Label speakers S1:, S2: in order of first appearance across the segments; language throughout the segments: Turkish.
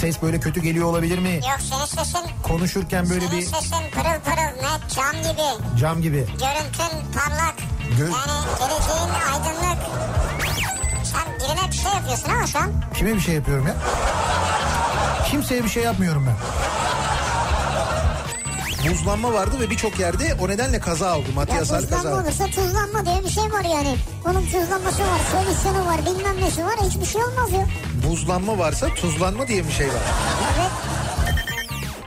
S1: ses böyle kötü geliyor olabilir mi?
S2: Yok senin sesin
S1: Konuşurken böyle
S2: senin
S1: bir
S2: sesin pırıl pırıl net cam gibi.
S1: cam gibi.
S2: Görüntün parlak.
S1: Gö-
S2: yani geleceğin aydınlık. Sen birine bir şey yapıyorsun ama şu an.
S1: Kime bir şey yapıyorum ya? Kimseye bir şey yapmıyorum ben.
S3: Buzlanma vardı ve birçok yerde o nedenle kaza oldu. Maddi
S2: Ya
S3: hasar kaza.
S2: tuzlanma
S3: oldu.
S2: olursa tuzlanma diye bir şey var yani. Onun tuzlanması var, solüsyonu var, bilmem nesi var. Hiçbir şey olmaz ya.
S3: Buzlanma varsa tuzlanma diye bir şey var.
S2: Evet.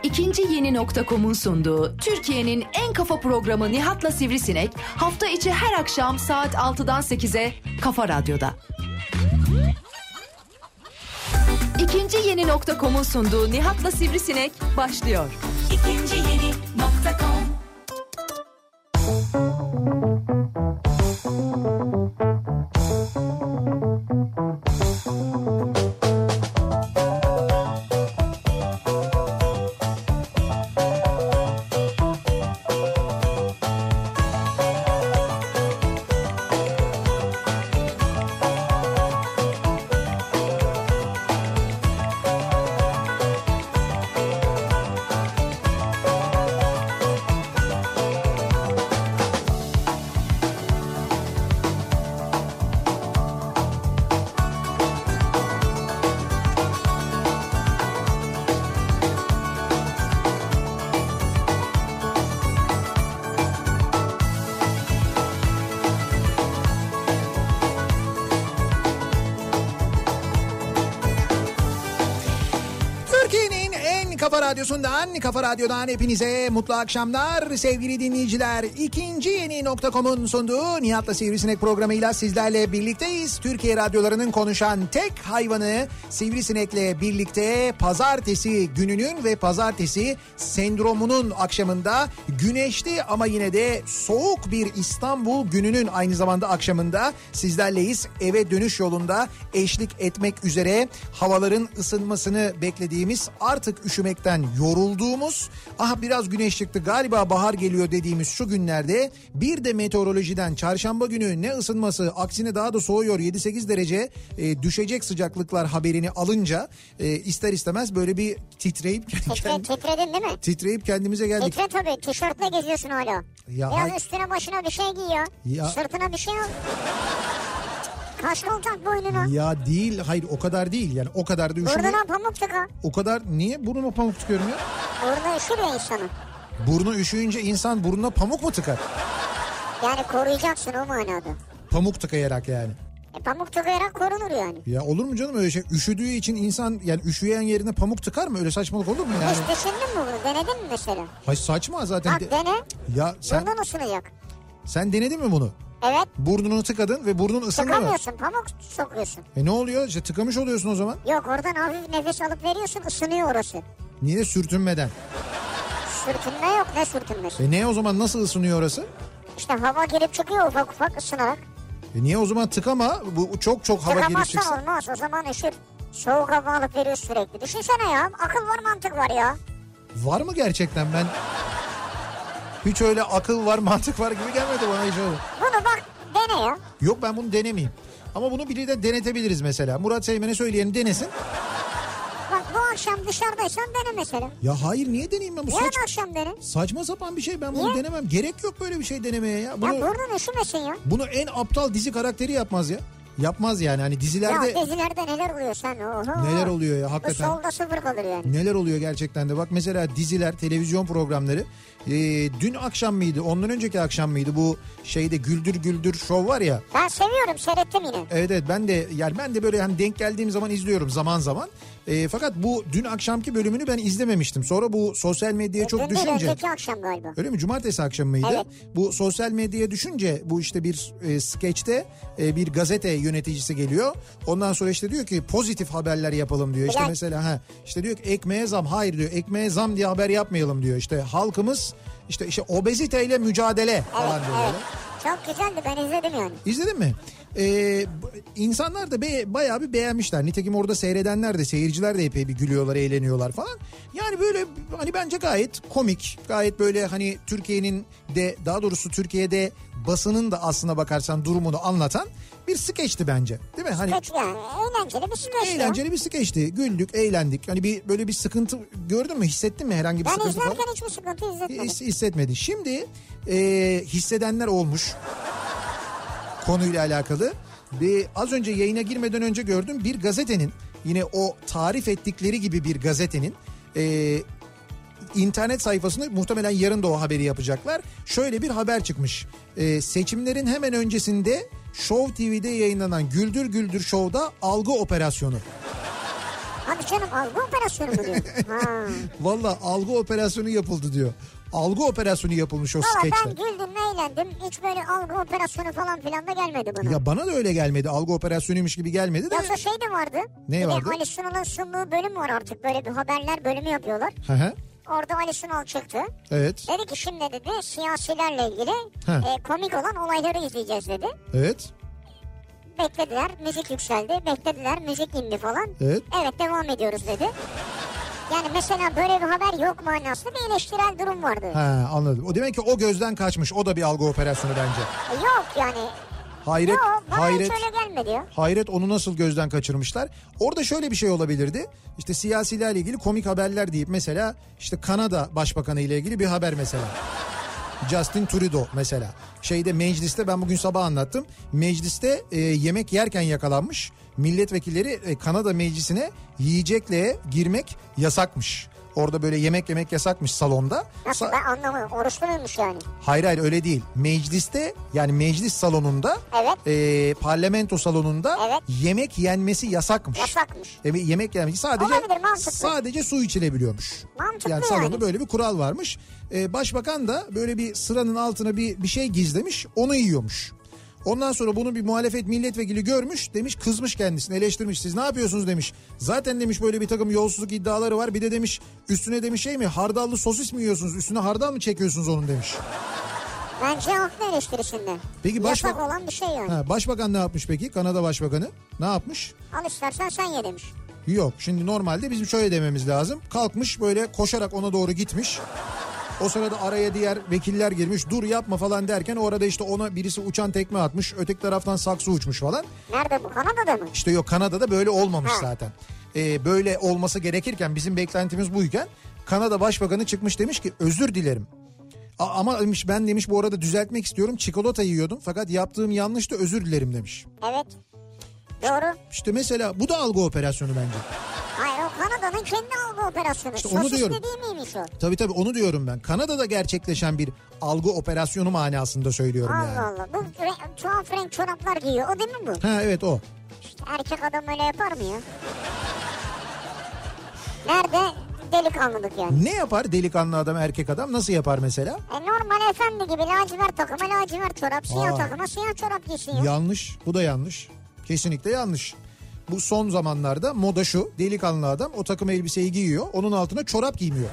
S4: İkinci yeni nokta.com'un sunduğu Türkiye'nin en kafa programı Nihat'la Sivrisinek hafta içi her akşam saat 6'dan 8'e Kafa Radyo'da. İkinci yeni nokta.com'un sunduğu Nihat'la Sivrisinek başlıyor.
S5: İkinci yeni nokta com.
S3: Türkiye'nin en kafa radyosundan, kafa radyodan hepinize mutlu akşamlar sevgili dinleyiciler. İkinci yeni nokta.com'un sunduğu Nihat'la Sivrisinek programıyla sizlerle birlikteyiz. Türkiye radyolarının konuşan tek hayvanı Sivrisinek'le birlikte pazartesi gününün ve pazartesi sendromunun akşamında güneşli ama yine de soğuk bir İstanbul gününün aynı zamanda akşamında sizlerleyiz. Eve dönüş yolunda eşlik etmek üzere havaların ısınmasını beklediğimiz artık üşümekten yorulduğumuz ah biraz güneş çıktı galiba bahar geliyor dediğimiz şu günlerde bir de meteorolojiden çarşamba günü ne ısınması aksine daha da soğuyor 7-8 derece e, düşecek sıcaklıklar haberini alınca e, ister istemez böyle bir titreyip
S2: Titre, titredin değil mi?
S3: titreyip kendimize geldik.
S2: Titre tabii. Tişörtle geziyorsun hala.
S3: Ya
S2: Biraz
S3: hay-
S2: üstüne başına bir şey giyiyor.
S3: Ya-
S2: Sırtına bir şey al. Kaşkol tak boynuna.
S3: Ya değil hayır o kadar değil yani o kadar da üşüme.
S2: Burnuna pamuk tıka.
S3: O kadar niye burnuma pamuk tıkıyorum ya?
S2: Burnu üşür ya insanın.
S3: Burnu üşüyünce insan burnuna pamuk mu tıkar?
S2: Yani koruyacaksın o manada.
S3: Pamuk tıkayarak yani.
S2: E, pamuk tıkayarak korunur yani.
S3: Ya olur mu canım öyle şey? Üşüdüğü için insan yani üşüyen yerine pamuk tıkar mı? Öyle saçmalık olur mu yani?
S2: Hiç düşündün mü bunu? Denedin mi mesela?
S3: Hay saçma zaten.
S2: Bak
S3: De-
S2: dene.
S3: Ya sen
S2: Bundan ısınacak.
S3: sen denedin mi bunu?
S2: Evet.
S3: Burnunu tıkadın ve burnun ısındı mı?
S2: Tıkamıyorsun pamuk sokuyorsun.
S3: E ne oluyor? İşte tıkamış oluyorsun o zaman.
S2: Yok oradan hafif nefes alıp veriyorsun ısınıyor orası.
S3: Niye sürtünmeden?
S2: Sürtünme yok ne sürtünmesi.
S3: E ne o zaman nasıl ısınıyor orası?
S2: İşte hava girip çıkıyor ufak ufak ısınarak.
S3: E niye o zaman tıkama? Bu çok çok hava girip
S2: Tıkamazsan
S3: çıksın.
S2: olmaz o zaman üşür. Soğuk hava alıp veriyor sürekli. Düşünsene ya akıl var mantık var ya.
S3: Var mı gerçekten ben? Hiç öyle akıl var mantık var gibi gelmedi bana hiç öyle.
S2: Bunu bak dene ya.
S3: Yok ben bunu denemeyeyim. Ama bunu biri de denetebiliriz mesela. Murat Seymen'e söyleyelim denesin.
S2: Bak bu akşam dışarıdaysan dene mesela.
S3: Ya hayır niye deneyeyim ben bu saç,
S2: Yarın akşam dene.
S3: saçma sapan bir şey ben bunu
S2: Niye?
S3: denemem. Gerek yok böyle bir şey denemeye ya.
S2: Ya
S3: Bunu,
S2: burnun üşümesin ya.
S3: bunu en aptal dizi karakteri yapmaz ya. Yapmaz yani hani
S2: Ya e,
S3: dizilerde
S2: dizilerde neler oluyor sen? Oho.
S3: neler oluyor ya
S2: Bu
S3: hakikaten.
S2: solda sıfır kalır yani.
S3: Neler oluyor gerçekten de bak mesela diziler televizyon programları Ee, dün akşam mıydı ondan önceki akşam mıydı bu şeyde güldür güldür şov var ya
S2: Ben seviyorum seyrettim yine.
S3: Evet evet ben de yani ben de böyle hani denk geldiğim zaman izliyorum zaman zaman. E, fakat bu dün akşamki bölümünü ben izlememiştim. Sonra bu sosyal medyaya çok
S2: E, Dün değil,
S3: düşünce.
S2: önceki akşam galiba.
S3: Öyle mi? Cumartesi akşamı mıydı?
S2: Evet.
S3: Bu sosyal medyaya düşünce bu işte bir e, skeçte e, bir gazete yöneticisi geliyor. Ondan sonra işte diyor ki pozitif haberler yapalım diyor. İşte
S2: Bilal.
S3: mesela ha işte diyor ki ekmeğe zam. Hayır diyor. Ekmeğe zam diye haber yapmayalım diyor. İşte halkımız işte işte obeziteyle mücadele falan
S2: Evet,
S3: diyor.
S2: evet.
S3: böyle.
S2: Çok güzeldi ben izledim yani.
S3: İzledin mi? Ee, b- insanlar da be, bayağı bir beğenmişler. Nitekim orada seyredenler de seyirciler de epey bir gülüyorlar, eğleniyorlar falan. Yani böyle hani bence gayet komik. Gayet böyle hani Türkiye'nin de daha doğrusu Türkiye'de basının da aslına bakarsan durumunu anlatan bir skeçti bence. Değil mi? Hani
S2: Peki yani eğlenceli bir süreç. ya.
S3: eğlenceli bir skeçti. Güldük, eğlendik. Hani bir böyle bir sıkıntı gördün mü? Hissettin mi herhangi bir
S2: Ben
S3: sıkıntı? falan?
S2: izlerken hiçbir sıkıntı E, izletmedim.
S3: His- hissetmedi. Şimdi e, hissedenler olmuş konuyla alakalı. Bir, az önce yayına girmeden önce gördüm bir gazetenin yine o tarif ettikleri gibi bir gazetenin e, internet sayfasında muhtemelen yarın da o haberi yapacaklar. Şöyle bir haber çıkmış. E, seçimlerin hemen öncesinde Show TV'de yayınlanan Güldür Güldür Show'da algı operasyonu.
S2: Abi canım algı operasyonu mu diyor? Ha.
S3: Valla algı operasyonu yapıldı diyor. Algı operasyonu yapılmış o
S2: Valla
S3: skeçten.
S2: ben güldüm eğlendim. Hiç böyle algı operasyonu falan filan da gelmedi bana.
S3: Ya bana da öyle gelmedi. Algı operasyonuymuş gibi gelmedi de.
S2: Yoksa şey de vardı.
S3: Ne
S2: bir de
S3: vardı?
S2: Ali Sunal'ın sunduğu bölüm var artık. Böyle bir haberler bölümü yapıyorlar.
S3: Hı hı.
S2: Orada Ali Sunal çıktı.
S3: evet.
S2: Dedi ki şimdi dedi siyasilerle ilgili
S3: Heh.
S2: e, komik olan olayları izleyeceğiz dedi.
S3: Evet.
S2: Beklediler müzik yükseldi. Beklediler müzik indi falan.
S3: Evet.
S2: Evet devam ediyoruz dedi. Yani mesela böyle bir haber yok manasında bir eleştirel durum vardı.
S3: Ha, anladım. O demek ki o gözden kaçmış. O da bir algı operasyonu bence.
S2: E, Yok yani.
S3: Hayret,
S2: Yok bana
S3: hayret.
S2: hiç öyle gelmedi ya.
S3: Hayret onu nasıl gözden kaçırmışlar? Orada şöyle bir şey olabilirdi. İşte siyasilerle ilgili komik haberler deyip mesela işte Kanada Başbakanı ile ilgili bir haber mesela. Justin Trudeau mesela. Şeyde mecliste ben bugün sabah anlattım. Mecliste e, yemek yerken yakalanmış. Milletvekilleri e, Kanada meclisine yiyecekle girmek yasakmış. Orada böyle yemek yemek yasakmış salonda.
S2: Nasıl
S3: Sa-
S2: ben anlamadım. Oruçlu muymuş yani?
S3: Hayır hayır öyle değil. Mecliste yani meclis salonunda
S2: Evet.
S3: e, parlamento salonunda
S2: Evet.
S3: yemek yenmesi yasakmış.
S2: Yasakmış.
S3: E, yemek yenmesi sadece
S2: Olabilir, mantıklı.
S3: sadece su içilebiliyormuş.
S2: Mantıklı
S3: yani. salonda
S2: yani.
S3: böyle bir kural varmış. E, başbakan da böyle bir sıranın altına bir, bir şey gizlemiş onu yiyormuş. Ondan sonra bunu bir muhalefet milletvekili görmüş demiş kızmış kendisini eleştirmiş siz ne yapıyorsunuz demiş. Zaten demiş böyle bir takım yolsuzluk iddiaları var bir de demiş üstüne demiş şey mi hardallı sosis mi yiyorsunuz üstüne hardal mı çekiyorsunuz onun demiş.
S2: Bence haklı eleştirisinde.
S3: Peki başba-
S2: Yasak olan bir şey yani.
S3: Ha, başbakan ne yapmış peki? Kanada Başbakanı ne yapmış?
S2: Al istersen sen ye demiş.
S3: Yok şimdi normalde bizim şöyle dememiz lazım. Kalkmış böyle koşarak ona doğru gitmiş. O sırada araya diğer vekiller girmiş. Dur yapma falan derken o arada işte ona birisi uçan tekme atmış. Öteki taraftan saksı uçmuş falan.
S2: Nerede bu? Kanada'da mı?
S3: İşte yok Kanada'da böyle olmamış
S2: Ha.
S3: zaten. Ee, böyle olması gerekirken bizim beklentimiz buyken Kanada Başbakanı çıkmış demiş ki özür dilerim. A- ama demiş ben demiş bu arada düzeltmek istiyorum. Çikolata yiyordum fakat yaptığım yanlıştı özür dilerim demiş.
S2: Evet. Doğru.
S3: İşte mesela bu da algı operasyonu bence.
S2: Hayır o Kanada'nın kendi algı operasyonu.
S3: İşte onu
S2: Sosis
S3: diyorum.
S2: dediği miymiş o?
S3: Tabii tabii onu diyorum ben. Kanada'da gerçekleşen bir algı operasyonu manasında söylüyorum yani.
S2: Allah Allah. Bu re- tuhaf renk çoraplar giyiyor. O değil mi bu?
S3: Ha evet o.
S2: İşte erkek adam öyle yapar mı ya? Nerede delikanlılık yani?
S3: Ne yapar delikanlı adam erkek adam nasıl yapar mesela?
S2: E normal efendi gibi lacivert takıma lacivert çorap, siyah
S3: Aa.
S2: takıma siyah çorap giysin ya.
S3: Yanlış. Bu da yanlış. Kesinlikle yanlış. Bu son zamanlarda moda şu. Delikanlı adam o takım elbiseyi giyiyor. Onun altına çorap giymiyor.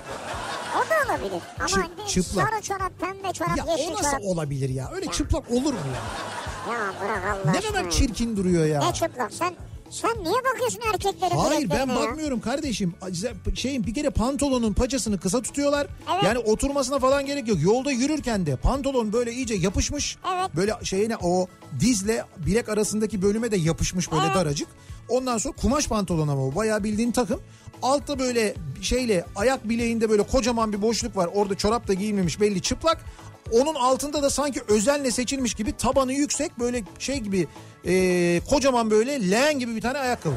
S2: O da olabilir. Ama
S3: Çı-
S2: bir
S3: çıplak.
S2: sarı çorap, pembe çorap,
S3: Ya
S2: yeşil
S3: o nasıl
S2: şey çorap.
S3: olabilir ya? Öyle çıplak olur mu ya?
S2: Ya bırak Allah
S3: Ne
S2: aşkına.
S3: kadar çirkin duruyor ya.
S2: Ne çıplak sen? Sen niye bakıyorsun erkeklerin
S3: Hayır ben
S2: bileklerine ya?
S3: bakmıyorum kardeşim. Şeyin bir kere pantolonun paçasını kısa tutuyorlar.
S2: Evet.
S3: Yani oturmasına falan gerek yok. Yolda yürürken de pantolon böyle iyice yapışmış.
S2: Evet.
S3: Böyle şeyine o dizle bilek arasındaki bölüme de yapışmış böyle daracık. Ondan sonra kumaş pantolon ama o bayağı bildiğin takım. Altta böyle şeyle ayak bileğinde böyle kocaman bir boşluk var. Orada çorap da giyilmemiş belli çıplak. Onun altında da sanki özenle seçilmiş gibi tabanı yüksek böyle şey gibi eee, kocaman böyle leğen gibi bir tane ayakkabı.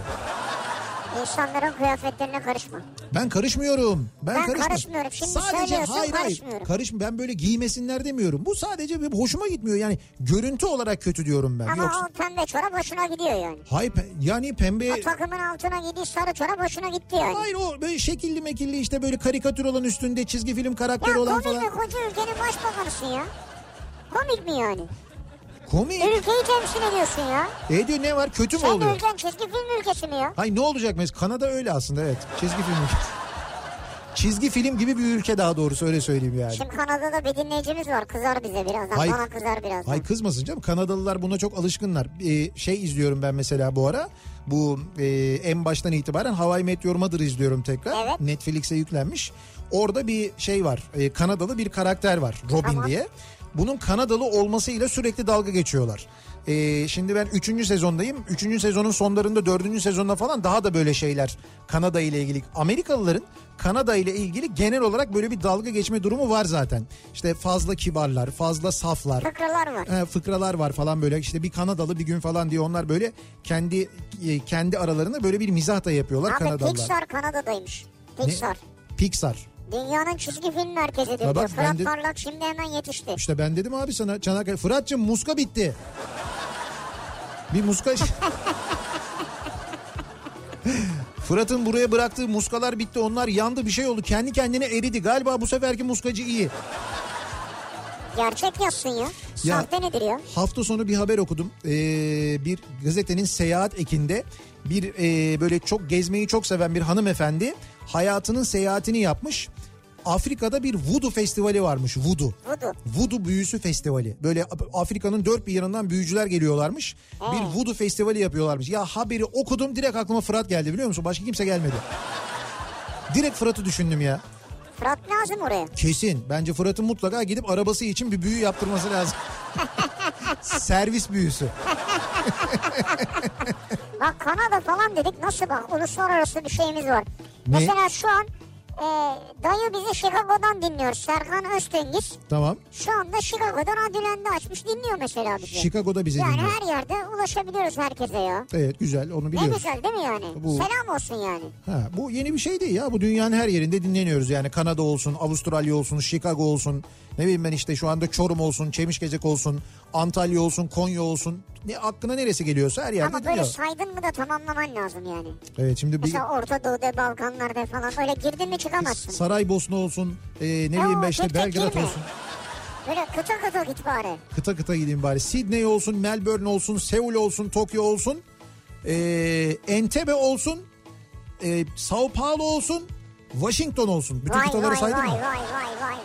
S2: İnsanların kıyafetlerine karışma.
S3: Ben karışmıyorum. Ben,
S2: Ben
S3: karışmıyorum.
S2: karışmıyorum. Şimdi söylüyorsun, karışmıyorum.
S3: Karışma. Ben böyle giymesinler demiyorum. Bu sadece bir hoşuma gitmiyor. Yani görüntü olarak kötü diyorum ben.
S2: Ama
S3: Yoksa
S2: o pembe çorap hoşuna gidiyor yani.
S3: hay pe- yani pembe
S2: O takımın altına giydiği sarı çorap hoşuna gitti yani.
S3: Hayır o böyle şekilli mekilli işte böyle karikatür olan üstünde çizgi film
S2: Ya
S3: karakteri olan
S2: komik
S3: falan.
S2: mi koca ülkenin başbakanısın ya? Komik mi yani?
S3: Komik.
S2: Ülkeyi temsil ediyorsun ya.
S3: E diyor ne var kötü mü
S2: Sen de
S3: oluyor?
S2: ülken çizgi film ülkesi mi ya?
S3: Hay ne olacak mesela Kanada öyle aslında evet. Çizgi film. çizgi film gibi bir ülke daha doğrusu öyle söyleyeyim yani.
S2: Şimdi Kanada'da bir dinleyicimiz var. Kızar bize birazdan.
S3: Ay-
S2: Bana kızar birazdan.
S3: Ay kızmasın canım Kanadalılar buna çok alışkınlar. Ee, şey izliyorum ben mesela bu ara. Bu e, en baştan itibaren Hawaii Meteor Mother izliyorum tekrar.
S2: Evet.
S3: Netflix'e yüklenmiş. Orada bir şey var. e, Kanadalı bir karakter var Robin
S2: Tamam.
S3: diye. bunun Kanadalı olmasıyla sürekli dalga geçiyorlar. Ee, şimdi ben 3. sezondayım. 3. sezonun sonlarında 4. sezonda falan daha da böyle şeyler Kanada ile ilgili. Amerikalıların Kanada ile ilgili genel olarak böyle bir dalga geçme durumu var zaten. İşte fazla kibarlar, fazla saflar.
S2: Fıkralar var.
S3: He, e, fıkralar var falan böyle işte bir Kanadalı bir gün falan diye onlar böyle kendi e, kendi aralarında böyle bir mizah da yapıyorlar
S2: Abi
S3: Kanadalılar.
S2: Pixar Kanada'daymış.
S3: Ne?
S2: Pixar.
S3: Pixar.
S2: Dünyanın çizgi film merkezi
S3: Ya
S2: diyor.
S3: bak,
S2: Fırat
S3: ben de-
S2: Parlak şimdi hemen yetişti.
S3: İşte ben dedim abi sana Çanakkale. Fırat'cığım muska bitti. Bir muska... Fırat'ın buraya bıraktığı muskalar bitti. Onlar yandı bir şey oldu. Kendi kendine eridi. Galiba bu seferki muskacı iyi.
S2: Gerçek yazsın ya.
S3: Ya-
S2: Sahte nedir ya?
S3: Hafta sonu bir haber okudum. Ee, bir gazetenin seyahat ekinde bir e, böyle çok gezmeyi çok seven bir hanımefendi hayatının seyahatini yapmış. Afrika'da bir voodoo festivali varmış. Voodoo.
S2: Voodoo.
S3: Voodoo büyüsü festivali. Böyle Afrika'nın dört bir yanından büyücüler geliyorlarmış. Bir voodoo festivali yapıyorlarmış. Ya haberi okudum direkt aklıma Fırat geldi biliyor musun? Başka kimse gelmedi. direkt Fırat'ı düşündüm ya.
S2: Fırat lazım oraya.
S3: Kesin. Bence Fırat'ın mutlaka gidip arabası için bir büyü yaptırması lazım. Servis büyüsü.
S2: Bak Kanada falan dedik nasıl bak uluslararası bir şeyimiz var.
S3: Ne?
S2: Mesela şu an e, dayı bizi Chicago'dan dinliyor. Serkan Öztengiz
S3: Tamam.
S2: şu anda Chicago'dan radyolendi açmış dinliyor mesela bizi.
S3: Chicago'da bizi
S2: yani
S3: dinliyor.
S2: her yerde ulaşabiliyoruz herkese ya.
S3: Evet güzel onu
S2: Ne
S3: biliyoruz.
S2: güzel değil mi yani?
S3: Bu-
S2: Selam olsun yani.
S3: Ha, bu yeni bir şey değil ya. Bu dünyanın her yerinde dinleniyoruz. Yani Kanada olsun, Avustralya olsun, Chicago olsun. Ne bileyim ben işte şu anda Çorum olsun, Çemişgezek olsun, Antalya olsun, Konya olsun. Ne aklına neresi geliyorsa her yerde
S2: Ama böyle
S3: dinliyor.
S2: saydın mı da tamamlaman lazım yani.
S3: Evet şimdi bir
S2: Mesela Orta Doğu'da, Balkanlar'da falan öyle girdin mi çıkamazsın.
S3: Saraybosna olsun, e, ne
S2: Ya,
S3: bileyim ben işte
S2: tek tek
S3: Belgrad
S2: girme.
S3: olsun.
S2: Böyle kıta kıta git bari.
S3: kıta kıta gideyim bari. Sydney olsun, Melbourne olsun, Seul olsun, Tokyo olsun, ee, Entebbe olsun, ee, Sao Paulo olsun, Washington olsun. Bütün
S2: Vay
S3: kıtaları
S2: vay vay
S3: saydın
S2: vay
S3: mı?
S2: vay vay vay.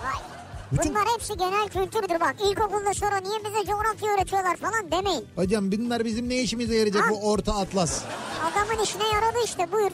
S3: Bütün-
S2: Bunlar hepsi genel kültürdür bak. İlkokulda sonra niye bize coğrafya öğretiyorlar falan demeyin.
S3: Hocam bunlar bizim ne işimize yarayacak
S2: Ha?
S3: bu Orta Atlas?
S2: Adamın işine yaradı işte buyur.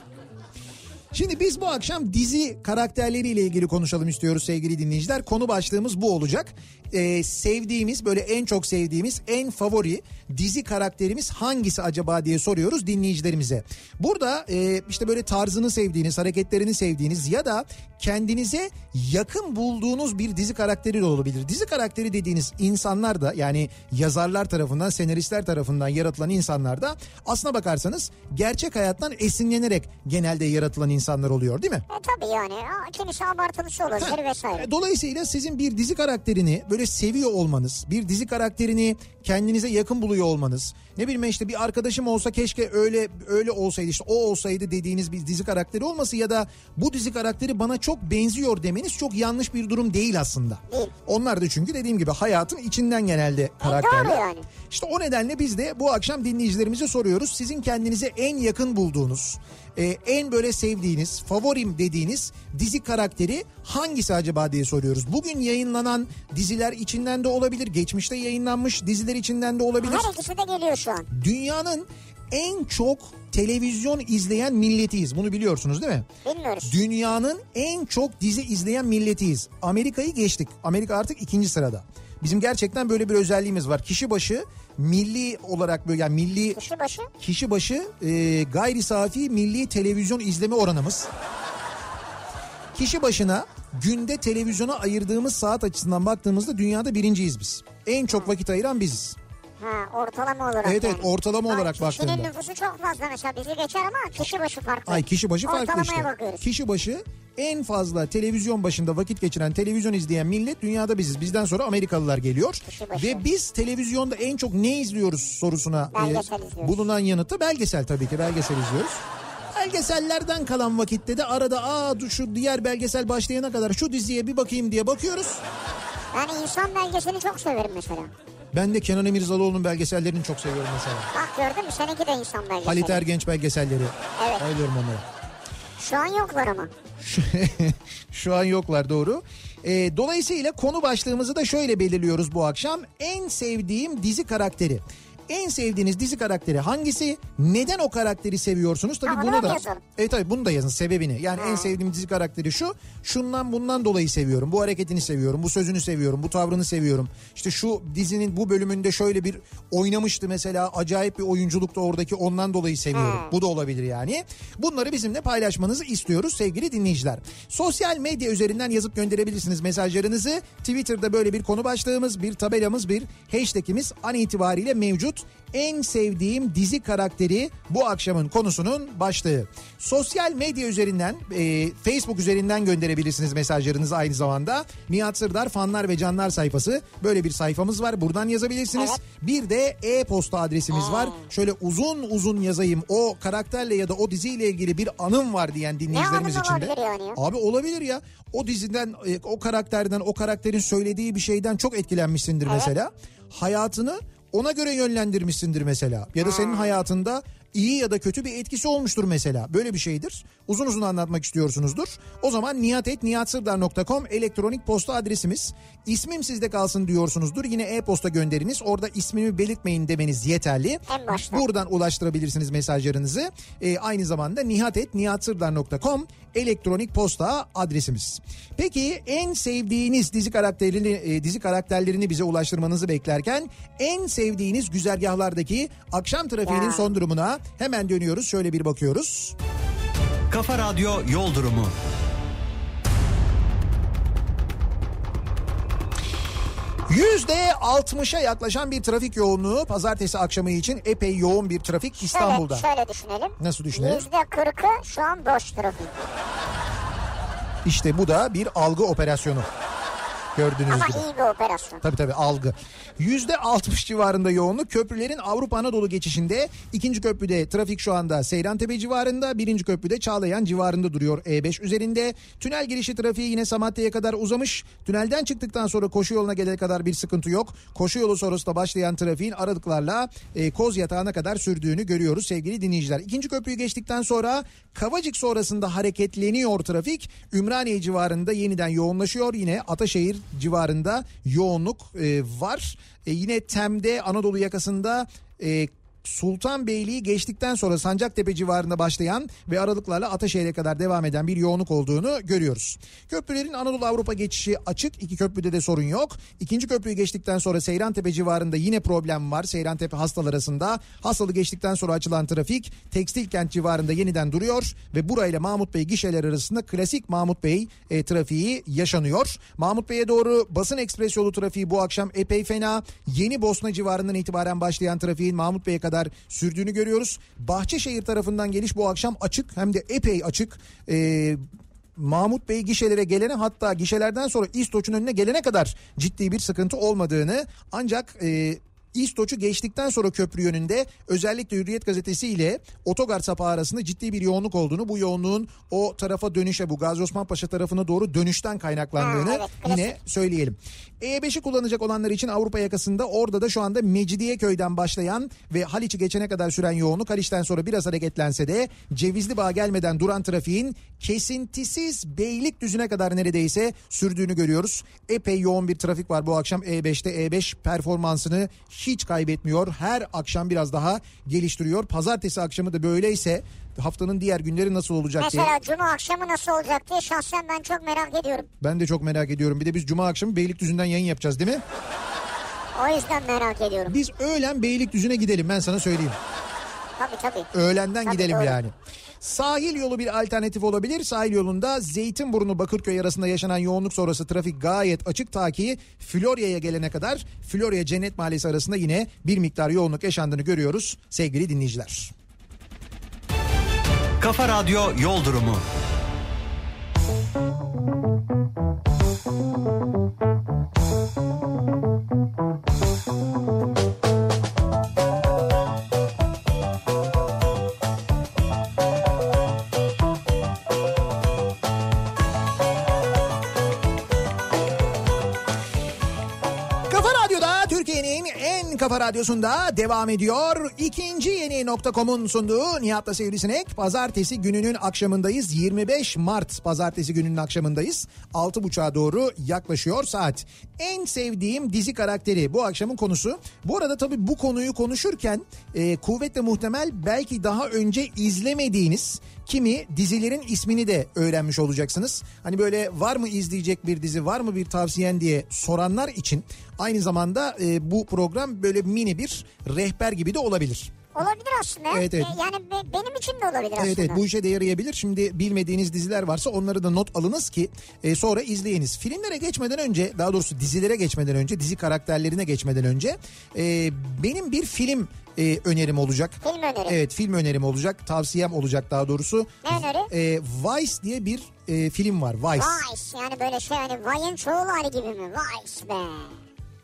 S3: Şimdi biz bu akşam dizi karakterleriyle ilgili konuşalım istiyoruz sevgili dinleyiciler. Konu başlığımız bu olacak. Ee, sevdiğimiz böyle en çok sevdiğimiz en favori dizi karakterimiz hangisi acaba diye soruyoruz dinleyicilerimize. Burada e, işte böyle tarzını sevdiğiniz, hareketlerini sevdiğiniz ya da kendinize yakın bulduğunuz bir dizi karakteri de olabilir. Dizi karakteri dediğiniz insanlar da yani yazarlar tarafından, senaristler tarafından yaratılan insanlar da aslına bakarsanız gerçek hayattan esinlenerek genelde yaratılan insanlar oluyor değil mi?
S2: E tabi yani Aa, kimisi abartılısı olabilir vesaire.
S3: E, Dolayısıyla sizin bir dizi karakterini böyle seviyor olmanız, bir dizi karakterini kendinize yakın buluyor olmanız, ne bileyim ben işte bir arkadaşım olsa keşke öyle öyle olsaydı işte o olsaydı dediğiniz bir dizi karakteri olması ya da bu dizi karakteri bana çok benziyor demeniz çok yanlış bir durum değil aslında.
S2: Değil. E,
S3: Onlar da çünkü dediğim gibi hayatın içinden genelde karakterler.
S2: doğru yani.
S3: İşte o nedenle biz de bu akşam dinleyicilerimize soruyoruz. Sizin kendinize en yakın bulduğunuz, e, en böyle sevdiğiniz, favorim dediğiniz dizi karakteri hangisi acaba diye soruyoruz. Bugün yayınlanan diziler içinden de olabilir, geçmişte yayınlanmış diziler içinden de olabilir.
S2: Her ikisi de geliyor şu an.
S3: Dünyanın en çok televizyon izleyen milletiyiz. Bunu biliyorsunuz değil mi?
S2: Bilmiyoruz.
S3: Dünyanın en çok dizi izleyen milletiyiz. Amerika'yı geçtik. Amerika artık ikinci sırada. Bizim gerçekten böyle bir özelliğimiz var. Kişi başı milli olarak böyle yani milli
S2: Kişi başı
S3: kişi başı e, gayri safi milli televizyon izleme oranımız. Kişi başına günde televizyona ayırdığımız saat açısından baktığımızda dünyada birinciyiz biz. En çok vakit ayıran biziz.
S2: ha, ortalama olarak
S3: Evet, evet,
S2: yani.
S3: ortalama
S2: Ay,
S3: olarak baktığında.
S2: Kişinin nüfusu çok fazla mesela bizi geçer ama kişi başı farklı.
S3: Ay kişi başı farklı
S2: Ortalamaya
S3: işte.
S2: bakıyoruz.
S3: Kişi başı en fazla televizyon başında vakit geçiren, televizyon izleyen millet dünyada biziz. Bizden sonra Amerikalılar geliyor.
S2: Kişi başı.
S3: Ve biz televizyonda en çok ne izliyoruz sorusuna e,
S2: Belgesel izliyoruz.
S3: bulunan yanıtı belgesel tabii ki belgesel izliyoruz. Belgesellerden kalan vakitte de arada aa dur şu diğer belgesel başlayana kadar şu diziye bir bakayım diye bakıyoruz.
S2: Yani insan belgesini çok severim mesela.
S3: Ben de Kenan Emirzalıoğlu'nun belgesellerini çok seviyorum mesela.
S2: Bak gördün mü seninki de insan belgeseli.
S3: Halit Ergenç belgeselleri.
S2: Evet.
S3: Bayılıyorum onlara.
S2: Şu an yoklar ama.
S3: Şu- Şu an yoklar doğru. Ee, dolayısıyla konu başlığımızı da şöyle belirliyoruz bu akşam. En sevdiğim dizi karakteri. En sevdiğiniz dizi karakteri hangisi? Neden o karakteri seviyorsunuz? Tabii
S2: Ha, bunu
S3: bunu
S2: mu
S3: da
S2: yazalım?
S3: E tabii bunu da yazın sebebini. Yani en sevdiğim dizi karakteri şu. Şundan bundan dolayı seviyorum. Bu hareketini seviyorum. Bu sözünü seviyorum. Bu tavrını seviyorum. İşte şu dizinin bu bölümünde şöyle bir oynamıştı mesela. Acayip bir oyunculukta oradaki ondan dolayı seviyorum. Bu da olabilir yani. Bunları bizimle paylaşmanızı istiyoruz sevgili dinleyiciler. Sosyal medya üzerinden yazıp gönderebilirsiniz mesajlarınızı. Twitter'da böyle bir konu başlığımız, bir tabelamız, bir hashtagimiz an itibariyle mevcut en sevdiğim dizi karakteri bu akşamın konusunun başlığı. Sosyal medya üzerinden e, Facebook üzerinden gönderebilirsiniz mesajlarınızı aynı zamanda. Nihat Sırdar fanlar ve canlar sayfası böyle bir sayfamız var buradan yazabilirsiniz. Bir de e-posta adresimiz var. Şöyle uzun uzun yazayım o karakterle ya da o diziyle ilgili bir anım var diyen dinleyicilerimiz
S2: anım
S3: için de.
S2: olabilir yani ya?
S3: Abi olabilir ya. O diziden, e, o karakterden, o karakterin söylediği bir şeyden çok etkilenmişsindir mesela. Hayatını ona göre yönlendirmişsindir mesela. Ya da senin hayatında iyi ya da kötü bir etkisi olmuştur mesela. Böyle bir şeydir. Uzun uzun anlatmak istiyorsunuzdur. O zaman niyatetniyatsırdar.com elektronik posta adresimiz. İsmim sizde kalsın diyorsunuzdur. Yine e-posta gönderiniz. Orada ismimi belirtmeyin demeniz yeterli.
S2: En başta.
S3: Bu Buradan ulaştırabilirsiniz mesajlarınızı. Ee, aynı zamanda nihatetnihatsırdar.com elektronik posta adresimiz. Peki en sevdiğiniz dizi karakterini e, dizi karakterlerini bize ulaştırmanızı beklerken en sevdiğiniz güzergahlardaki akşam trafiğinin son durumuna hemen dönüyoruz. Şöyle bir bakıyoruz.
S1: Kafa Radyo Yol Durumu.
S3: %60'a yaklaşan bir trafik yoğunluğu pazartesi akşamı için epey yoğun bir trafik İstanbul'da.
S2: Şöyle, şöyle düşünelim.
S3: Nasıl düşünelim?
S2: Yüzde kırkı şu an boş trafik.
S3: İşte bu da bir algı operasyonu. Gördüğünüz
S2: Ama
S3: gibi.
S2: iyi bir operasyon.
S3: Tabii tabii algı. Yüzde 60 civarında yoğunluk köprülerin Avrupa Anadolu geçişinde. ikinci köprüde trafik şu anda Seyrantepe civarında. Birinci köprüde Çağlayan civarında duruyor E5 üzerinde. Tünel girişi trafiği yine Samatya'ya kadar uzamış. Tünelden çıktıktan sonra koşu yoluna gelene kadar bir sıkıntı yok. Koşu yolu sonrasında başlayan trafiğin aralıklarla e, koz yatağına kadar sürdüğünü görüyoruz sevgili dinleyiciler. İkinci köprüyü geçtikten sonra Kavacık sonrasında hareketleniyor trafik. Ümraniye civarında yeniden yoğunlaşıyor. Yine Ataşehir civarında yoğunluk e, var. E, yine Tem'de Anadolu yakasında e, Sultanbeyli'yi geçtikten sonra Sancaktepe civarında başlayan ve aralıklarla Ataşehir'e kadar devam eden bir yoğunluk olduğunu görüyoruz. Köprülerin Anadolu Avrupa geçişi açık. İki köprüde de sorun yok. İkinci köprüyü geçtikten sonra Seyrantepe civarında yine problem var. Seyrantepe hastalar arasında. Hastalı geçtikten sonra açılan trafik Tekstil Kent civarında yeniden duruyor ve burayla Mahmut Bey gişeler arasında klasik Mahmut Bey e, trafiği yaşanıyor. Mahmut Bey'e doğru basın ekspres yolu trafiği bu akşam epey fena. Yeni Bosna civarından itibaren başlayan trafiğin Mahmut Bey'e kadar sürdüğünü görüyoruz. Bahçeşehir tarafından geliş bu akşam açık hem de epey açık. E, Mahmut Bey gişelere gelene hatta gişelerden sonra İstoç'un önüne gelene kadar ciddi bir sıkıntı olmadığını ancak e, İstoç'u geçtikten sonra köprü yönünde özellikle Hürriyet gazetesi ile otogar sapağı arasında ciddi bir yoğunluk olduğunu bu yoğunluğun o tarafa dönüşe bu Gazi Osman Paşa tarafına doğru dönüşten kaynaklandığını
S2: Ha, evet, klasik.
S3: yine söyleyelim. E5'i kullanacak olanlar için Avrupa yakasında orada da şu anda Mecidiyeköy'den başlayan ve Haliç'i geçene kadar süren yoğunluk Haliç'ten sonra biraz hareketlense de Cevizli Bağ gelmeden duran trafiğin kesintisiz Beylikdüzü'ne kadar neredeyse sürdüğünü görüyoruz. Epey yoğun bir trafik var bu akşam E E5'te. E5 performansını hiç kaybetmiyor. Her akşam biraz daha geliştiriyor. Pazartesi akşamı da böyleyse haftanın diğer günleri nasıl olacak diye.
S2: Mesela cuma akşamı nasıl olacak diye şahsen ben çok merak ediyorum.
S3: Ben de çok merak ediyorum. Bir de biz cuma akşamı Beylikdüzü'nden yayın yapacağız değil mi?
S2: O yüzden merak ediyorum.
S3: Biz öğlen Beylikdüzü'ne gidelim ben sana söyleyeyim.
S2: Tabii tabii.
S3: Öğlenden
S2: Tabii
S3: gidelim
S2: doğru.
S3: yani. Sahil yolu bir alternatif olabilir. Sahil yolunda Zeytinburnu Bakırköy arasında yaşanan yoğunluk sonrası trafik gayet açık ta ki Florya'ya gelene kadar Florya Cennet Mahallesi arasında yine bir miktar yoğunluk yaşandığını görüyoruz sevgili dinleyiciler.
S1: Kafa Radyo Yol Durumu.
S3: Kafa Radyo'da Türkiye'nin en Kafa Radyosu'nda devam ediyor. İkinci yeni nokta.com'un sunduğu Nihat'la Sivrisinek. Pazartesi gününün akşamındayız. 25 Mart pazartesi gününün akşamındayız. 6.30'a doğru yaklaşıyor saat. En sevdiğim dizi karakteri bu akşamın konusu. Bu arada tabii bu konuyu konuşurken e, kuvvetle muhtemel belki daha önce izlemediğiniz kimi dizilerin ismini de öğrenmiş olacaksınız. Hani böyle var mı izleyecek bir dizi var mı bir tavsiyen diye soranlar için aynı zamanda e, bu program böyle mini bir rehber gibi de olabilir.
S2: Olabilir aslında.
S3: Evet, evet.
S2: E, Yani be- benim için de olabilir aslında.
S3: Evet evet bu işe de yarayabilir. Şimdi bilmediğiniz diziler varsa onları da not alınız ki e, sonra izleyiniz. Filmlere geçmeden önce daha doğrusu dizilere geçmeden önce dizi karakterlerine geçmeden önce e, benim bir film e, önerim olacak.
S2: Film öneri.
S3: Evet film önerim olacak tavsiyem olacak daha doğrusu.
S2: Ne öneri?
S3: E, Vice diye bir e, film var Vice.
S2: Vice yani böyle şey hani Vay'ın çoğul hali gibi mi? Vice be.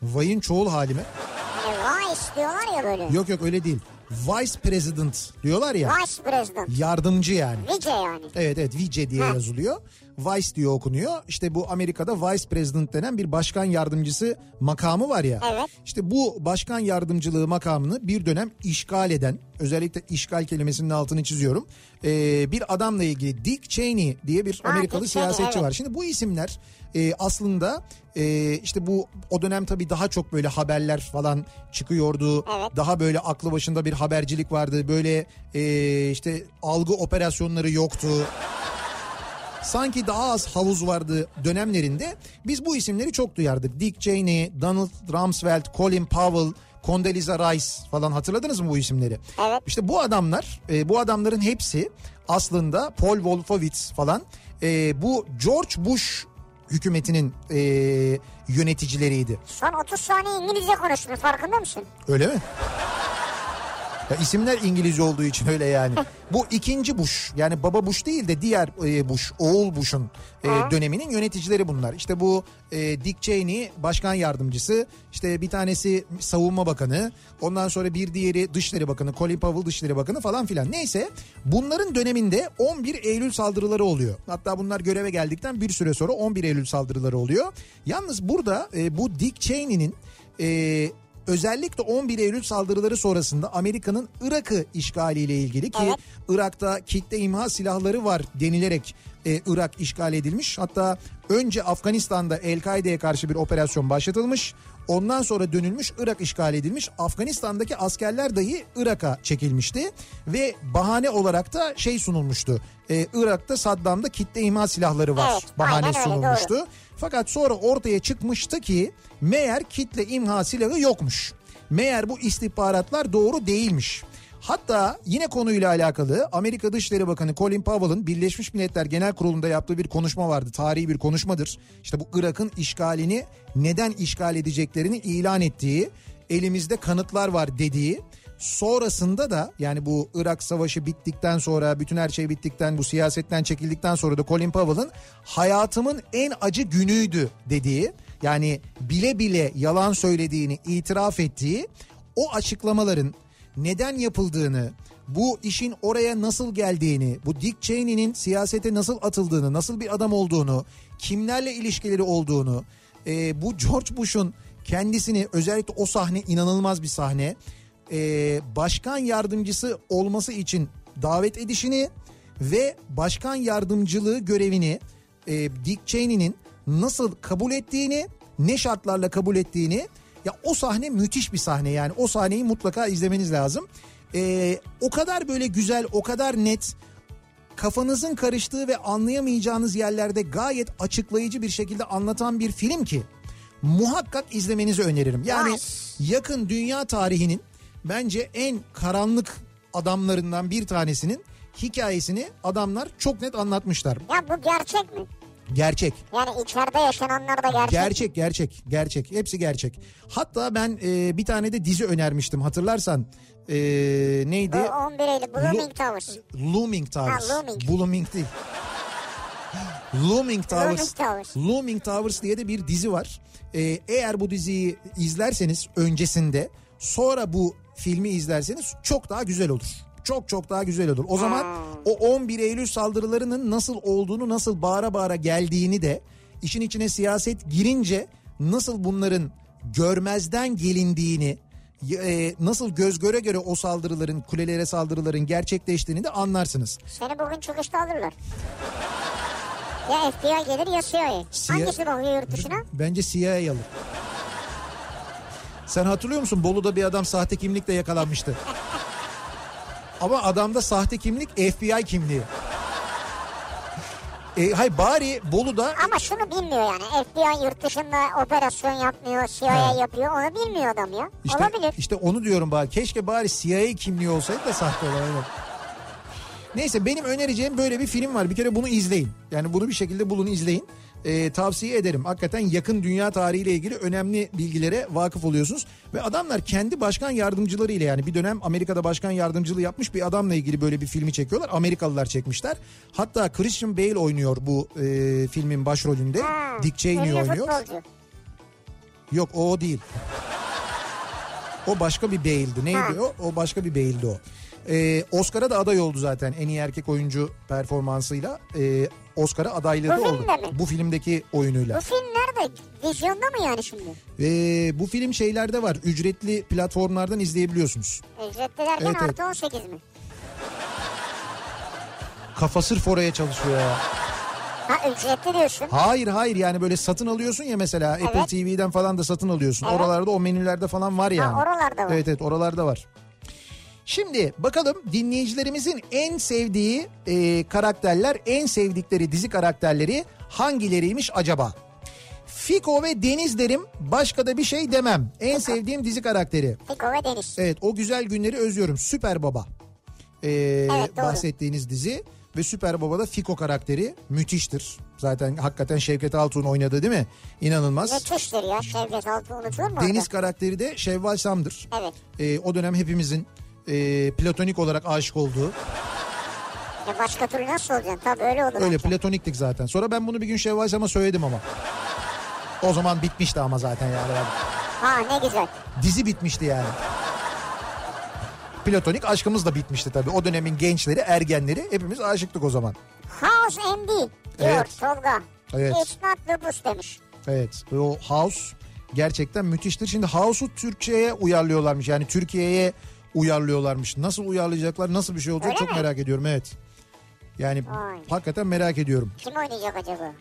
S3: Vice'in çoğul hali mi?
S2: Hani Vice diyorlar ya böyle.
S3: Yok yok öyle değil. Vice President diyorlar ya
S2: Vice President.
S3: yardımcı yani.
S2: Vice yani.
S3: Evet evet Vice diye yazılıyor. Vice diye okunuyor. İşte bu Amerika'da Vice President denen bir başkan yardımcısı makamı var ya.
S2: Evet.
S3: İşte bu başkan yardımcılığı makamını bir dönem işgal eden özellikle işgal kelimesinin altını çiziyorum. ee, bir adamla ilgili Dick Cheney diye bir
S2: Ha,
S3: Amerikalı
S2: Dick Cheney,
S3: siyasetçi
S2: evet.
S3: var. Şimdi bu isimler e, aslında e, işte bu o dönem tabii daha çok böyle haberler falan çıkıyordu.
S2: Evet.
S3: Daha böyle aklı başında bir habercilik vardı. Böyle e, işte algı operasyonları yoktu. Sanki daha az havuz vardı dönemlerinde. Biz bu isimleri çok duyardık. Dick Cheney, Donald Rumsfeld, Colin Powell, Condoleezza Rice falan hatırladınız mı bu isimleri?
S2: Evet.
S3: İşte bu adamlar, e, bu adamların hepsi aslında Paul Wolfowitz falan e, bu George Bush hükümetinin e, yöneticileriydi.
S2: Son 30 saniye İngilizce konuştun farkında mısın?
S3: Öyle mi? Ya isimler İngilizce olduğu için öyle yani. Bu ikinci Bush yani baba Bush değil de diğer e, Bush, oğul Bush'un e, döneminin yöneticileri bunlar. İşte bu e, Dick Cheney başkan yardımcısı, işte bir tanesi savunma bakanı, ondan sonra bir diğeri dışişleri bakanı, Colin Powell dışişleri bakanı falan filan. Neyse bunların döneminde 11 Eylül saldırıları oluyor. Hatta bunlar göreve geldikten bir süre sonra 11 Eylül saldırıları oluyor. Yalnız burada e, bu Dick Cheney'nin... E, özellikle 11 Eylül saldırıları sonrasında Amerika'nın Irak'ı işgaliyle ilgili ki
S2: Evet.
S3: Irak'ta kitle imha silahları var denilerek e, Irak işgal edilmiş. Hatta önce Afganistan'da El-Kaide'ye karşı bir operasyon başlatılmış. Ondan sonra dönülmüş Irak işgal edilmiş. Afganistan'daki askerler dahi Irak'a çekilmişti ve bahane olarak da şey sunulmuştu. E, Irak'ta Saddam'da kitle imha silahları var
S2: Evet,
S3: bahane
S2: aynen öyle,
S3: sunulmuştu. Fakat sonra ortaya çıkmıştı ki meğer kitle imha silahı yokmuş. Meğer bu istihbaratlar doğru değilmiş. Hatta yine konuyla alakalı Amerika Dışişleri Bakanı Colin Powell'ın Birleşmiş Milletler Genel Kurulu'nda yaptığı bir konuşma vardı. Tarihi bir konuşmadır. İşte bu Irak'ın işgalini neden işgal edeceklerini ilan ettiği, elimizde kanıtlar var dediği Sonrasında da yani bu Irak Savaşı bittikten sonra bütün her şey bittikten bu siyasetten çekildikten sonra da Colin Powell'ın hayatımın en acı günüydü dediği yani bile bile yalan söylediğini itiraf ettiği o açıklamaların neden yapıldığını bu işin oraya nasıl geldiğini bu Dick Cheney'nin siyasete nasıl atıldığını nasıl bir adam olduğunu kimlerle ilişkileri olduğunu e, bu George Bush'un kendisini özellikle o sahne inanılmaz bir sahne e, başkan yardımcısı olması için davet edişini ve başkan yardımcılığı görevini e, Dick Cheney'nin nasıl kabul ettiğini, ne şartlarla kabul ettiğini ya o sahne müthiş bir sahne yani o sahneyi mutlaka izlemeniz lazım. E, o kadar böyle güzel, o kadar net, kafanızın karıştığı ve anlayamayacağınız yerlerde gayet açıklayıcı bir şekilde anlatan bir film ki muhakkak izlemenizi öneririm. Yani
S2: Vay.
S3: yakın dünya tarihinin bence en karanlık adamlarından bir tanesinin hikayesini adamlar çok net anlatmışlar.
S2: Ya bu gerçek mi?
S3: Gerçek.
S2: Yani içeride yaşananlar da gerçek.
S3: Gerçek gerçek gerçek hepsi gerçek. Hatta ben e, bir tane de dizi önermiştim hatırlarsan E, neydi?
S2: O 11 Eylül Blooming Towers.
S3: Looming Towers.
S2: Ha, Looming.
S3: Blooming değil. Looming Towers.
S2: Looming Towers.
S3: Looming Towers diye de bir dizi var. Ee, eğer bu diziyi izlerseniz öncesinde sonra bu filmi izlerseniz çok daha güzel olur. Çok çok daha güzel olur. O zaman o 11 Eylül saldırılarının nasıl olduğunu, nasıl bağıra bağıra geldiğini de işin içine siyaset girince nasıl bunların görmezden gelindiğini e, nasıl göz göre göre o saldırıların kulelere saldırıların gerçekleştiğini de anlarsınız.
S2: Seni bugün çıkışta alırlar. Ya FBI gelir ya CIA.
S3: CIA
S2: Hangisi bakıyor yurt dışına?
S3: Bence CIA alır. Sen hatırlıyor musun Bolu'da bir adam sahte kimlikle yakalanmıştı. Ama adamda sahte kimlik FBI kimliği. E, hay bari Bolu'da
S2: Ama şunu bilmiyor yani. FBI yurt dışında operasyon yapmıyor, CIA yapıyor. Onu bilmiyor adam ya.
S3: işte,
S2: Olabilir.
S3: işte onu diyorum bari. Keşke bari CIA kimliği olsaydı da sahte olan. evet. Neyse benim önereceğim böyle bir film var. Bir kere bunu izleyin. Yani bunu bir şekilde bulun izleyin. E, tavsiye ederim. Hakikaten yakın dünya tarihiyle ilgili önemli bilgilere vakıf oluyorsunuz. Ve adamlar kendi başkan yardımcılarıyla yani bir dönem Amerika'da başkan yardımcılığı yapmış bir adamla ilgili böyle bir filmi çekiyorlar. Amerikalılar çekmişler. Hatta Christian Bale oynuyor bu e, filmin başrolünde.
S2: Ha,
S3: Dick Cheney
S2: ünlü
S3: oynuyor.
S2: futbolcu.
S3: Yok o değil. O başka bir Bale'di. Neydi
S2: Ha.
S3: o? O başka bir Bale'di o. Ee, Oscar'a da aday oldu zaten en iyi erkek oyuncu performansıyla. Ee, Oscar'a adaylığı da
S2: Bu
S3: oldu.
S2: filmde mi?
S3: Bu filmdeki oyunuyla.
S2: Bu film nerede? Vizyonda mı yani şimdi?
S3: Ee, bu film şeylerde var. Ücretli platformlardan izleyebiliyorsunuz.
S2: Ücretli derken
S3: Evet, evet.
S2: artı 18 mi?
S3: Kafa sırf oraya çalışıyor ya.
S2: Ha ücretli diyorsun.
S3: Hayır hayır yani böyle satın alıyorsun ya mesela Apple
S2: Evet.
S3: TV'den falan da satın alıyorsun. Oralarda o menülerde falan var yani.
S2: oralarda var.
S3: Evet evet oralarda var. Şimdi bakalım dinleyicilerimizin en sevdiği e, karakterler, en sevdikleri dizi karakterleri hangileriymiş acaba? Fiko ve Deniz derim, başka da bir şey demem. En sevdiğim dizi karakteri.
S2: Fiko ve Deniz.
S3: Evet o güzel günleri özlüyorum. Süper Baba. Ee,
S2: doğru.
S3: bahsettiğiniz dizi ve Süper Baba'da Fiko karakteri müthiştir. Zaten hakikaten Şevket Altun oynadı değil mi? İnanılmaz.
S2: Müthiştir ya. Şevket Altun unutulur mu?
S3: Deniz
S2: orada?
S3: karakteri de Şevval Sam'dır.
S2: Evet.
S3: Ee, o dönem hepimizin e, platonik olarak aşık olduğu.
S2: Ya başka türlü nasıl olacaksın? Tabii öyle olur.
S3: Öyle
S2: ancak.
S3: platoniktik zaten. Sonra ben bunu bir gün Şevval Sam'a söyledim ama. O zaman bitmişti ama zaten yani.
S2: Ha ne güzel.
S3: Dizi bitmişti yani. Platonik aşkımız da bitmişti tabii. O dönemin gençleri, ergenleri hepimiz aşıktık o zaman.
S2: House MD diyor
S3: Evet.
S2: Tolga.
S3: Evet.
S2: It's not lupus demiş.
S3: Evet o House gerçekten müthiştir. Şimdi House'u Türkçe'ye uyarlıyorlarmış yani Türkiye'ye uyarlıyorlarmış. Nasıl uyarlayacaklar nasıl bir şey olacak
S2: Öyle
S3: çok
S2: mi?
S3: merak ediyorum evet. Yani
S2: Vay.
S3: hakikaten merak ediyorum.
S2: Kim oynayacak acaba?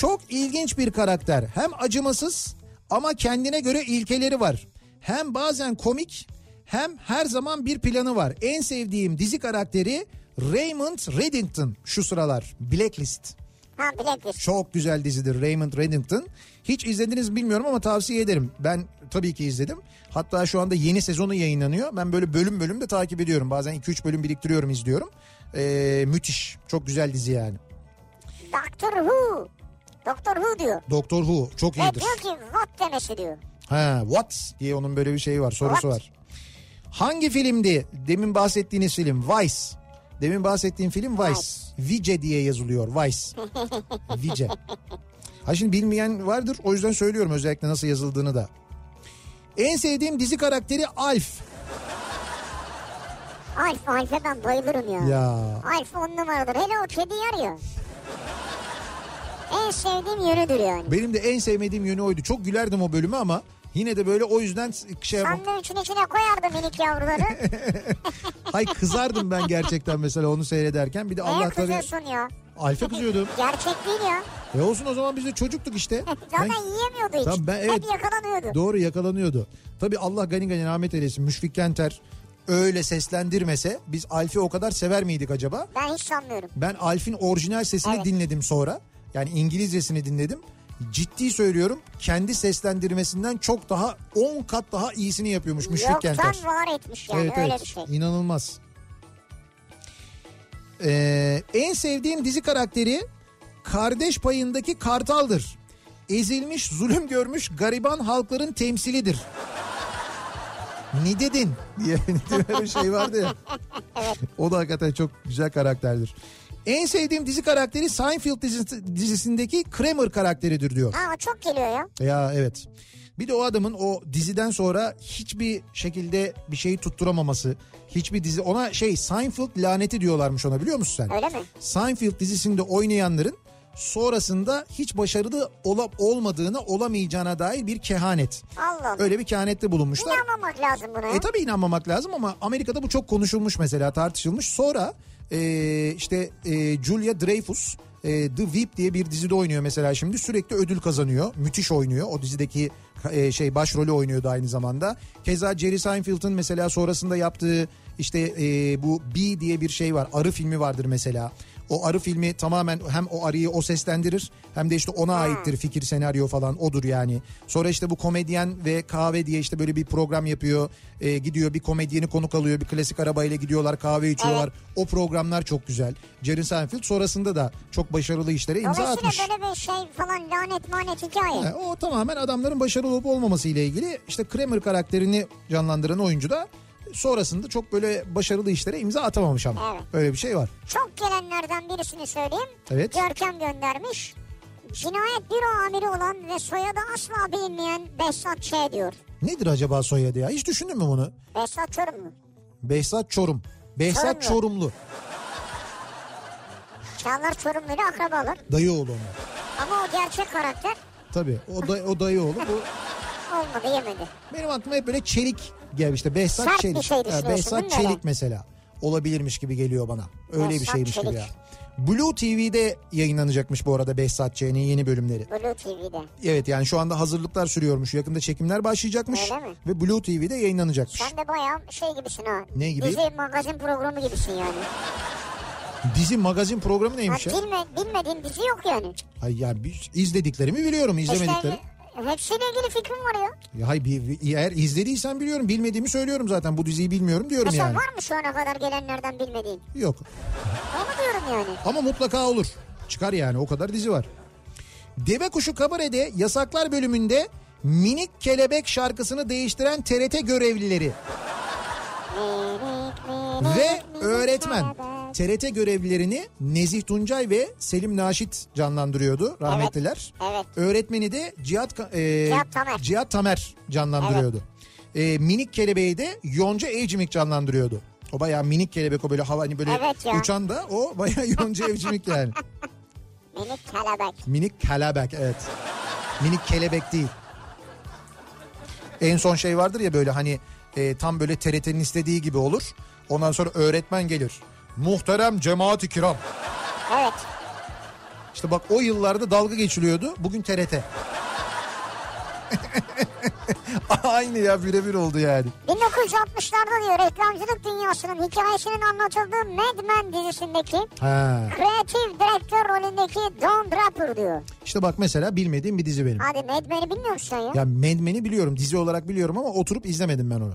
S3: Çok ilginç bir karakter. Hem acımasız ama kendine göre ilkeleri var. Hem bazen komik hem her zaman bir planı var. En sevdiğim dizi karakteri Raymond Reddington şu sıralar. Blacklist.
S2: Ha Blacklist.
S3: Çok güzel dizidir Raymond Reddington. Hiç izlediniz mi bilmiyorum ama tavsiye ederim. Ben tabii ki izledim. Hatta şu anda yeni sezonu yayınlanıyor. Ben böyle bölüm bölüm de takip ediyorum. Bazen 2-3 bölüm biriktiriyorum izliyorum. Ee, müthiş. Çok güzel dizi yani.
S2: Doctor Who. Doctor Who diyor.
S3: Doktor Who çok
S2: Ve
S3: iyidir.
S2: diyor ki what demesi diyor.
S3: Ha, what diye onun böyle bir şeyi var sorusu
S2: What?
S3: var. Hangi filmdi? Demin bahsettiğiniz film Vice. Demin bahsettiğim film Vice. Vice diye yazılıyor Vice. Vice. Ha şimdi bilmeyen vardır o yüzden söylüyorum özellikle nasıl yazıldığını da. En sevdiğim dizi karakteri Alf.
S2: Alf, Alf'e ben bayılırım ya.
S3: Ya
S2: Alf on numaradır. Hele o kedi yarıyor. en sevdiğim yönüdür yani.
S3: benim de en sevmediğim yönü oydu. Çok gülerdim o bölüme ama yine de böyle o yüzden şey yapam-
S2: Sandviçin içine koyardı minik yavruları.
S3: Hay kızardım ben gerçekten mesela onu seyrederken. Bir de
S2: Neye
S3: Allah tabii
S2: kızıyorsun ya?
S3: Alf'e kızıyordum.
S2: Gerçek değil ya.
S3: E olsun o zaman biz de çocuktuk işte.
S2: Zaten yiyemiyordu hiç.
S3: Tabii ben- evet.
S2: Hep yakalanıyordu.
S3: Doğru yakalanıyordu. Tabii Allah gani gani rahmet eylesin. Müşfik Kenter öyle seslendirmese biz Alf'i o kadar sever miydik acaba?
S2: ben hiç sanmıyorum.
S3: Ben Alf'in orijinal sesini
S2: Evet.
S3: dinledim sonra. Yani İngilizcesini dinledim. Ciddi söylüyorum kendi seslendirmesinden çok daha 10 kat daha iyisini yapıyormuş Müşfik
S2: Yoktan
S3: Kenter.
S2: var etmiş yani öyle bir şey.
S3: İnanılmaz. Ee, en sevdiğim dizi karakteri Kardeş Payındaki Kartal'dır. Ezilmiş, zulüm görmüş gariban halkların temsilidir. Ne dedin? diye bir şey vardı ya. o da hakikaten çok güzel karakterdir. En sevdiğim dizi karakteri Seinfeld dizisi- dizisindeki Kramer karakteridir diyor.
S2: Ha o çok geliyor ya.
S3: Ya evet. Bir de o adamın o diziden sonra hiçbir şekilde bir şeyi tutturamaması. Hiçbir dizi ona şey Seinfeld laneti diyorlarmış ona biliyor musun sen?
S2: Öyle mi?
S3: Seinfeld dizisinde oynayanların sonrasında hiç başarılı ola, olmadığına olamayacağına dair bir kehanet.
S2: Allah Allah.
S3: Öyle bir kehanette bulunmuşlar.
S2: İnanmamak lazım buna.
S3: E tabii inanmamak lazım ama Amerika'da bu çok konuşulmuş mesela tartışılmış. Sonra e, işte e, Julia Dreyfus e, The Whip diye bir dizide oynuyor mesela şimdi. Sürekli ödül kazanıyor. Müthiş oynuyor. O dizideki e, şey başrolü oynuyordu aynı zamanda. Keza Jerry Seinfeld'in mesela sonrasında yaptığı işte e, bu Bee diye bir şey var. Arı filmi vardır mesela. O arı filmi tamamen hem o arıyı o seslendirir hem de işte ona aittir fikir senaryo falan odur yani. Sonra işte bu komedyen ve kahve diye işte böyle bir program yapıyor. Ee, gidiyor bir komedyeni konuk alıyor bir klasik arabayla gidiyorlar kahve içiyorlar. O programlar çok güzel. Jerry Seinfeld sonrasında da çok başarılı işlere imza
S2: Dolayısıyla
S3: atmış.
S2: böyle bir şey falan lanet manet hikaye.
S3: Yani o tamamen adamların başarılı olup olmaması ile ilgili işte Kramer karakterini canlandıran oyuncu da sonrasında çok böyle başarılı işlere imza atamamış ama.
S2: Evet.
S3: Öyle bir şey var.
S2: Çok gelenlerden birisini söyleyeyim.
S3: Evet.
S2: Görkem göndermiş. Cinayet büro amiri olan ve soyadı asla bilinmeyen Behzat Ç diyor.
S3: Nedir acaba soyadı ya? Hiç düşündün mü bunu?
S2: Behzat Çorum mu?
S3: Behzat Çorum. Behzat
S2: Çorumlu.
S3: Çorumlu.
S2: Çağlar Çorumlu ile akrabalar.
S3: Dayı oğlu onlar.
S2: Ama o gerçek karakter
S3: Tabii o, da, o dayı oğlu. Bu,
S2: olmadı yemedi.
S3: benim aklıma hep böyle çelik gelmiş işte Behzat
S2: Sert bir
S3: Çelik.
S2: şey
S3: Ha,
S2: düşünüyorsun,
S3: Behzat
S2: değil mi öyle?
S3: Çelik mesela. Olabilirmiş gibi geliyor bana. Öyle bir
S2: Behzat
S3: şeymiş gibi
S2: Çelik.
S3: ya. Blue TV'de yayınlanacakmış bu arada Behzat Ç'nin yeni bölümleri.
S2: Blue TV'de.
S3: Evet yani şu anda hazırlıklar sürüyormuş. Yakında çekimler başlayacakmış.
S2: Öyle mi?
S3: Ve Blue TV'de yayınlanacakmış.
S2: Sen de bayağı şey gibisin ha.
S3: Ne gibi?
S2: Dizi magazin programı gibisin yani.
S3: Dizi magazin programı neymiş ya?
S2: Ha, bilme, bilmediğin dizi yok yani.
S3: Ay yani bir- izlediklerimi biliyorum izlemediklerim.
S2: İşte hepsiyle ilgili fikrim var ya.
S3: Ya Hayır bir, bir- eğer izlediysen biliyorum bilmediğimi söylüyorum zaten bu diziyi bilmiyorum diyorum
S2: Mesela
S3: yani.
S2: var mı şu ana kadar gelenlerden bilmediğin?
S3: Yok
S2: Onu diyorum yani.
S3: ama mutlaka olur çıkar yani o kadar dizi var. Deve Kuşu Kabare'de yasaklar bölümünde minik kelebek şarkısını değiştiren TRT görevlileri ve öğretmen TRT görevlilerini Nezih Tuncay ve Selim Naşit canlandırıyordu rahmetliler.
S2: Evet.
S3: Öğretmeni de Cihat Ka- e,
S2: Cihat Tamer.
S3: Cihat Tamer canlandırıyordu. E, minik kelebeği de Yonca Evcimik canlandırıyordu. O bayağı minik kelebek o böyle hava hani böyle
S2: Evet ya.
S3: uçan da o bayağı Yonca Evcimik yani.
S2: Minik kelebek.
S3: Minik kelebek evet. Minik kelebek değil. En son şey vardır ya böyle hani e, tam böyle TRT'nin istediği gibi olur. Ondan sonra öğretmen gelir. Muhterem cemaat-i kiram.
S2: Evet.
S3: İşte bak o yıllarda dalga geçiliyordu. Bugün TRT. Aynı ya birebir oldu yani.
S2: 1960'larda diyor reklamcılık dünyasının hikayesinin anlatıldığı Mad Men dizisindeki
S3: Ha.
S2: kreatif direktör rolündeki Don Draper diyor.
S3: İşte bak mesela bilmediğim bir dizi benim.
S2: Hadi Mad Men'i bilmiyor musun sen ya?
S3: Ya Mad Men'i biliyorum dizi olarak biliyorum ama oturup izlemedim ben onu.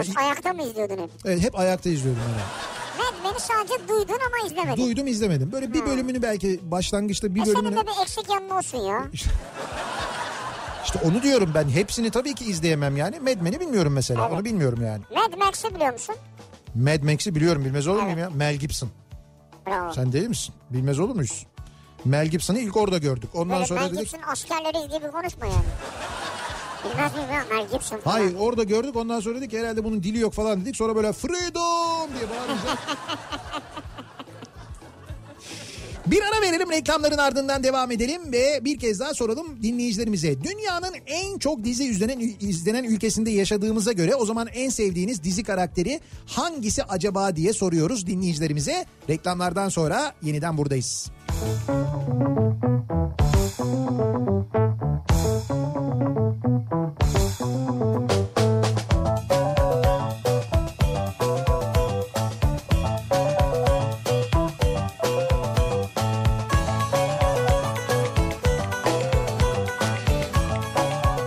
S2: Biz ayakta mı izliyordun hep?
S3: Evet, hep ayakta izliyordum ben onu.
S2: Mad Men'i sadece duydun ama izlemedin.
S3: Duydum izlemedim. Böyle bir bölümünü belki başlangıçta bir
S2: E senin
S3: bölümünü.
S2: de bir eksik yanın olsun ya.
S3: İşte onu diyorum ben. Hepsini tabii ki izleyemem yani. Mad Men'i bilmiyorum mesela.
S2: Evet.
S3: Onu bilmiyorum yani.
S2: Mad Max'i biliyor musun?
S3: Mad Max'i biliyorum. Bilmez olur muyum ya? Mel Gibson.
S2: Bravo.
S3: Sen değil misin? Bilmez olur muyuz? Mel Gibson'ı ilk orada gördük. Ondan
S2: Böyle
S3: sonra
S2: Mel
S3: dedik
S2: Gibson askerleriyiz gibi konuşma yani. Bilmez miyim ya Mel Gibson falan.
S3: Hayır orada gördük ondan sonra dedik herhalde bunun dili yok falan dedik. Sonra böyle freedom diye bağırınca. Bir ara verelim reklamların ardından devam edelim ve bir kez daha soralım dinleyicilerimize. Dünyanın en çok dizi izlenen, izlenen ülkesinde yaşadığımıza göre o zaman en sevdiğiniz dizi karakteri hangisi acaba diye soruyoruz dinleyicilerimize. Reklamlardan sonra yeniden buradayız.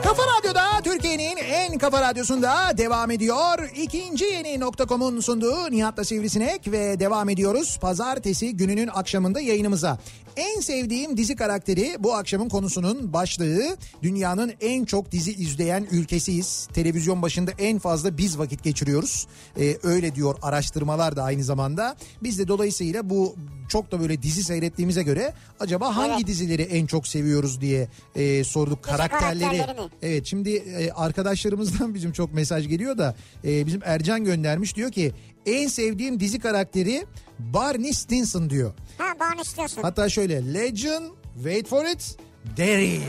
S3: Kafa Radyo'da Türkiye'nin en kafa radyosunda devam ediyor. İkinci yeni nokta.com'un sunduğu Nihat'la Sivrisinek ve devam ediyoruz. Pazartesi gününün akşamında yayınımıza. En sevdiğim dizi karakteri bu akşamın konusunun başlığı. Dünyanın en çok dizi izleyen ülkesiyiz. Televizyon başında en fazla biz vakit geçiriyoruz. Ee, öyle diyor araştırmalar da aynı zamanda. Biz de dolayısıyla bu çok da böyle dizi seyrettiğimize göre acaba hangi dizileri en çok seviyoruz diye e, sorduk karakterleri.
S2: karakterlerini.
S3: Evet şimdi e, arkadaşlarımızdan bizim çok mesaj geliyor da e, bizim Ercan göndermiş diyor ki en sevdiğim dizi karakteri Barney Stinson diyor.
S2: Ha bana istiyorsun.
S3: Hatta şöyle Legend Wait for it. Derry.
S2: Yani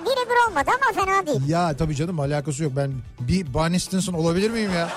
S2: birebir olmadı ama fena değil.
S3: Ya tabii canım alakası yok. Ben bir Barney Stinson olabilir miyim ya?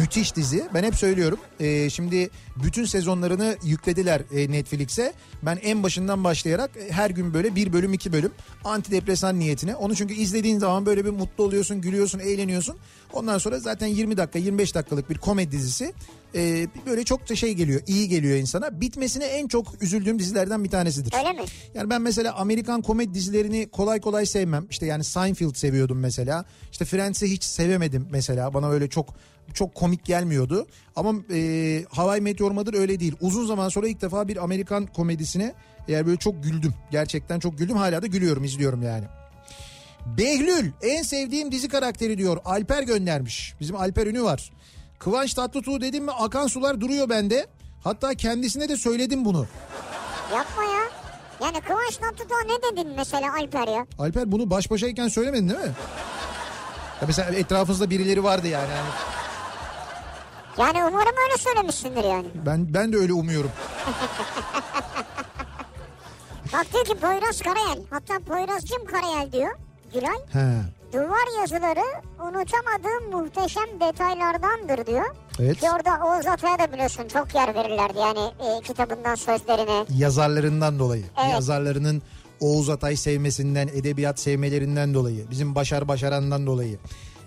S3: Müthiş dizi. Ben hep söylüyorum. Ee, şimdi bütün sezonlarını yüklediler e, Netflix'e. Ben en başından başlayarak e, her gün böyle bir bölüm iki bölüm antidepresan niyetine. Onu çünkü izlediğin zaman böyle bir mutlu oluyorsun, gülüyorsun, eğleniyorsun. Ondan sonra zaten 20 dakika 25 dakikalık bir komedi dizisi. Ee, böyle çok da şey geliyor, iyi geliyor insana. Bitmesine en çok üzüldüğüm dizilerden bir tanesidir.
S2: Öyle mi?
S3: Yani ben mesela Amerikan komedi dizilerini kolay kolay sevmem. İşte yani Seinfeld seviyordum mesela. İşte Friends'i hiç sevemedim mesela. Bana öyle çok çok komik gelmiyordu. Ama e, Hawaii Meteor Mother öyle değil. Uzun zaman sonra ilk defa bir Amerikan komedisine eğer böyle çok güldüm. Gerçekten çok güldüm. Hala da gülüyorum, izliyorum yani. Behlül en sevdiğim dizi karakteri diyor. Alper göndermiş. Bizim Alper ünü var. Kıvanç Tatlıtuğ dedim mi akan sular duruyor bende. Hatta kendisine de söyledim bunu.
S2: Yapma ya. Yani Kıvanç Tatlıtuğ'a ne dedin mesela Alper ya?
S3: Alper bunu baş başayken söylemedin değil mi? Ya mesela etrafınızda birileri vardı yani. yani
S2: Yani umarım öyle söylemişsindir yani.
S3: ben ben de öyle umuyorum.
S2: Bak diyor ki Poyraz Karayel. Hatta Poyrazcım Karayel diyor. Gülay.
S3: He.
S2: Duvar yazıları unutamadığım muhteşem detaylardandır diyor.
S3: Evet.
S2: Ki orada Oğuz Atay'a da biliyorsun çok yer verirlerdi yani e, kitabından sözlerine.
S3: Yazarlarından dolayı.
S2: Evet.
S3: Yazarlarının Oğuz Atay sevmesinden, edebiyat sevmelerinden dolayı. Bizim Başar Başaran'dan dolayı.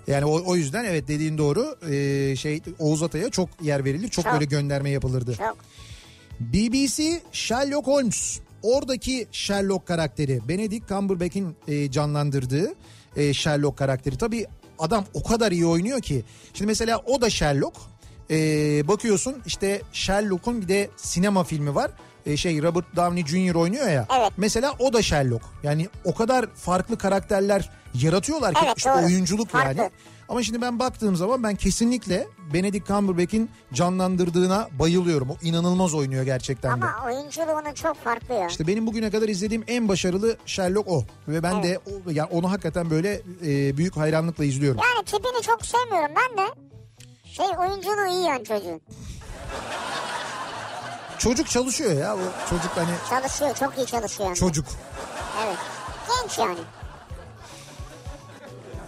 S3: Yani o, o yüzden evet dediğin doğru. Ee, şey Oğuz Atay'a çok yer verilir. Çok,
S2: Çok.
S3: böyle gönderme yapılırdı.
S2: Çok.
S3: BBC Sherlock Holmes. Oradaki Sherlock karakteri Benedict Cumberbatch'in e, canlandırdığı e, Sherlock karakteri. Tabii adam o kadar iyi oynuyor ki. Şimdi mesela o da Sherlock. E, bakıyorsun işte Sherlock'un bir de sinema filmi var. E, şey Robert Downey Jr. oynuyor ya.
S2: Evet.
S3: Mesela o da Sherlock. Yani o kadar farklı karakterler yaratıyorlar ki
S2: Evet,
S3: işte
S2: doğru.
S3: oyunculuk
S2: Farklı.
S3: yani. Ama şimdi ben baktığım zaman ben kesinlikle Benedict Cumberbatch'in canlandırdığına bayılıyorum. O inanılmaz oynuyor gerçekten de.
S2: Ama oyunculuğunun çok farklı ya.
S3: İşte benim bugüne kadar izlediğim en başarılı Sherlock o. Ve ben de o, yani onu hakikaten böyle e, büyük hayranlıkla izliyorum.
S2: Yani tipini çok sevmiyorum ben de. Şey oyunculuğu iyi yani çocuğun.
S3: Çocuk çalışıyor ya. O çocuk hani
S2: Çalışıyor çok iyi çalışıyor. yani.
S3: çocuk.
S2: Evet. Genç yani.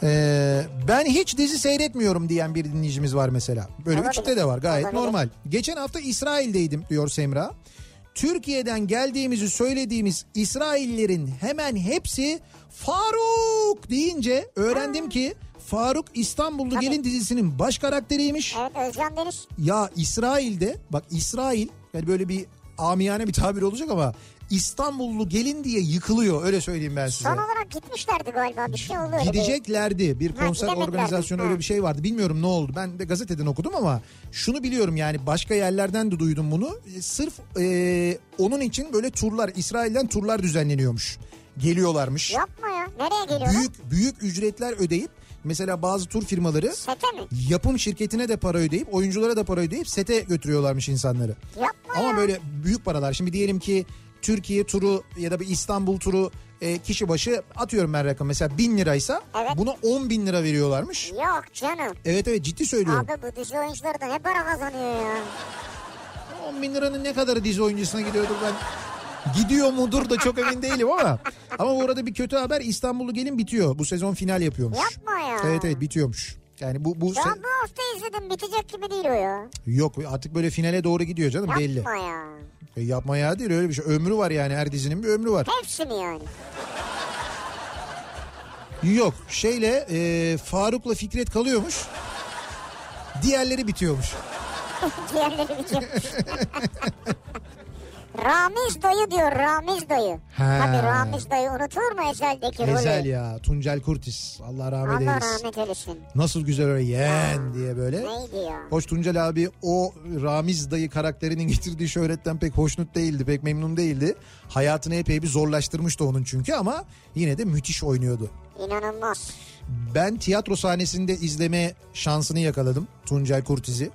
S3: Ee, ben hiç dizi seyretmiyorum diyen bir dinleyicimiz var mesela. Böyle
S2: Olabilir.
S3: üçte de var gayet
S2: Olabilir.
S3: normal. Geçen hafta İsrail'deydim diyor Semra. Türkiye'den geldiğimizi söylediğimiz İsraillerin hemen hepsi Faruk deyince öğrendim ki Faruk İstanbullu Gelin dizisinin baş karakteriymiş.
S2: Evet Özcan Deniz.
S3: Ya İsrail'de bak İsrail yani böyle bir amiyane bir tabir olacak ama İstanbullu gelin diye yıkılıyor öyle söyleyeyim ben size.
S2: Son olarak gitmişlerdi galiba bir şey oluyor.
S3: Gideceklerdi bir
S2: Ha,
S3: konser
S2: gidemediler.
S3: organizasyonu
S2: Ha.
S3: öyle bir şey vardı bilmiyorum ne oldu ben de gazeteden okudum ama şunu biliyorum yani başka yerlerden de duydum bunu E, sırf e, onun için böyle turlar İsrail'den turlar düzenleniyormuş geliyorlarmış
S2: Yapma ya. Nereye geliyorlar?
S3: büyük büyük ücretler ödeyip mesela bazı tur firmaları
S2: Sete mi?
S3: yapım şirketine de para ödeyip oyunculara da para ödeyip sete götürüyorlarmış insanları.
S2: Yapma ya.
S3: Ama böyle büyük paralar. Şimdi diyelim ki Türkiye turu ya da bir İstanbul turu e, kişi başı atıyorum ben rakam mesela 1000 liraysa
S2: Evet.
S3: buna 10 bin lira veriyorlarmış.
S2: Yok canım.
S3: Evet evet ciddi söylüyorum.
S2: Abi bu dizi oyuncuları da ne para kazanıyor ya.
S3: 10 bin liranın ne kadarı dizi oyuncusuna gidiyordur ben gidiyor mudur da çok emin değilim ama. Ama bu arada bir kötü haber İstanbul'u gelin bitiyor. Bu sezon final yapıyormuş.
S2: Yapma ya.
S3: Evet evet bitiyormuş. Yani bu, bu
S2: Ya
S3: se-
S2: bu hafta izledim bitecek gibi değil o ya.
S3: yok artık böyle finale doğru gidiyor canım belli.
S2: Yapma ya.
S3: E, yapmaya değil öyle bir şey. Ömrü var yani her dizinin bir ömrü var.
S2: Hepsi mi yani?
S3: Yok şeyle e, Faruk'la Fikret kalıyormuş. Diğerleri bitiyormuş.
S2: Diğerleri bitiyor. Ramiz dayı diyor Ramiz dayı.
S3: Ha.
S2: Tabii Ramiz dayı unutulur mu Ezel'deki rolü?
S3: Ezel ya Tuncel Kurtis. Allah rahmet
S2: Allah
S3: eylesin.
S2: rahmet eylesin.
S3: Nasıl güzel öyle yeğen diye böyle.
S2: Neydi ya?
S3: Hoş Tuncel abi o Ramiz dayı karakterinin getirdiği şöhretten pek hoşnut değildi. Pek memnun değildi. Hayatını epey bir zorlaştırmıştı onun çünkü ama yine de müthiş oynuyordu.
S2: İnanılmaz.
S3: Ben tiyatro sahnesinde izleme şansını yakaladım Tuncel Kurtiz'i.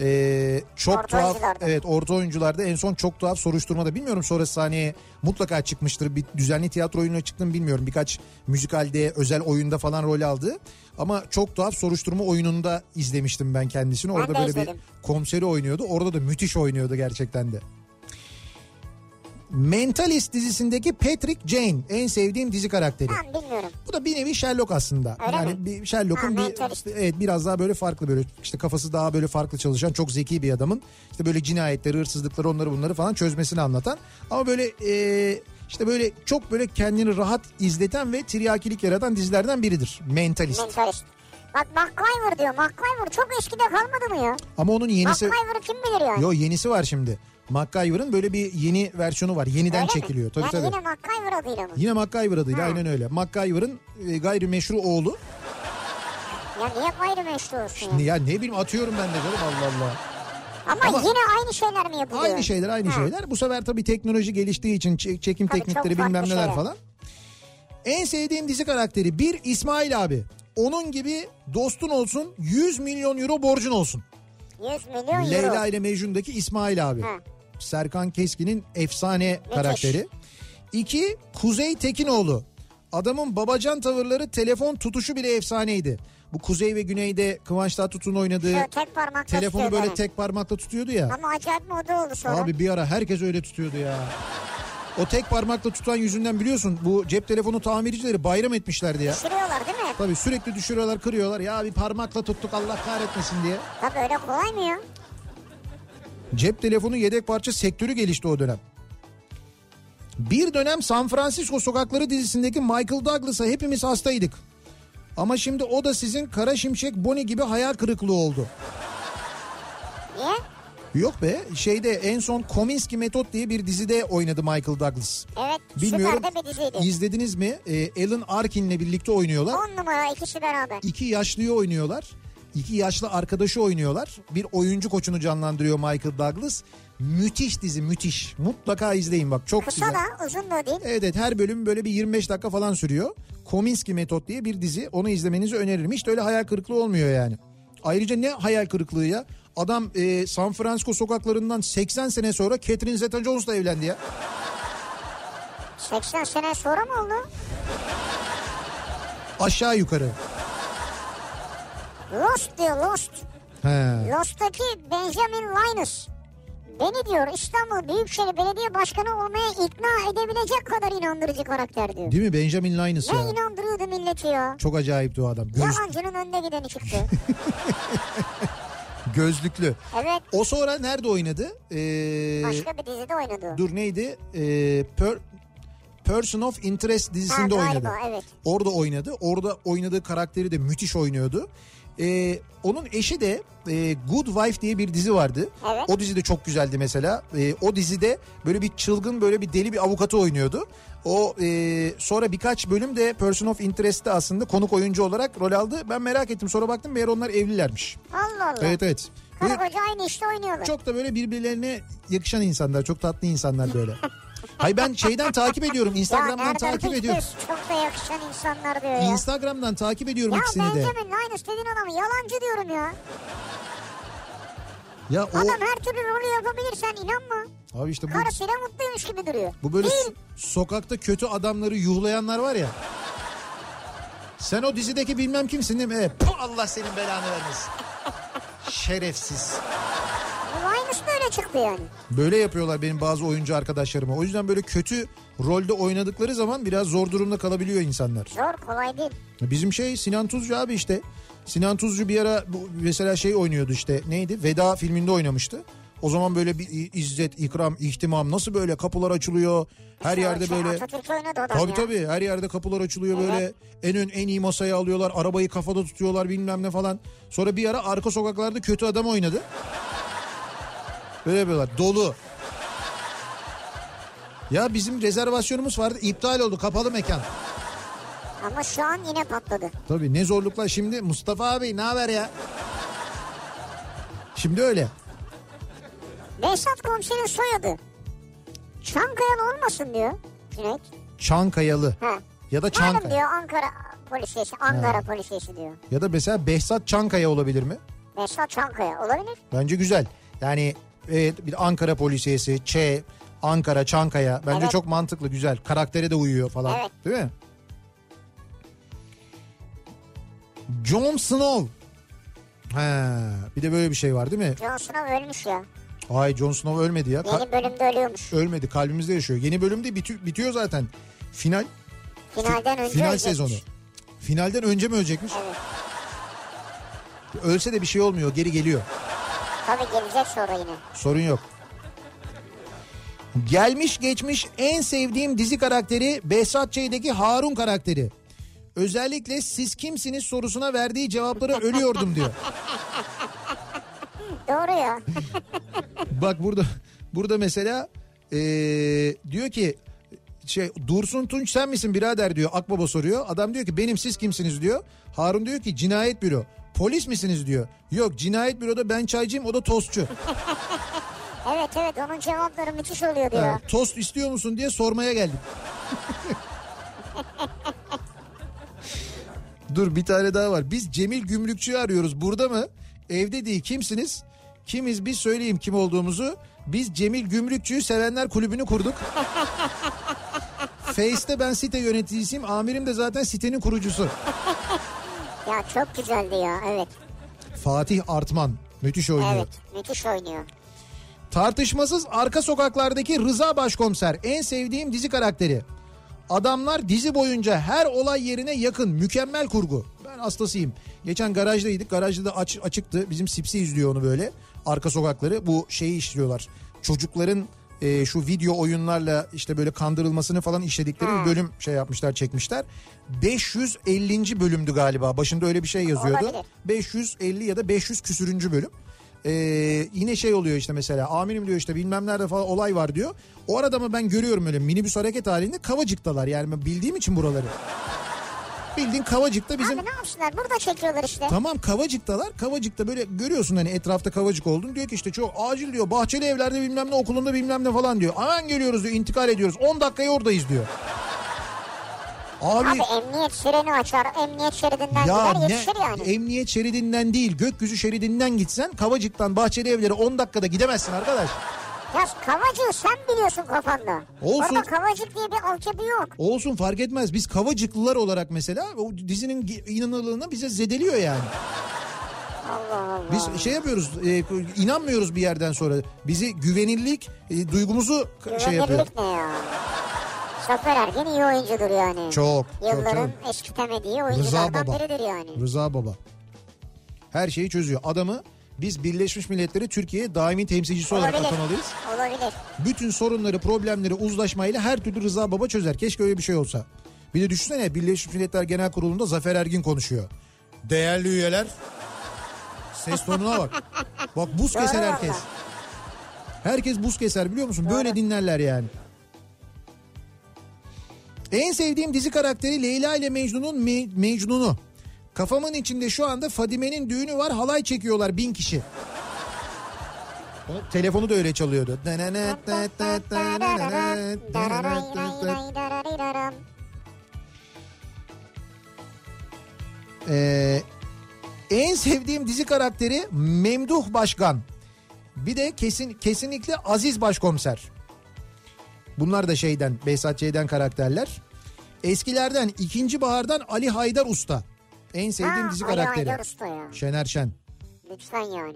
S3: Ee, çok
S2: Orta
S3: tuhaf
S2: oyuncularda.
S3: evet orta oyuncularda en son çok tuhaf soruşturmada bilmiyorum sonra sahneye mutlaka çıkmıştır bir düzenli tiyatro oyununa çıktım bilmiyorum birkaç müzikalde özel oyunda falan rol aldı ama çok tuhaf soruşturma oyununda izlemiştim ben kendisini orada
S2: de
S3: böyle
S2: izledim.
S3: bir komiseri oynuyordu orada da müthiş oynuyordu gerçekten de Mentalist dizisindeki Patrick Jane en sevdiğim dizi karakteri.
S2: Ben bilmiyorum.
S3: Bu da bir nevi Sherlock aslında.
S2: Öyle
S3: yani
S2: mi?
S3: bir Sherlock'un
S2: Ha,
S3: bir
S2: mentalist.
S3: evet biraz daha böyle farklı böyle işte kafası daha böyle farklı çalışan çok zeki bir adamın işte böyle cinayetleri, hırsızlıkları, onları bunları falan çözmesini anlatan ama böyle e, işte böyle çok böyle kendini rahat izleten ve triyakilik yaratan dizilerden biridir. Mentalist.
S2: Mentalist. Bak MacGyver diyor. MacGyver çok eskide kalmadı mı ya?
S3: Ama onun yenisi
S2: MacGyver'ı kim bilir yani?
S3: Yo yenisi var şimdi. MacGyver'ın böyle bir yeni versiyonu var. Yeniden
S2: Öyle mi?
S3: çekiliyor. Tabii
S2: yani
S3: tabii.
S2: yine MacGyver adıyla mı?
S3: Yine MacGyver adıyla aynen öyle. MacGyver'ın e, gayrimeşru oğlu.
S2: Ya niye gayrimeşru olsun ya?
S3: Ya ne bileyim atıyorum ben de canım Allah Allah.
S2: Ama,
S3: Ama-
S2: yine aynı şeyler mi yapılıyor?
S3: Aynı şey- şeyler aynı
S2: Ha.
S3: şeyler. Bu sefer tabii teknoloji geliştiği için çe- çekim
S2: Tabii
S3: teknikleri
S2: çok farklı
S3: bilmem neler
S2: şeyler.
S3: falan. En sevdiğim dizi karakteri bir İsmail abi. Onun gibi dostun olsun 100 milyon euro borcun olsun.
S2: 100 milyon euro.
S3: Leyla ile Mecnun'daki İsmail abi.
S2: Ha.
S3: Serkan Keskin'in efsane karakteri. İki Kuzey Tekinoğlu. Adamın babacan tavırları telefon tutuşu bile efsaneydi. Bu Kuzey ve Güney'de Kıvanç Tatlıtuğ'un oynadığı
S2: Şu tek parmakla
S3: telefonu
S2: tutuyor
S3: böyle
S2: yani.
S3: tek parmakla tutuyordu ya.
S2: Ama acayip moda oldu sonra.
S3: Abi bir ara herkes öyle tutuyordu ya. O tek parmakla tutan yüzünden biliyorsun bu cep telefonu tamircileri bayram etmişlerdi ya.
S2: Sürüyorlar değil mi?
S3: Tabii sürekli düşürüyorlar kırıyorlar ya bir parmakla tuttuk Allah kahretmesin diye.
S2: Tabii öyle kolay mı ya?
S3: Cep telefonu yedek parça sektörü gelişti o dönem. Bir dönem San Francisco sokakları dizisindeki Michael Douglas'a hepimiz hastaydık. Ama şimdi o da sizin Kara Şimşek Bonnie gibi hayal kırıklığı oldu.
S2: Niye?
S3: Yok be şeyde en son Kominsky Metot diye bir dizide oynadı Michael Douglas.
S2: Evet
S3: Bilmiyorum
S2: süper de bir diziydi.
S3: izlediniz mi? Ee, Alan Arkin'le birlikte oynuyorlar.
S2: 10 numara ikisi beraber.
S3: İki yaşlıyı oynuyorlar. İki yaşlı arkadaşı oynuyorlar. Bir oyuncu koçunu canlandırıyor Michael Douglas. Müthiş dizi müthiş. Mutlaka izleyin bak çok
S2: Kısa
S3: güzel.
S2: da uzun da değil.
S3: Evet evet her bölüm böyle bir 25 dakika falan sürüyor. Kominsky Metot diye bir dizi onu izlemenizi öneririm. Hiç de öyle hayal kırıklığı olmuyor yani. Ayrıca ne hayal kırıklığı ya? Adam e, San Francisco sokaklarından 80 sene sonra Catherine Zeta-Jones'la evlendi ya.
S2: 80 sene sonra mı oldu?
S3: Aşağı yukarı.
S2: Lost diyor Lost.
S3: He.
S2: Lost'taki Benjamin Linus. Beni diyor İstanbul Büyükşehir Belediye Başkanı olmaya ikna edebilecek kadar inandırıcı karakter diyor.
S3: Değil mi Benjamin Linus
S2: Ne
S3: ya?
S2: inandırıyordu milleti ya.
S3: Çok acayipti o adam. Göz-
S2: Yalancının önde gideni çıktı.
S3: gözlüklü.
S2: evet
S3: O sonra nerede oynadı? Ee,
S2: başka bir dizide oynadı.
S3: Dur neydi? Ee, Per- Person of Interest dizisinde
S2: Ha,
S3: oynadı.
S2: galiba, evet.
S3: Orada oynadı. Orada oynadığı karakteri de müthiş oynuyordu. Ee, onun eşi de e, Good Wife diye bir dizi vardı.
S2: Evet.
S3: O dizi de çok güzeldi mesela. Ee, o dizide böyle bir çılgın böyle bir deli bir avukatı oynuyordu. O e, sonra birkaç bölüm de Person of Interest'te aslında konuk oyuncu olarak rol aldı. Ben merak ettim sonra baktım meğer onlar evlilermiş.
S2: Allah Allah.
S3: Evet evet.
S2: Karı
S3: Ve-
S2: koca aynı işte oynuyorlar.
S3: çok da böyle birbirlerine yakışan insanlar. Çok tatlı insanlar böyle. Hayır ben şeyden takip ediyorum.
S2: ya
S3: Instagram'dan
S2: nereden
S3: takip ediyorum.
S2: biliyorsun? Çok da yakışan insanlar diyor ya.
S3: Instagram'dan takip ediyorum
S2: ya
S3: ikisini de.
S2: Benjamin Linus dediğin adam yalancı diyorum ya.
S3: Ya o
S2: Adam her türlü rolü yapabilirsen inanma.
S3: abi işte bu
S2: Karısıyla mutluymuş gibi duruyor.
S3: bu böyle
S2: Değil.
S3: sokakta kötü adamları yuhlayanlar var ya. Sen o dizideki bilmem kimsin değil mi? E, puh, Allah senin belanı vermesin. Şerefsiz.
S2: Linus da öyle çıktı yani.
S3: Böyle yapıyorlar benim bazı oyuncu arkadaşlarıma. O yüzden böyle kötü rolde oynadıkları zaman biraz zor durumda kalabiliyor insanlar.
S2: Zor kolay değil.
S3: Bizim şey Sinan Tuzcu abi işte. Sinan Tuzcu bir ara bu mesela şey oynuyordu işte neydi? Veda filminde oynamıştı. O zaman böyle bir i- izzet, ikram, ihtimam nasıl böyle kapılar açılıyor. Her yerde
S2: Şey,
S3: böyle
S2: Atatürk oynadı adam
S3: tabii
S2: ya.
S3: tabii her yerde kapılar açılıyor böyle. En ön en iyi masaya alıyorlar. Arabayı kafada tutuyorlar bilmem ne falan. Sonra bir ara arka sokaklarda kötü adam oynadı. Böyle yapıyorlar. Dolu. Ya bizim rezervasyonumuz vardı. iptal oldu. Kapalı mekan.
S2: Ama şu an yine patladı.
S3: Tabii ne zorluklar şimdi Mustafa abi ne haber ya? Şimdi öyle.
S2: Behzat komiserin soyadı. Çankaya olmasın diyor Cüneyt.
S3: Çankayalı
S2: Ha.
S3: ya da
S2: Malum
S3: Çankaya
S2: diyor Ankara polisiyesi, Ankara polisiyesi diyor.
S3: ya da mesela Behzat Çankaya olabilir mi?
S2: Behzat Çankaya olabilir.
S3: Bence güzel. Yani evet, bir Ankara polisiyesi, Ç, Ankara, Çankaya bence
S2: Evet.
S3: çok mantıklı, güzel. Karaktere de uyuyor falan.
S2: Evet.
S3: Değil mi? Jon Snow. He, bir de böyle bir şey var değil mi?
S2: John Snow ölmüş ya.
S3: Ay Jon Snow ölmedi ya. Ka-
S2: Yeni bölümde ölüyormuş.
S3: ölmedi kalbimizde yaşıyor. Yeni bölümde biti- bitiyor zaten. Final
S2: Finalden önce
S3: final
S2: ölecekmiş.
S3: sezonu. Finalden önce mi ölecekmiş?
S2: Evet.
S3: Ölse de bir şey olmuyor geri geliyor.
S2: Tabii gelecek sonra yine.
S3: Sorun yok. Gelmiş geçmiş en sevdiğim dizi karakteri Behzat Ç'deki Harun karakteri. Özellikle siz kimsiniz sorusuna verdiği cevaplara ölüyordum diyor.
S2: Doğru ya.
S3: Bak burada burada mesela eee, diyor ki şey Dursun Tunç sen misin birader diyor Akbaba soruyor. Adam diyor ki benim siz kimsiniz diyor. Harun diyor ki cinayet büro. Polis misiniz diyor. Yok cinayet büroda ben çaycıyım o da tostçu.
S2: evet evet onun cevapları müthiş oluyordu ya.
S3: Evet, tost istiyor musun diye sormaya geldim. Dur bir tane daha var. Biz Cemil Gümrükçü'yü arıyoruz. Burada mı? Evde değil. Kimsiniz? Kimiz? Bir söyleyeyim kim olduğumuzu. Biz Cemil Gümrükçü'yü sevenler kulübünü kurduk. Face'te ben site yöneticisiyim. Amirim de zaten sitenin kurucusu.
S2: Ya çok güzeldi ya evet.
S3: Fatih Artman. Müthiş oynuyor.
S2: Evet müthiş oynuyor.
S3: Tartışmasız arka sokaklardaki Rıza Başkomiser en sevdiğim dizi karakteri. Adamlar dizi boyunca her olay yerine yakın mükemmel kurgu. Ben hastasıyım. Geçen garajdaydık garajda da aç- açıktı bizim Sipsi izliyor onu böyle arka sokakları bu şeyi işliyorlar. Çocukların e, şu video oyunlarla işte böyle kandırılmasını falan işledikleri bir bölüm şey yapmışlar çekmişler. 550. bölümdü galiba başında öyle bir şey yazıyordu.
S2: Olabilir.
S3: 550 ya da 500 küsürüncü bölüm. Ee, yine şey oluyor işte mesela amirim diyor işte bilmem nerede falan olay var diyor. O arada mı ben görüyorum öyle minibüs hareket halinde Kavacık'talar yani ben bildiğim için buraları. Bildiğin Kavacık'ta bizim
S2: Abi ne yapsınlar burada çekiyorlar işte.
S3: Tamam Kavacık'talar. Kavacık'ta böyle görüyorsun hani etrafta Kavacık oldun. Diyor ki işte çok acil diyor. Bahçeli evlerde bilmem ne okulunda bilmem ne falan diyor. Hemen geliyoruz diyor intikal ediyoruz. 10 dakikaya oradayız diyor. Abi,
S2: Abi emniyet sireni açar emniyet şeridinden
S3: ya
S2: gider
S3: ne
S2: yetişir yani.
S3: emniyet şeridinden değil gökyüzü şeridinden gitsen Kavacık'tan Bahçeli evlere 10 dakikada gidemezsin arkadaş.
S2: Ya Kavacık'ı sen biliyorsun kafanda.
S3: Olsun.
S2: Orada Kavacık diye bir altyapı yok.
S3: Olsun fark etmez. Biz Kavacıklılar olarak mesela o dizinin ge- inanılığını bize zedeliyor yani.
S2: Allah Allah.
S3: Biz şey yapıyoruz e, inanmıyoruz bir yerden sonra. Bizi güvenilirlik e, duygumuzu k- şey yapıyor.
S2: Güvenirlik ne ya? Zafer Ergen iyi oyuncudur yani.
S3: Çok, çok,
S2: Yılların
S3: çok.
S2: eski temediği
S3: Rıza
S2: oyunculardan
S3: Baba.
S2: biridir yani.
S3: Rıza Baba. Her şeyi çözüyor. Adamı biz Birleşmiş Milletleri Türkiye'ye daimi temsilcisi olarak atamalıyız.
S2: Olabilir.
S3: Bütün sorunları, problemleri uzlaşmayla her türlü Rıza Baba çözer. Keşke öyle bir şey olsa. Bir de düşünsene Birleşmiş Milletler Genel Kurulu'nda Zafer Ergin konuşuyor. Değerli üyeler. Ses tonuna bak. Bak buz
S2: Doğru
S3: keser
S2: valla.
S3: herkes. Herkes buz keser biliyor musun? Böyle dinlerler yani. En sevdiğim dizi karakteri Leyla ile Mecnun'un Me- Mecnun'u. Kafamın içinde şu anda Fadime'nin düğünü var halay çekiyorlar bin kişi. O Telefonu da öyle çalıyordu. Ee, en sevdiğim dizi karakteri Memduh Başkan. Bir de kesin kesinlikle Aziz Başkomiser. Bunlar da şeyden Behzat Ç'den karakterler. Eskilerden ikinci bahardan Ali Haydar Usta. En sevdiğim
S2: Ha,
S3: dizi
S2: Ali
S3: karakteri.
S2: Haydar Usta Ah, ya.
S3: Şener Şen.
S2: Lütfen yani.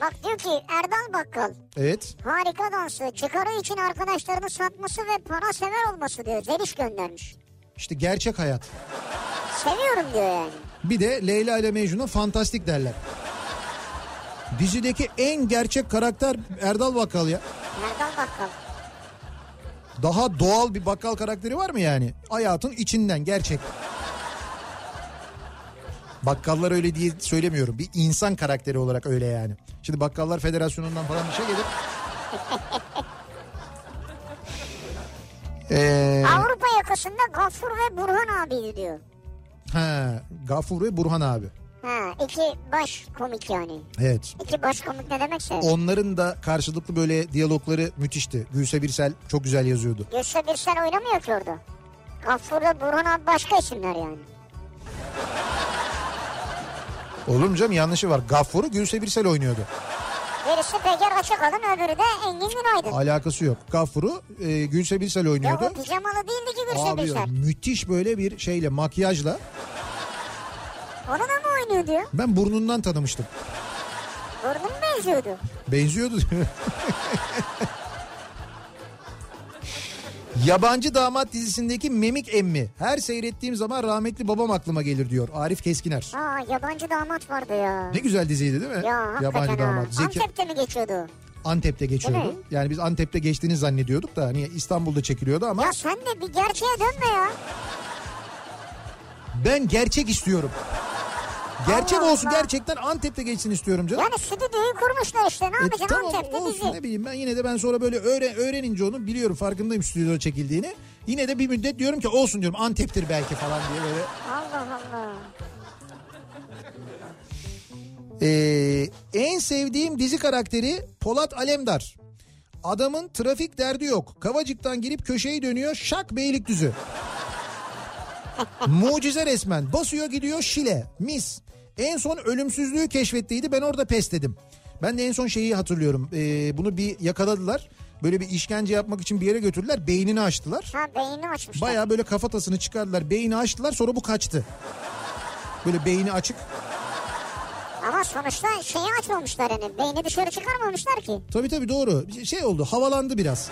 S2: Bak diyor ki Erdal Bakkal
S3: Evet.
S2: harika dansı, çıkarı için arkadaşlarını satması ve para sever olması diyor. Zeliş göndermiş.
S3: İşte gerçek hayat.
S2: Seviyorum diyor yani.
S3: Bir de Leyla ile Mecnun'a fantastik derler. Dizideki en gerçek karakter Erdal Bakkal ya.
S2: Erdal Bakkal.
S3: Daha doğal bir bakkal karakteri var mı yani? Hayatın içinden gerçek. Bakkallar öyle diye söylemiyorum. Bir insan karakteri olarak öyle yani. Şimdi Bakkallar Federasyonu'ndan falan bir şey gelir. Ee,
S2: Avrupa yakasında Gafur ve Burhan abiydi diyor.
S3: ha, Gafur ve Burhan abi.
S2: Ha, iki baş komik yani.
S3: Evet.
S2: İki baş komik ne demekse.
S3: Onların da karşılıklı böyle diyalogları müthişti. Gülse Birsel çok güzel yazıyordu.
S2: Gülse Birsel oynamıyor ki orada. Gafur'la Burhan abi başka isimler yani.
S3: Oğlum canım yanlışı var. Gafur'u Gülse Birsel oynuyordu.
S2: Birisi Peker Açıkalın öbürü de Engin Günaydın.
S3: Alakası yok. Gafur'u e, Gülse Birsel
S2: Ya
S3: oynuyordu.
S2: o pijamalı değildi ki Gülse
S3: Abi
S2: Birsel.
S3: müthiş böyle bir şeyle makyajla
S2: Onu da mı oynuyor diyor.
S3: ben burnundan tanımıştım.
S2: Burnum mu benziyordu.
S3: Benziyordu diyor. Yabancı Damat dizisindeki Memik emmi. Her seyrettiğim zaman rahmetli babam aklıma gelir diyor Arif Keskiner.
S2: Aa yabancı damat vardı ya.
S3: Ne güzel diziydi değil mi?
S2: Ya hakikaten
S3: Yabancı
S2: ha.
S3: Damat. Zeki
S2: Antep'te mi geçiyordu?
S3: Antep'te
S2: Değil
S3: geçiyordu.
S2: mi?
S3: Yani biz Antep'te geçtiğini zannediyorduk da hani İstanbul'da çekiliyordu ama
S2: Ya sen de bir gerçeğe dönme ya.
S3: ben gerçek istiyorum. Gerçek
S2: Allah
S3: olsun
S2: Allah.
S3: gerçekten Antep'te geçsin istiyorum canım.
S2: Yani stüdyoyu kurmuşlar işte ne yapacaksın
S3: E, tamam
S2: Antep'te
S3: olsun
S2: dizi.
S3: ne bileyim ben yine de ben sonra böyle öğre, öğrenince onu biliyorum farkındayım stüdyoda çekildiğini. Yine de bir müddet diyorum ki olsun diyorum Antep'tir belki falan diye böyle.
S2: Allah Allah.
S3: Ee, en sevdiğim dizi karakteri Polat Alemdar. Adamın trafik derdi yok. Kavacıktan girip köşeyi dönüyor şak Beylikdüzü. Mucize resmen. Basıyor gidiyor Şile. Mis. En son ölümsüzlüğü keşfettiydi. Ben orada pes dedim. Ben de en son şeyi hatırlıyorum. Ee, bunu bir yakaladılar. Böyle bir işkence yapmak için bir yere götürdüler. Beynini açtılar.
S2: Ha beynini açmışlar.
S3: Baya böyle kafatasını çıkardılar. Beyni açtılar sonra bu kaçtı. Böyle beyni açık.
S2: Ama sonuçta şeyi açmamışlar hani. Beyni dışarı çıkarmamışlar ki.
S3: Tabii tabii doğru. Şey oldu havalandı biraz.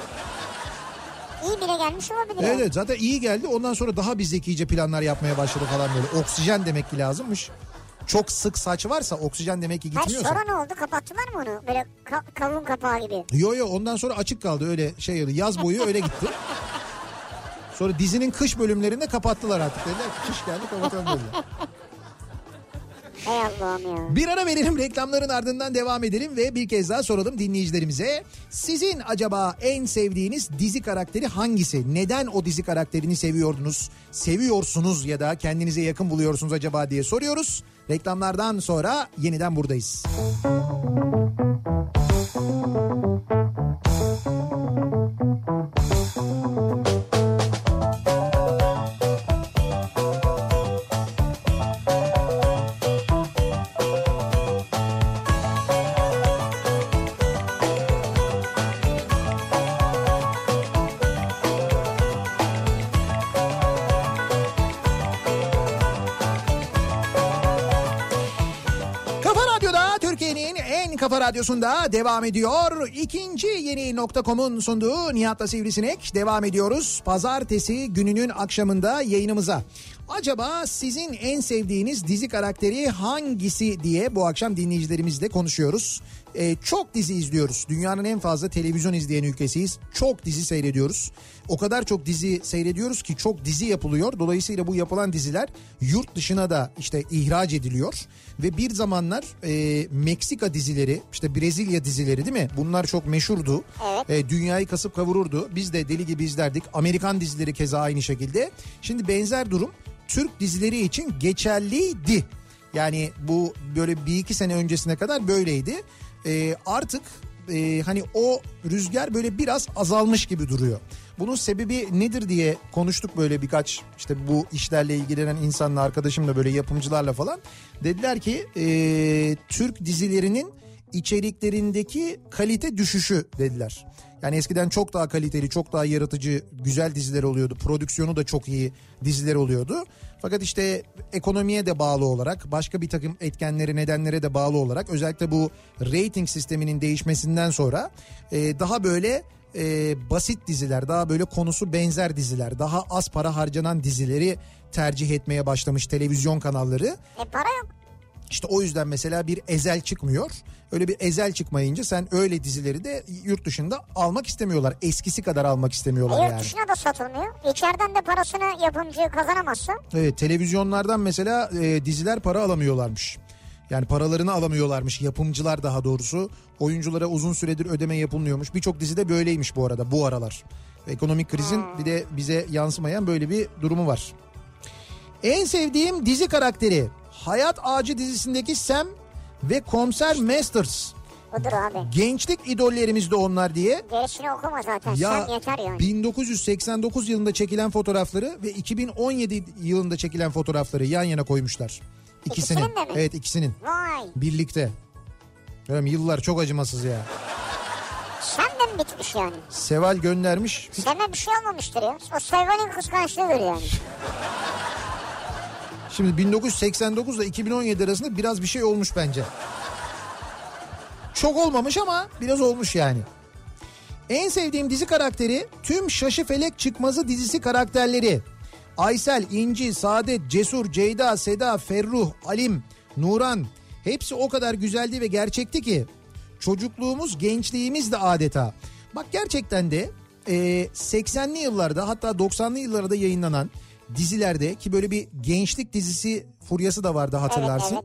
S2: İyi bile gelmiş olabilir.
S3: Evet
S2: yani.
S3: evet zaten iyi geldi. Ondan sonra daha bir zekice planlar yapmaya başladı falan böyle. Oksijen demek ki lazımmış. Çok sık saç varsa oksijen demek ki
S2: Hayır,
S3: gitmiyorsa.
S2: sonra ne oldu? Kapattılar mı onu? Böyle ka- kavun kapağı gibi.
S3: Yo yo ondan sonra açık kaldı öyle şey oldu. Yaz boyu öyle gitti. Sonra dizinin kış bölümlerinde kapattılar artık. Dediler ki kış geldi kapatalım dediler.
S2: Hey Allah'ım ya.
S3: Bir ara verelim reklamların ardından devam edelim ve bir kez daha soralım dinleyicilerimize. Sizin acaba en sevdiğiniz dizi karakteri hangisi? Neden o dizi karakterini seviyordunuz? Seviyorsunuz ya da kendinize yakın buluyorsunuz acaba diye soruyoruz. Reklamlardan sonra yeniden buradayız. Kafa Radyo'da Türkiye'nin en kafa radyosunda devam ediyor. İkinci yeni nokta.com'un sunduğu Nihat'la Sivrisinek devam ediyoruz. Pazartesi gününün akşamında yayınımıza. Acaba sizin en sevdiğiniz dizi karakteri hangisi diye bu akşam dinleyicilerimizle konuşuyoruz. Ee, çok dizi izliyoruz. Dünyanın en fazla televizyon izleyen ülkesiyiz. Çok dizi seyrediyoruz. O kadar çok dizi seyrediyoruz ki çok dizi yapılıyor. Dolayısıyla bu yapılan diziler yurt dışına da işte ihraç ediliyor. Ve bir zamanlar e, Meksika dizileri işte Brezilya dizileri değil mi? Bunlar çok meşhurdu. E, dünyayı kasıp kavururdu. Biz de deli gibi izlerdik. Amerikan dizileri keza aynı şekilde. Şimdi benzer durum Türk dizileri için geçerliydi. Yani bu böyle bir iki sene öncesine kadar böyleydi. E, artık e, hani o rüzgar böyle biraz azalmış gibi duruyor. Bunun sebebi nedir diye konuştuk böyle birkaç işte bu işlerle ilgilenen insanla arkadaşımla böyle yapımcılarla falan. Dediler ki e, Türk dizilerinin içeriklerindeki kalite düşüşü dediler. Yani eskiden çok daha kaliteli, çok daha yaratıcı, güzel diziler oluyordu. Prodüksiyonu da çok iyi diziler oluyordu. Fakat işte ekonomiye de bağlı olarak, başka bir takım etkenlere, nedenlere de bağlı olarak özellikle bu rating sisteminin değişmesinden sonra e, daha böyle e, basit diziler, daha böyle konusu benzer diziler, daha az para harcanan dizileri tercih etmeye başlamış televizyon kanalları.
S2: E para yok.
S3: İşte o yüzden mesela bir ezel çıkmıyor. Öyle bir ezel çıkmayınca sen öyle dizileri de yurt dışında almak istemiyorlar. Eskisi kadar almak
S2: E,
S3: istemiyorlar
S2: yurt
S3: yani.
S2: dışına da satılmıyor. İçeriden de parasını yapımcı kazanamazsa.
S3: Evet televizyonlardan mesela e, diziler para alamıyorlarmış. Yani paralarını alamıyorlarmış yapımcılar daha doğrusu. Oyunculara uzun süredir ödeme yapılmıyormuş. Birçok dizide böyleymiş bu arada bu aralar. Ekonomik krizin bir de bize yansımayan böyle bir durumu var. En sevdiğim dizi karakteri Hayat Ağacı dizisindeki Sam ve Komiser Masters.
S2: Budur abi.
S3: Gençlik idollerimiz de onlar diye.
S2: Gerisini okuma zaten.
S3: Ya
S2: Sen yeter yani.
S3: 1989 yılında çekilen fotoğrafları ve 2017 yılında çekilen fotoğrafları yan yana koymuşlar. İkisinin.
S2: İkisinin de mi?
S3: Evet ikisinin.
S2: Vay.
S3: Birlikte. Görüyorum yıllar çok acımasız ya.
S2: Sen de mi bitmiş yani?
S3: Seval göndermiş.
S2: Seme bir şey olmamıştır ya. O Seval'in kıskançlığıdır yani.
S3: Şimdi 1989 ile 2017 arasında biraz bir şey olmuş bence. Çok olmamış ama biraz olmuş yani. En sevdiğim dizi karakteri tüm Şaşı Felek Çıkmazı dizisi karakterleri. Aysel, İnci, Saadet, Cesur, Ceyda, Seda, Ferruh, Alim, Nuran hepsi o kadar güzeldi ve gerçekti ki çocukluğumuz gençliğimiz de adeta. Bak gerçekten de e, 80'li yıllarda hatta 90'lı yıllarda yayınlanan dizilerde ki böyle bir gençlik dizisi furyası da vardı hatırlarsın.
S2: Evet,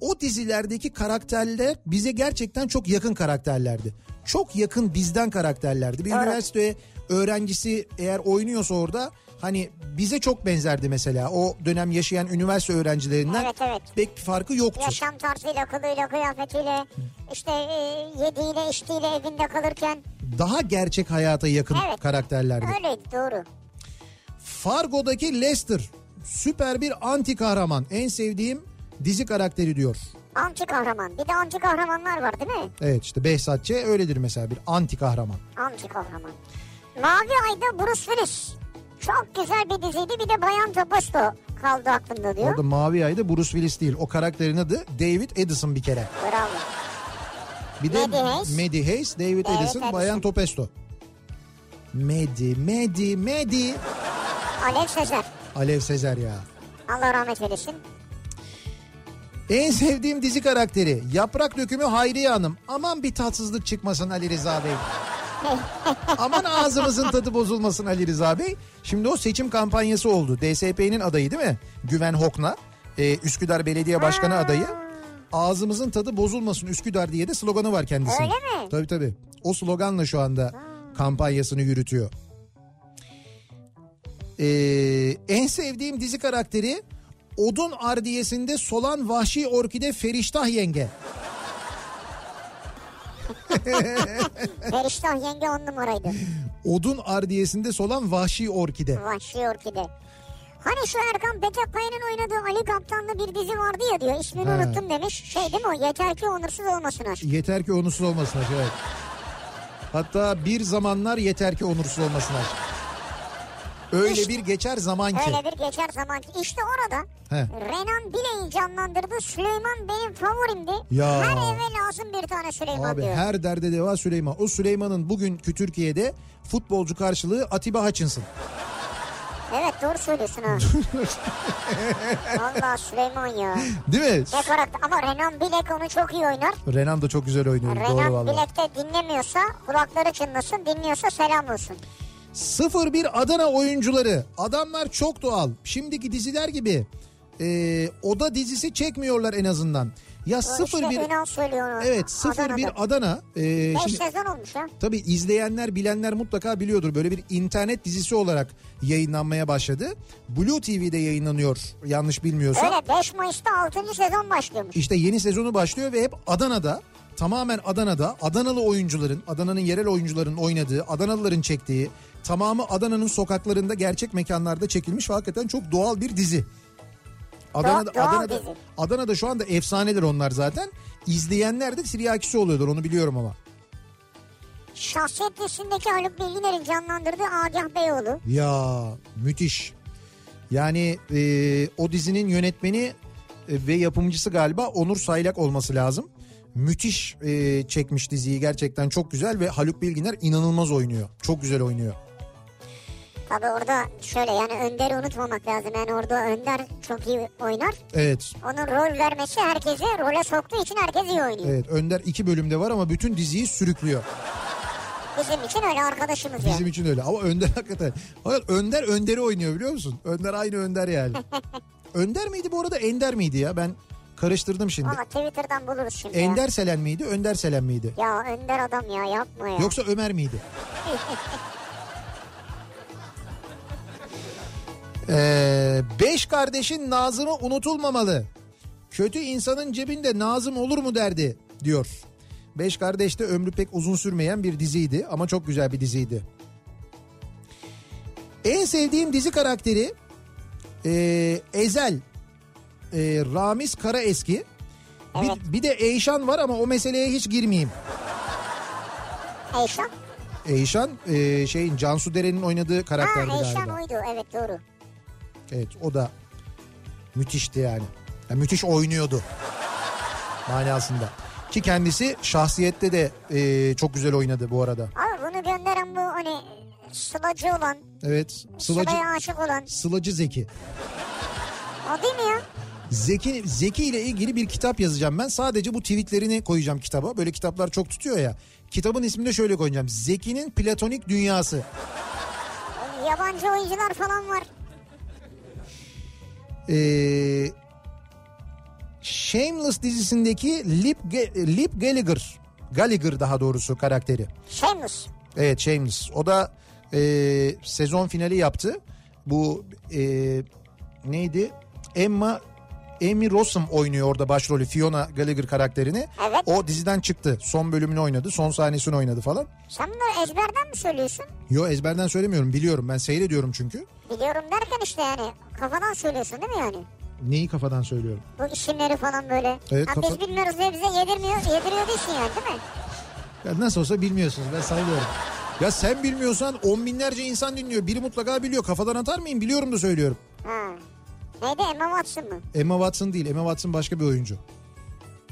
S3: O dizilerdeki karakterler bize gerçekten çok yakın karakterlerdi. Çok yakın bizden karakterlerdi. Bir üniversite öğrencisi eğer oynuyorsa orada hani bize çok benzerdi mesela. O dönem yaşayan üniversite öğrencilerinden
S2: Evet, evet.
S3: pek bir farkı yoktu.
S2: Yaşam tarzıyla, kılıyla, kıyafetiyle, işte e, yediğiyle, içtiğiyle evinde kalırken
S3: Daha gerçek hayata yakın
S2: Evet.
S3: karakterlerdi.
S2: öyleydi doğru.
S3: Fargo'daki Lester süper bir anti kahraman. En sevdiğim dizi karakteri diyor.
S2: Anti kahraman. Bir de anti kahramanlar var değil mi?
S3: Evet işte Behzatçı öyledir mesela bir anti kahraman.
S2: Anti kahraman. Mavi Ay'da Bruce Willis. Çok güzel bir diziydi. Bir de Bayan Tabasto kaldı aklımda diyor.
S3: Orada Mavi Ay'da Bruce Willis değil. O karakterin adı David Edison bir kere.
S2: Bravo.
S3: Bir de
S2: Maddie Hayes.
S3: Maddie Hayes, David
S2: David
S3: Edison,
S2: Edison.
S3: Bayan Topesto. Medi, Medi, Medi.
S2: Alev Sezer.
S3: Alev Sezer ya.
S2: Allah rahmet eylesin.
S3: En sevdiğim dizi karakteri yaprak dökümü Hayriye Hanım. Aman bir tatsızlık çıkmasın Ali Rıza Bey. Aman ağzımızın tadı bozulmasın Ali Rıza Bey. Şimdi o seçim kampanyası oldu. DSP'nin adayı değil mi? Güven Hokna. Ee, Üsküdar Belediye Başkanı adayı. Ağzımızın tadı bozulmasın Üsküdar diye de sloganı var kendisinin.
S2: Öyle mi?
S3: Tabii tabii. O sloganla şu anda kampanyasını yürütüyor. Ee, en sevdiğim dizi karakteri Odun Ardiyesi'nde solan vahşi orkide Feriştah yenge.
S2: Feriştah yenge on numaraydı.
S3: Odun Ardiyesi'nde solan vahşi orkide.
S2: Vahşi Orkide. Hani şu Erkan Becakkaya'nın oynadığı Ali Kaptan'la bir dizi vardı ya diyor. İsmini
S3: Ha.
S2: unuttum demiş. Şey değil mi o? Yeter ki onursuz olmasın aşk.
S3: Yeter ki onursuz olmasın aşk. Evet. Hatta bir zamanlar yeter ki onursuz olmasın aşk. Öyle
S2: İşte-
S3: bir geçer zaman ki.
S2: Öyle bir geçer zaman ki. İşte orada
S3: He.
S2: Renan Dilek'i canlandırdı. Süleyman benim favorimdi.
S3: Ya.
S2: Her eve lazım bir tane Süleyman
S3: Abi
S2: diyor.
S3: her derde deva Süleyman. O Süleyman'ın bugünkü Türkiye'de futbolcu karşılığı Atiba Hutchinson.
S2: Evet doğru söylüyorsun ha. Valla Süleyman ya.
S3: Değil mi?
S2: Ne karakter ama Renan Bilek onu çok iyi oynar.
S3: Renan da çok güzel oynuyor. Doğru
S2: Renan
S3: valla.
S2: Bilek de dinlemiyorsa kulakları çınlasın dinliyorsa selam olsun.
S3: 01 Adana oyuncuları. Adamlar çok doğal. Şimdiki diziler gibi. Ee, oda dizisi çekmiyorlar en azından. Ya
S2: işte
S3: 01
S2: Ünal söylüyor onu.
S3: Evet 01 Adana. Ee,
S2: 5
S3: şimdi
S2: sezon olmuş ha.
S3: tabii izleyenler bilenler mutlaka biliyordur. Böyle bir internet dizisi olarak yayınlanmaya başladı. Blue TV'de yayınlanıyor yanlış bilmiyorsam.
S2: Öyle 5 Mayıs'ta 6. sezon başlıyormuş.
S3: İşte yeni sezonu başlıyor ve hep Adana'da tamamen Adana'da Adanalı oyuncuların Adana'nın yerel oyuncuların oynadığı Adanalıların çektiği tamamı Adana'nın sokaklarında gerçek mekanlarda çekilmiş ve hakikaten çok doğal bir dizi. Adana'da,
S2: doğal
S3: Adana'da,
S2: dizi.
S3: Adana'da şu anda efsaneler onlar zaten. İzleyenler de tiryakisi oluyordur onu biliyorum ama.
S2: Şahsiyet dizisindeki Haluk Bilginer'in canlandırdığı Agah Beyoğlu.
S3: Ya müthiş. Yani e, o dizinin yönetmeni e, ve yapımcısı galiba Onur Saylak olması lazım. Müthiş e, çekmiş diziyi gerçekten çok güzel ve Haluk Bilginer inanılmaz oynuyor. Çok güzel oynuyor.
S2: Tabi orada şöyle yani Önder'i unutmamak lazım. Yani orada Önder çok iyi oynar.
S3: Evet.
S2: Onun rol vermesi herkesi role soktuğu için herkes iyi oynuyor.
S3: Evet Önder iki bölümde var ama bütün diziyi sürüklüyor.
S2: Bizim için öyle arkadaşımız
S3: Bizim
S2: yani.
S3: için öyle ama Önder hakikaten. Fakat Önder Önder'i oynuyor biliyor musun? Önder aynı Önder yani. Önder miydi bu arada Ender miydi ya? Ben karıştırdım şimdi.
S2: Ama Twitter'dan buluruz şimdi. ya.
S3: Ender Selen miydi? Önder Selen miydi?
S2: Ya Önder adam ya yapma ya.
S3: Yoksa Ömer miydi? Ee, beş kardeşin Nazım'ı unutulmamalı. Kötü insanın cebinde Nazım olur mu derdi diyor. Beş Kardeş de ömrü pek uzun sürmeyen bir diziydi ama çok güzel bir diziydi. En sevdiğim dizi karakteri ee, Ezel ee, Ramiz Karaeski. Bir,
S2: Evet.
S3: bir de Eyşan var ama o meseleye hiç girmeyeyim.
S2: Eyşan.
S3: Eyşan e, şeyin Cansu Deren'in oynadığı
S2: Ha
S3: karakterdi
S2: Eyşan
S3: galiba.
S2: oydu evet doğru.
S3: Evet o da müthişti yani. Ya müthiş oynuyordu manasında. Ki kendisi şahsiyette de e, çok güzel oynadı bu arada.
S2: Abi bunu gönderen bu hani sılacı olan,
S3: Evet. Sılacı,
S2: sılaya aşık olan.
S3: Sılacı Zeki.
S2: O değil mi ya?
S3: Zeki, Zeki ile ilgili bir kitap yazacağım ben. Sadece bu tweetlerini koyacağım kitaba. Böyle kitaplar çok tutuyor ya. Kitabın ismini de şöyle koyacağım. Zeki'nin platonik dünyası.
S2: Yabancı oyuncular falan var.
S3: Ee, Shameless dizisindeki Lip, Ge- Lip Gallagher. Gallagher daha doğrusu karakteri.
S2: Seamus.
S3: Evet James. O da e, sezon finali yaptı. Bu e, neydi? Emma Amy Rossum oynuyor orada başrolü Fiona Gallagher karakterini.
S2: Evet.
S3: O diziden çıktı. Son bölümünü oynadı. Son sahnesini oynadı falan.
S2: Sen bunları ezberden mi söylüyorsun?
S3: Yo ezberden söylemiyorum. Biliyorum. Ben seyrediyorum çünkü.
S2: Biliyorum derken işte yani kafadan söylüyorsun değil mi yani?
S3: Neyi kafadan söylüyorum?
S2: Bu isimleri falan böyle.
S3: Evet,
S2: ha,
S3: kafa-
S2: Biz bilmiyoruz diye bize yedirmiyor, yediriyor değilsin yani değil mi?
S3: Ya nasıl olsa bilmiyorsunuz. Ben sayıyorum. Ya sen bilmiyorsan on binlerce insan dinliyor. Biri mutlaka biliyor. Kafadan atar mıyım? Biliyorum da söylüyorum.
S2: Ha. Neydi Emma Watson mı?
S3: Emma Watson değil. Emma Watson başka bir oyuncu.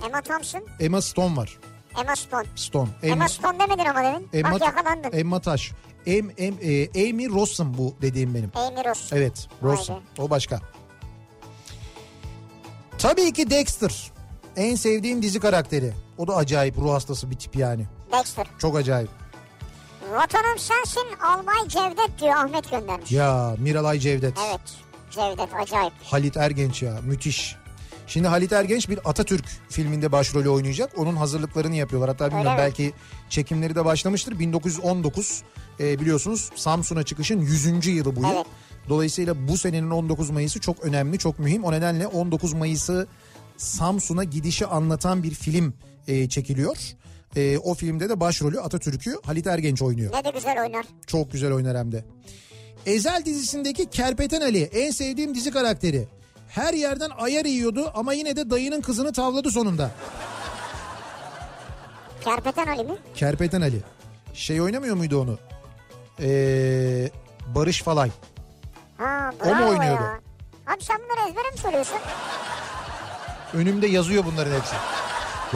S2: Emma Thompson?
S3: Emma Stone var.
S2: Emma Stone.
S3: Stone.
S2: Emma Stone demedin ama demin.
S3: Emma,
S2: Bak yakalandın.
S3: Emma Taş. Em, em, e, Amy Rossum bu dediğim benim.
S2: Amy Ross.
S3: Evet
S2: Vay
S3: Rossum.
S2: be.
S3: O başka. Tabii ki Dexter. En sevdiğim dizi karakteri. O da acayip ruh hastası bir tip yani.
S2: Dexter.
S3: Çok acayip.
S2: Vatanım sensin Albay Cevdet diyor Ahmet göndermiş.
S3: Ya Miralay Cevdet.
S2: Evet. Cevdet acayip.
S3: Halit Ergenç ya müthiş. Şimdi Halit Ergenç bir Atatürk filminde başrolü oynayacak. Onun hazırlıklarını yapıyorlar. Hatta bilmiyorum
S2: mi?
S3: belki çekimleri de başlamıştır. 1919 e, biliyorsunuz Samsun'a çıkışın 100. yılı bu yıl.
S2: Evet.
S3: Dolayısıyla bu senenin 19 Mayıs'ı çok önemli, çok mühim. O nedenle 19 Mayıs'ı Samsun'a gidişi anlatan bir film e, çekiliyor. E, o filmde de başrolü Atatürk'ü Halit Ergenç oynuyor.
S2: Ne de güzel oynar.
S3: Çok güzel oynar hem de. Ezel dizisindeki Kerpeten Ali en sevdiğim dizi karakteri. Her yerden ayar yiyordu ama yine de dayının kızını tavladı sonunda.
S2: Kerpeten Ali mi?
S3: Kerpeten Ali. Şey oynamıyor muydu onu? Ee, Barış Falay.
S2: Ha
S3: O mu
S2: bravo
S3: oynuyordu?
S2: ya. Abi sen bunları ezbere mi söylüyorsun?
S3: Önümde yazıyor bunların hepsi.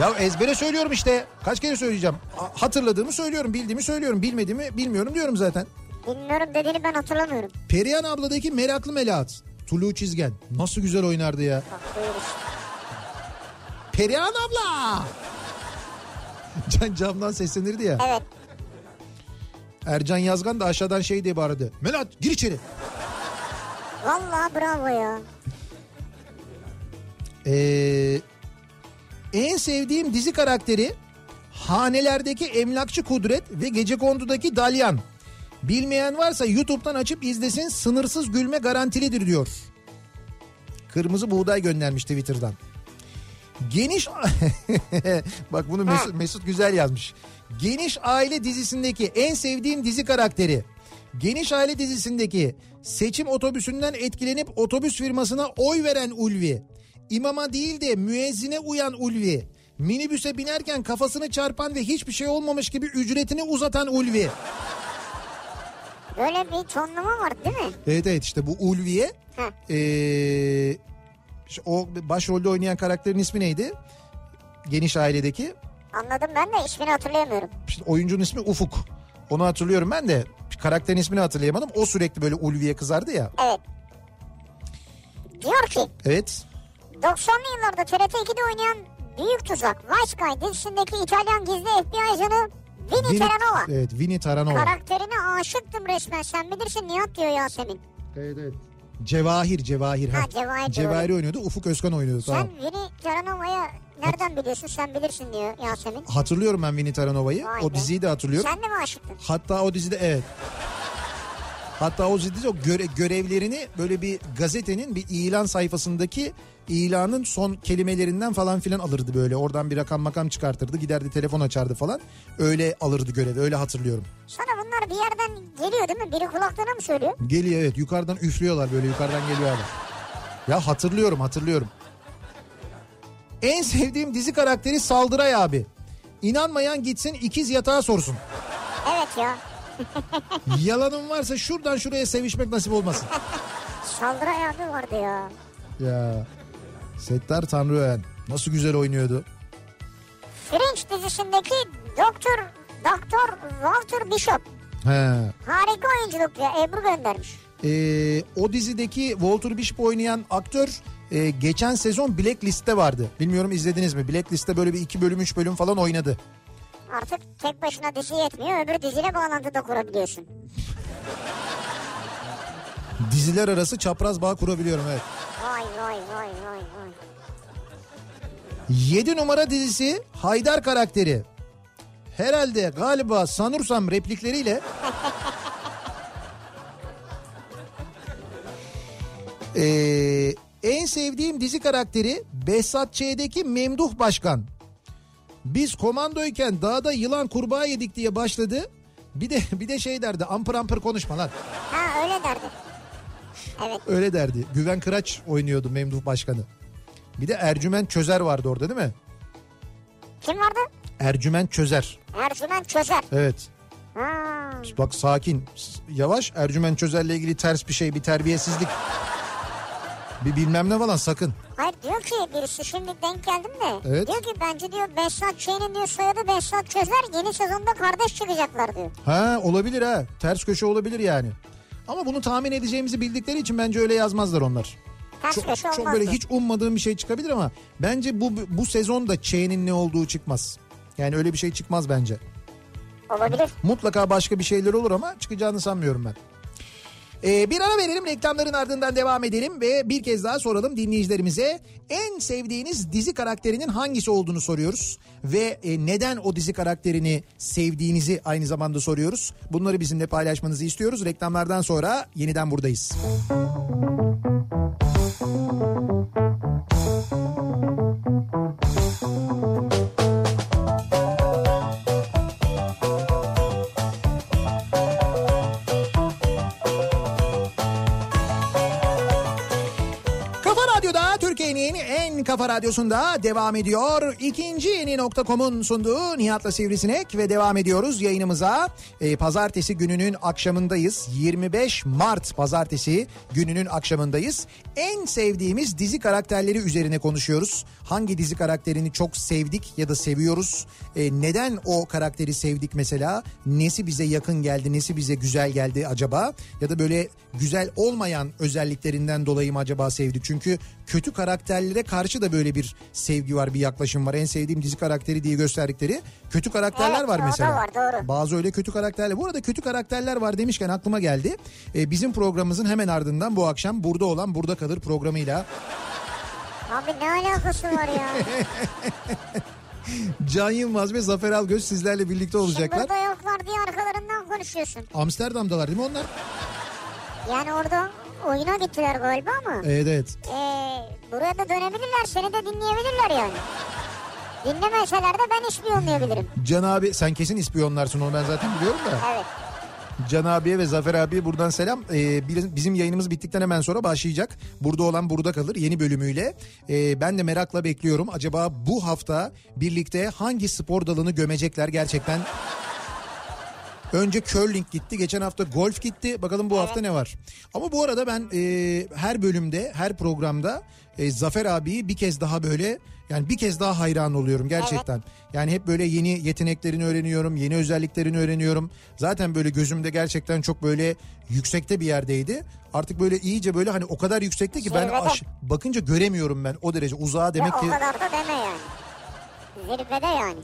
S3: Ya ezbere söylüyorum işte. Kaç kere söyleyeceğim? A- Hatırladığımı söylüyorum, bildiğimi söylüyorum, bilmediğimi bilmiyorum diyorum zaten.
S2: Bilmiyorum dediğini ben hatırlamıyorum.
S3: Perihan abladaki meraklı melahat. Tulu Çizgen. Nasıl güzel oynardı ya.
S2: Bak buyur işte.
S3: Perihan abla. Can camdan seslenirdi ya.
S2: Evet.
S3: Ercan Yazgan da aşağıdan şey diye bağırdı. Melat gir içeri.
S2: Vallahi bravo ya.
S3: Ee, en sevdiğim dizi karakteri hanelerdeki emlakçı Kudret ve Gecekondu'daki Dalyan. Bilmeyen varsa YouTube'dan açıp izlesin sınırsız gülme garantilidir diyor. Kırmızı buğday göndermiş Twitter'dan. Geniş bak bunu Mesut, Mesut Güzel yazmış. Geniş Aile dizisindeki en sevdiğim dizi karakteri. Geniş Aile dizisindeki seçim otobüsünden etkilenip otobüs firmasına oy veren Ulvi. İmama değil de müezzine uyan Ulvi. Minibüse binerken kafasını çarpan ve hiçbir şey olmamış gibi ücretini uzatan Ulvi.
S2: Böyle bir tonlama var değil mi?
S3: Evet evet işte bu Ulviye.
S2: Heh.
S3: Ee, işte o başrolde oynayan karakterin ismi neydi? Geniş ailedeki.
S2: Anladım ben de ismini hatırlayamıyorum.
S3: İşte oyuncunun ismi Ufuk. Onu hatırlıyorum ben de. Karakterin ismini hatırlayamadım. O sürekli böyle Ulviye kızardı ya.
S2: Evet. Diyor ki
S3: Evet.
S2: 90'lı yıllarda TRT 2'de oynayan Büyük Tuzak, Vice Guy dizisindeki İtalyan gizli FBI ajanı
S3: Vini-
S2: Vinny Terranova.
S3: Evet Vini Taranova.
S2: Karakterine aşıktım resmen sen bilirsin Nihat diyor Yasemin.
S3: Evet evet. Cevahir, Cevahir.
S2: Ha, Cevahir,
S3: Cevahir
S2: Cevahir.
S3: oynuyordu. Ufuk Özkan oynuyordu. Tamam.
S2: Sen Vinny Terranova'ya nereden biliyorsun sen bilirsin diyor Yasemin.
S3: Hatırlıyorum ben Vini Taranova'yı.
S2: Vay
S3: O
S2: be.
S3: diziyi de hatırlıyorum.
S2: Sen de mi aşıktın?
S3: Hatta o dizide evet. Hatta o dizide o göre, görevlerini böyle bir gazetenin bir ilan sayfasındaki ilanın son kelimelerinden falan filan alırdı böyle. Oradan bir rakam makam çıkartırdı giderdi telefon açardı falan. Öyle alırdı görevi öyle hatırlıyorum.
S2: Sana bunlar bir yerden geliyor değil mi? Biri kulaklarına mı söylüyor?
S3: Geliyor evet yukarıdan üflüyorlar böyle yukarıdan geliyor adam. Ya hatırlıyorum hatırlıyorum. En sevdiğim dizi karakteri Saldıray abi. İnanmayan gitsin ikiz yatağa sorsun.
S2: Evet ya.
S3: Yalanın varsa şuradan şuraya sevişmek nasip olmasın.
S2: Saldıray abi vardı ya.
S3: Ya Settar Tanrıören nasıl güzel oynuyordu.
S2: Free dizisindeki Doktor Doktor Walter Bishop
S3: He.
S2: harika oyunculuk diyor Ebru göndermiş.
S3: Ee, o dizideki Walter Bishop oynayan aktör e, geçen sezon Blacklist'te vardı. Bilmiyorum izlediniz mi? Blacklist'te böyle bir iki bölüm üç bölüm falan oynadı.
S2: Artık tek başına dizi yetmiyor öbür diziyle bağlantı da kurabiliyorsun.
S3: Diziler arası çapraz bağ kurabiliyorum evet.
S2: Vay vay vay vay vay.
S3: 7 numara dizisi Haydar karakteri. Herhalde galiba sanırsam replikleriyle Ee, en sevdiğim dizi karakteri Behzat Ç'deki Memduh Başkan. Biz komandoyken dağda yılan kurbağa yedik diye başladı. Bir de bir de şey derdi ampır ampır konuşma lan.
S2: Ha öyle derdi. Evet
S3: Öyle derdi. Güven Kıraç oynuyordu Memduh Başkan'ı. Bir de Ercüment Çözer vardı orada değil mi?
S2: kim vardı?
S3: Ercüment Çözer.
S2: Ercüment Çözer.
S3: Evet.
S2: Ha.
S3: Bak sakin, s- yavaş. Ercüment Çözer'le ilgili ters bir şey, bir terbiyesizlik. Bir bilmem ne falan sakın.
S2: Hayır diyor ki birisi şimdi denk geldim de.
S3: Evet.
S2: Diyor ki bence diyor Behzat Ç'nin diyor soyadı Behzat Çözer yeni sezonda kardeş çıkacaklar diyor.
S3: Ha olabilir ha. Ters köşe olabilir yani. Ama bunu tahmin edeceğimizi bildikleri için bence öyle yazmazlar onlar.
S2: Ters
S3: Çok,
S2: köşe olmaz
S3: çok böyle
S2: diyor.
S3: hiç ummadığım bir şey çıkabilir ama bence bu bu sezonda Ç'nin ne olduğu çıkmaz. Yani öyle bir şey çıkmaz bence.
S2: Olabilir.
S3: Mutlaka başka bir şeyler olur ama çıkacağını sanmıyorum ben. Ee, bir ara verelim reklamların ardından devam edelim ve bir kez daha soralım dinleyicilerimize en sevdiğiniz dizi karakterinin hangisi olduğunu soruyoruz ve e, neden o dizi karakterini sevdiğinizi aynı zamanda soruyoruz. Bunları bizimle paylaşmanızı istiyoruz. Reklamlardan sonra yeniden buradayız. Kafa Radyo'da Türkiye'nin en kafa radyosunda devam ediyor. İkinci yeni nokta.com'un sunduğu Nihat'la Sivrisinek ve devam ediyoruz yayınımıza. Ee, pazartesi gününün akşamındayız. 25 Mart pazartesi gününün akşamındayız. En sevdiğimiz dizi karakterleri üzerine konuşuyoruz. Hangi dizi karakterini çok sevdik ya da seviyoruz? Ee, neden o karakteri sevdik mesela? Nesi bize yakın geldi? Nesi bize güzel geldi acaba? Ya da böyle güzel olmayan özelliklerinden dolayı mı acaba sevdik? Çünkü kötü karakterlere karşı da böyle bir sevgi var, bir yaklaşım var. En sevdiğim dizi karakteri diye gösterdikleri kötü karakterler
S2: Evet,
S3: var
S2: o da
S3: mesela.
S2: var, doğru.
S3: Bazı öyle kötü karakterler. Bu arada kötü karakterler var demişken aklıma geldi. Ee, bizim programımızın hemen ardından bu akşam burada olan burada kalır programıyla
S2: Abi ne alakası var ya?
S3: Can Yılmaz ve Zafer Algöz sizlerle birlikte
S2: Şimdi
S3: olacaklar.
S2: burada yoklar diye arkalarından konuşuyorsun.
S3: Amsterdam'dalar değil mi onlar?
S2: Yani orada oyuna gittiler galiba ama.
S3: Evet evet.
S2: Ee, buraya da dönebilirler seni de dinleyebilirler yani. Dinlemeseler de ben ispiyonlayabilirim.
S3: Can abi sen kesin ispiyonlarsın onu ben zaten biliyorum da.
S2: Evet.
S3: Can abiye ve Zafer abiye buradan selam. Ee, biz- bizim yayınımız bittikten hemen sonra başlayacak. Burada olan burada kalır yeni bölümüyle. Ee, ben de merakla bekliyorum. Acaba bu hafta birlikte hangi spor dalını gömecekler gerçekten? Önce curling gitti, geçen hafta golf gitti. Bakalım bu hafta ne var? Ama bu arada ben e, her bölümde, her programda e, Zafer abiyi bir kez daha böyle yani bir kez daha hayran oluyorum gerçekten. Yani hep böyle yeni yeteneklerini öğreniyorum, yeni özelliklerini öğreniyorum. Zaten böyle gözümde gerçekten çok böyle yüksekte bir yerdeydi. Artık böyle iyice böyle hani o kadar yüksekte ki ben
S2: Zirvede.
S3: aş- bakınca göremiyorum ben o derece uzağa
S2: Ve
S3: demek ki
S2: o kadar da deme yani. Zirvede yani.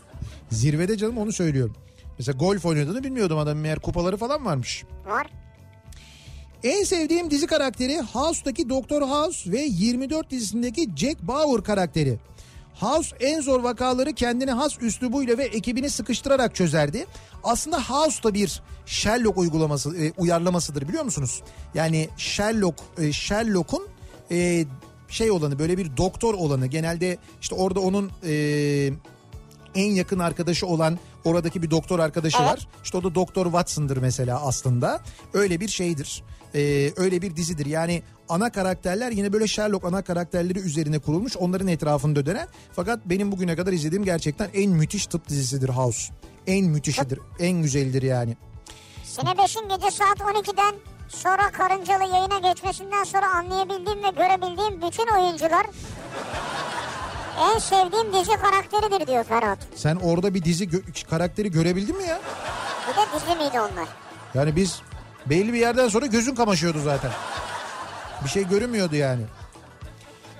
S3: zirvede canım onu söylüyorum. Mesela golf oynadığını bilmiyordum adamın meğer kupaları falan varmış.
S2: Var.
S3: En sevdiğim dizi karakteri House'daki Doktor House ve 24 dizisindeki Jack Bauer karakteri. House en zor vakaları kendine has üslubuyla ve ekibini sıkıştırarak çözerdi. Aslında House da bir Sherlock uygulaması e, uyarlamasıdır biliyor musunuz? Yani Sherlock e, Sherlock'un e, şey olanı böyle bir doktor olanı genelde işte orada onun e, en yakın arkadaşı olan oradaki bir doktor arkadaşı var. İşte o da Doktor Watson'dır mesela aslında. Öyle bir şeydir. Ee, öyle bir dizidir. Yani ana karakterler yine böyle Sherlock ana karakterleri üzerine kurulmuş. Onların etrafında dönen. Fakat benim bugüne kadar izlediğim gerçekten en müthiş tıp dizisidir House. En müthişidir. En güzeldir yani.
S2: Sine 5'in gece saat 12'den sonra karıncalı yayına geçmesinden sonra anlayabildiğim ve görebildiğim bütün oyuncular En sevdiğim dizi karakteridir diyor Ferhat.
S3: Sen orada bir dizi gö- karakteri görebildin mi ya?
S2: Bir de dizi miydi onlar?
S3: Yani biz belli bir yerden sonra gözün kamaşıyordu zaten. Bir şey görünmüyordu yani.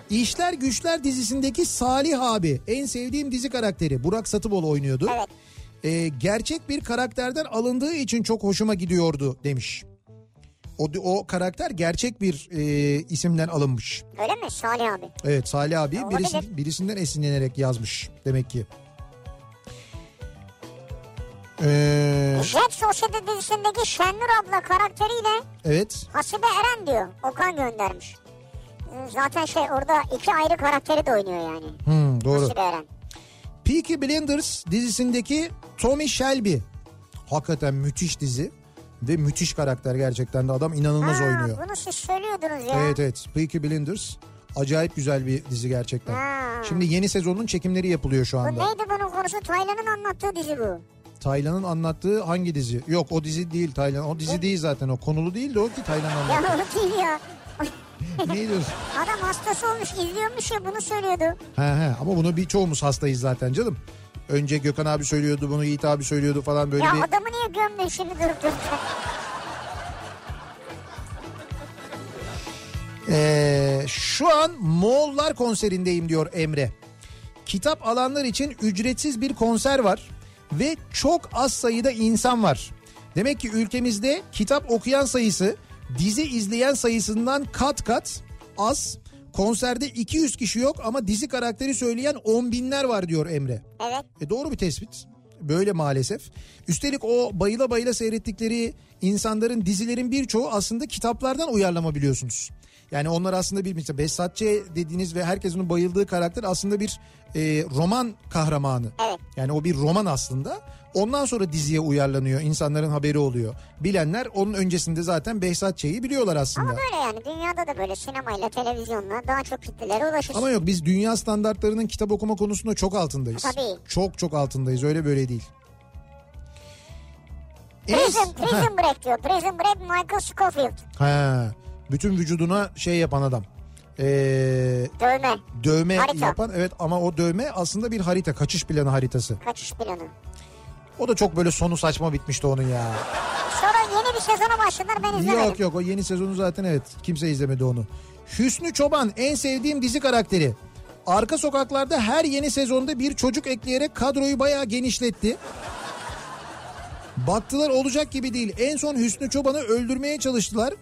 S3: İşler Güçler dizisindeki Salih abi en sevdiğim dizi karakteri Burak Satıbol oynuyordu.
S2: Evet.
S3: Ee, gerçek bir karakterden alındığı için çok hoşuma gidiyordu demiş. O, o karakter gerçek bir e, isimden alınmış.
S2: Öyle mi Salih abi?
S3: Evet Salih abi
S2: Olabilir.
S3: birisi, birisinden esinlenerek yazmış demek ki. Ee,
S2: Jet Sosyete dizisindeki Şenur abla karakteriyle
S3: evet.
S2: Hasibe Eren diyor. Okan göndermiş. Zaten şey orada iki ayrı karakteri de oynuyor yani.
S3: Hmm, doğru.
S2: Hasibe Eren.
S3: Peaky Blinders dizisindeki Tommy Shelby. Hakikaten müthiş dizi ve müthiş karakter gerçekten de adam inanılmaz
S2: Ha,
S3: oynuyor.
S2: Bunu siz söylüyordunuz ya.
S3: Evet evet Peaky Blinders acayip güzel bir dizi gerçekten.
S2: Ha.
S3: Şimdi yeni sezonun çekimleri yapılıyor şu
S2: Bu
S3: anda.
S2: neydi bunun konusu? Taylan'ın anlattığı dizi bu.
S3: Taylan'ın anlattığı hangi dizi? Yok o dizi değil Taylan. O dizi değil zaten o konulu değil de o ki Taylan
S2: Ya
S3: anlattı.
S2: o değil ya.
S3: ne diyorsun?
S2: Adam hastası olmuş izliyormuş ya bunu söylüyordu.
S3: He he ama bunu birçoğumuz hastayız zaten canım. Önce Gökhan abi söylüyordu bunu Yiğit abi söylüyordu falan böyle
S2: ya
S3: bir...
S2: adamı niye gömdün şimdi durup dururken?
S3: Ee, şu an Moğollar konserindeyim diyor Emre. Kitap alanlar için ücretsiz bir konser var ve çok az sayıda insan var. Demek ki ülkemizde kitap okuyan sayısı dizi izleyen sayısından kat kat az. Konserde 200 kişi yok ama dizi karakteri söyleyen on binler var diyor Emre.
S2: Evet.
S3: E doğru bir tespit. Böyle maalesef. Üstelik o bayıla bayıla seyrettikleri insanların dizilerin birçoğu aslında kitaplardan uyarlama biliyorsunuz. Yani onlar aslında bir mesela Behzatçı dediğiniz ve herkesin onun bayıldığı karakter aslında bir e, roman kahramanı.
S2: Evet.
S3: Yani o bir roman aslında. Ondan sonra diziye uyarlanıyor. insanların haberi oluyor. Bilenler onun öncesinde zaten Behzatçı'yı biliyorlar aslında.
S2: Ama böyle yani dünyada da böyle sinemayla televizyonla daha çok kitlelere ulaşırsın.
S3: Ama yok biz dünya standartlarının kitap okuma konusunda çok altındayız.
S2: Tabii.
S3: Çok çok altındayız öyle böyle değil. Enes-
S2: Prison, prison Break diyor. Prison Break Michael Scofield.
S3: Ha, bütün vücuduna şey yapan adam. Ee,
S2: Dövme.
S3: dövme
S2: Harita.
S3: yapan evet ama o dövme aslında bir harita kaçış planı haritası.
S2: Kaçış planı.
S3: O da çok böyle sonu saçma bitmişti onun ya.
S2: Sonra yeni bir sezona başladılar ben izlemedim.
S3: Yok yok o yeni sezonu zaten evet kimse izlemedi onu. Hüsnü Çoban en sevdiğim dizi karakteri. Arka sokaklarda her yeni sezonda bir çocuk ekleyerek kadroyu bayağı genişletti. Baktılar olacak gibi değil. En son Hüsnü Çoban'ı öldürmeye çalıştılar.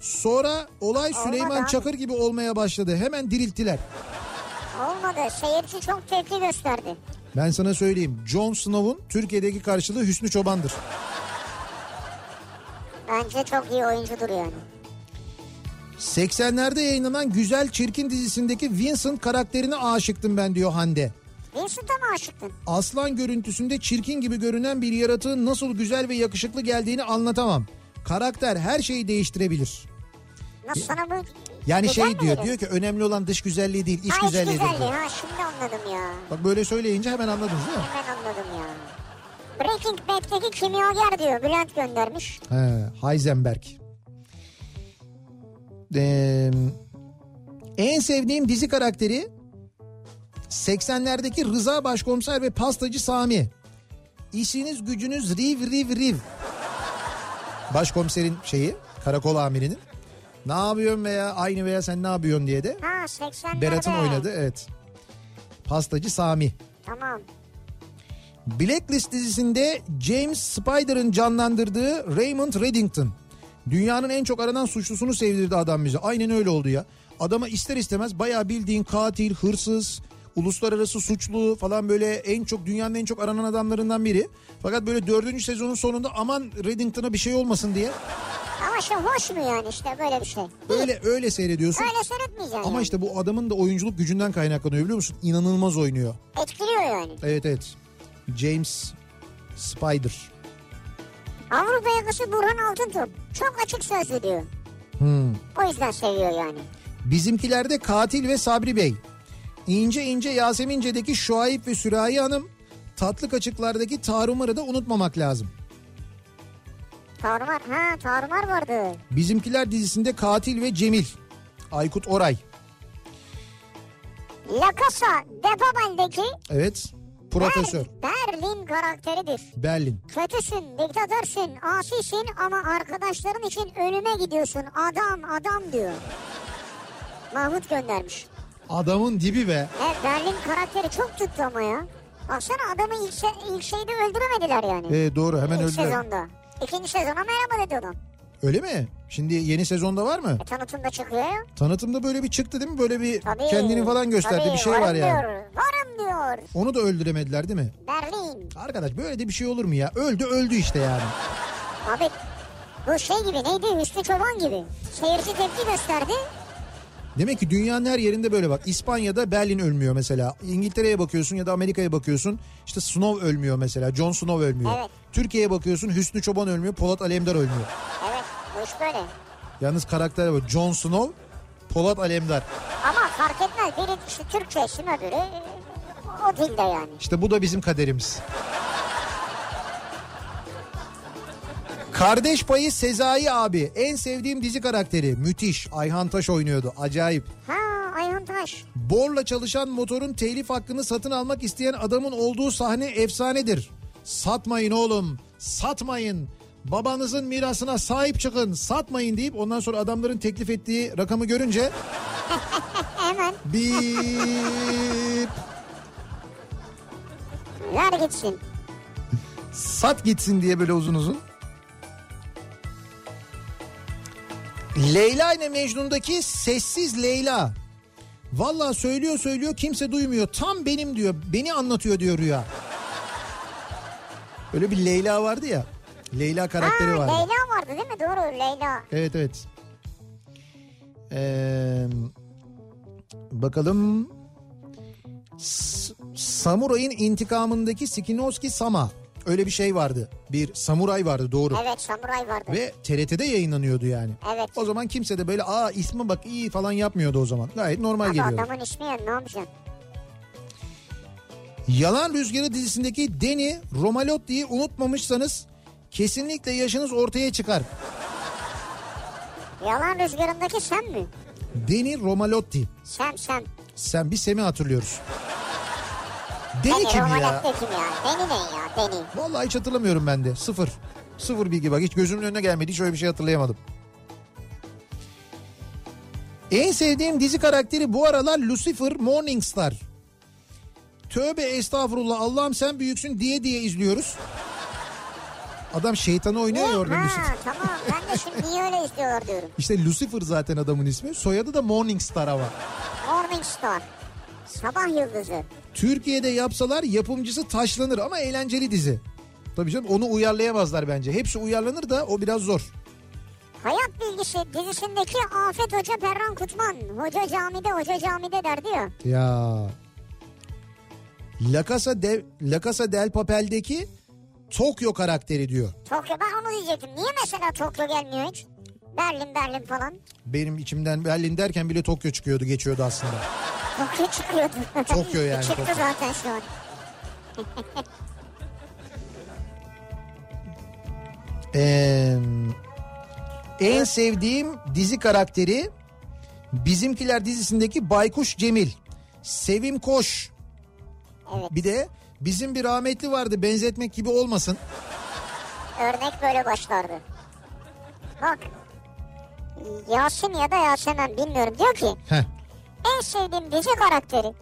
S3: Sonra olay Süleyman
S2: abi.
S3: Çakır gibi olmaya başladı. Hemen dirilttiler.
S2: Olmadı. Seyirci çok tepki gösterdi.
S3: Ben sana söyleyeyim. Jon Snow'un Türkiye'deki karşılığı Hüsnü Çoban'dır.
S2: Bence çok iyi oyuncudur yani.
S3: 80'lerde yayınlanan Güzel Çirkin dizisindeki Vincent karakterine aşıktım ben diyor Hande.
S2: Vincent'a mı aşıktın?
S3: Aslan görüntüsünde çirkin gibi görünen bir yaratığın nasıl güzel ve yakışıklı geldiğini anlatamam. Karakter her şeyi değiştirebilir.
S2: Nasıl sana bu...
S3: Yani
S2: Güzel
S3: şey
S2: mi
S3: diyor,
S2: geliyor?
S3: diyor ki önemli olan dış güzelliği değil, iç
S2: Ha, iç
S3: güzelliği.
S2: güzelliği.
S3: diyor.
S2: Ha şimdi anladım ya.
S3: Bak böyle söyleyince hemen anladınız değil mi?
S2: Hemen anladım ya. Breaking Bad'deki kimyager diyor. Bülent göndermiş.
S3: He, Heisenberg. Ee, en sevdiğim dizi karakteri 80'lerdeki Rıza Başkomiser ve Pastacı Sami. İşiniz gücünüz riv riv riv. Başkomiserin şeyi karakol amirinin. Ne yapıyorsun veya aynı veya sen ne yapıyorsun diye de
S2: Ha 80'lerde.
S3: Berat'ın oynadı evet. Pastacı Sami.
S2: Tamam.
S3: Blacklist dizisinde James Spider'ın canlandırdığı Raymond Reddington. Dünyanın en çok aranan suçlusunu sevdirdi adam bize. Aynen öyle oldu ya. Adama ister istemez bayağı bildiğin katil, hırsız, uluslararası suçlu falan böyle en çok dünyanın en çok aranan adamlarından biri. Fakat böyle dördüncü sezonun sonunda aman Reddington'a bir şey olmasın diye
S2: Ama şey hoş mu yani işte böyle bir şey?
S3: öyle öyle seyrediyorsun.
S2: Öyle seyretmeyeceksin.
S3: Ama
S2: yani.
S3: işte bu adamın da oyunculuk gücünden kaynaklanıyor biliyor musun? İnanılmaz oynuyor.
S2: Etkiliyor yani.
S3: Evet evet. James Spider.
S2: Avrupa yakası Burhan Altıntop. Çok açık sözlü diyor.
S3: Hmm.
S2: O yüzden seviyor yani.
S3: Bizimkilerde Katil ve Sabri Bey. İnce ince Yasemince'deki Şuayip ve Sürahi Hanım. Tatlı kaçıklardaki Tarumar'ı da unutmamak lazım.
S2: Tarumar. Ha tarumar vardı.
S3: Bizimkiler dizisinde Katil ve Cemil. Aykut Oray.
S2: La Casa de Papel'deki
S3: Evet. Profesör.
S2: Ber- Berlin karakteridir.
S3: Berlin.
S2: Kötüsün, diktatörsün, asisin ama arkadaşların için ölüme gidiyorsun. Adam, adam diyor. Mahmut göndermiş.
S3: Adamın dibi ve
S2: Evet Berlin karakteri çok tuttu ama ya. Baksana adamı ilk, se- ilk şeyde öldüremediler yani.
S3: E, doğru hemen
S2: ilk
S3: öldüler.
S2: sezonda. İkinci sezona merhaba dedi adam.
S3: Öyle mi? Şimdi yeni sezonda var mı?
S2: E, tanıtımda çıkıyor ya.
S3: Tanıtımda böyle bir çıktı değil mi? Böyle bir
S2: Tabii.
S3: kendini falan gösterdi
S2: Tabii,
S3: bir şey
S2: varım
S3: var yani.
S2: Diyor, varım diyor.
S3: Onu da öldüremediler değil mi?
S2: Berlin.
S3: Arkadaş böyle de bir şey olur mu ya? Öldü öldü işte yani.
S2: Abi bu şey gibi neydi Hüsnü Çoban gibi. Seyirci tepki gösterdi.
S3: Demek ki dünyanın her yerinde böyle bak. İspanya'da Berlin ölmüyor mesela. İngiltere'ye bakıyorsun ya da Amerika'ya bakıyorsun. İşte Snow ölmüyor mesela. Jon Snow ölmüyor.
S2: Evet.
S3: Türkiye'ye bakıyorsun Hüsnü Çoban ölmüyor. Polat Alemdar ölmüyor.
S2: Evet bu iş böyle.
S3: Yalnız karakter var. Jon Snow, Polat Alemdar.
S2: Ama fark etmez biri işte Türkçe şimdi öbürü e, o dilde yani.
S3: İşte bu da bizim kaderimiz. Kardeş payı Sezai abi. En sevdiğim dizi karakteri. Müthiş. Ayhan Taş oynuyordu. Acayip.
S2: Ha Ayhan Taş.
S3: Borla çalışan motorun telif hakkını satın almak isteyen adamın olduğu sahne efsanedir. Satmayın oğlum, satmayın. Babanızın mirasına sahip çıkın, satmayın deyip ondan sonra adamların teklif ettiği rakamı görünce
S2: Hemen
S3: bir
S2: ver gitsin.
S3: sat gitsin diye böyle uzun uzun. Leyla ile Mecnun'daki sessiz Leyla. Valla söylüyor söylüyor kimse duymuyor. Tam benim diyor. Beni anlatıyor diyor rüya. Böyle bir Leyla vardı ya. Leyla
S2: Ha
S3: karakteri vardı.
S2: Leyla vardı değil mi? Doğru Leyla.
S3: Evet evet. Ee, bakalım. S- Samuray'ın intikamındaki Sikinoski Sama. Öyle bir şey vardı. Bir samuray vardı doğru.
S2: Evet Samuray vardı.
S3: Ve TRT'de yayınlanıyordu yani.
S2: Evet.
S3: O zaman kimse de böyle aa ismi bak iyi falan yapmıyordu o zaman. Gayet normal
S2: Abi
S3: geliyordu.
S2: adamın ismi ya ne yapacaksın?
S3: Yalan Rüzgarı dizisindeki Deni Romalotti'yi unutmamışsanız kesinlikle yaşınız ortaya çıkar.
S2: Yalan rüzgarındaki sen mi?
S3: Deni Romalotti.
S2: Sen sen.
S3: Sen bir Sem'i hatırlıyoruz. Deni
S2: Beni
S3: kim ya?
S2: Romalat'ta kim ya? Beni ne ya? Beni.
S3: Vallahi hiç hatırlamıyorum ben de. Sıfır. Sıfır bilgi bak. Hiç gözümün önüne gelmedi. Hiç öyle bir şey hatırlayamadım. En sevdiğim dizi karakteri bu aralar Lucifer Morningstar. Tövbe estağfurullah Allah'ım sen büyüksün diye diye izliyoruz. Adam şeytanı oynuyor ya orada şey? Lucifer.
S2: Ha tamam ben de şimdi niye öyle izliyorlar diyorum.
S3: İşte Lucifer zaten adamın ismi. Soyadı da Morningstar ama.
S2: Morningstar. Sabah yıldızı.
S3: Türkiye'de yapsalar yapımcısı taşlanır ama eğlenceli dizi. Tabii canım onu uyarlayamazlar bence. Hepsi uyarlanır da o biraz zor.
S2: Hayat Bilgisi dizisindeki Afet Hoca Berran Kutman. Hoca camide, hoca camide derdi ya.
S3: Ya. La Casa, de, La Casa del Papel'deki Tokyo karakteri diyor.
S2: Tokyo ben onu diyecektim. Niye mesela Tokyo gelmiyor hiç? Berlin Berlin falan.
S3: Benim içimden Berlin derken bile Tokyo çıkıyordu geçiyordu aslında.
S2: Tokyo çıkıyordu.
S3: Tokyo yani,
S2: Çıktı
S3: Tokyo.
S2: zaten şu an.
S3: Ee, en sevdiğim dizi karakteri Bizimkiler dizisindeki Baykuş Cemil. Sevim Koş.
S2: Evet.
S3: Bir de bizim bir rahmetli vardı benzetmek gibi olmasın.
S2: Örnek böyle başlardı. Bak. Yasin ya da Yasemen bilmiyorum diyor ki
S3: Heh.
S2: en sevdiğim dizi karakteri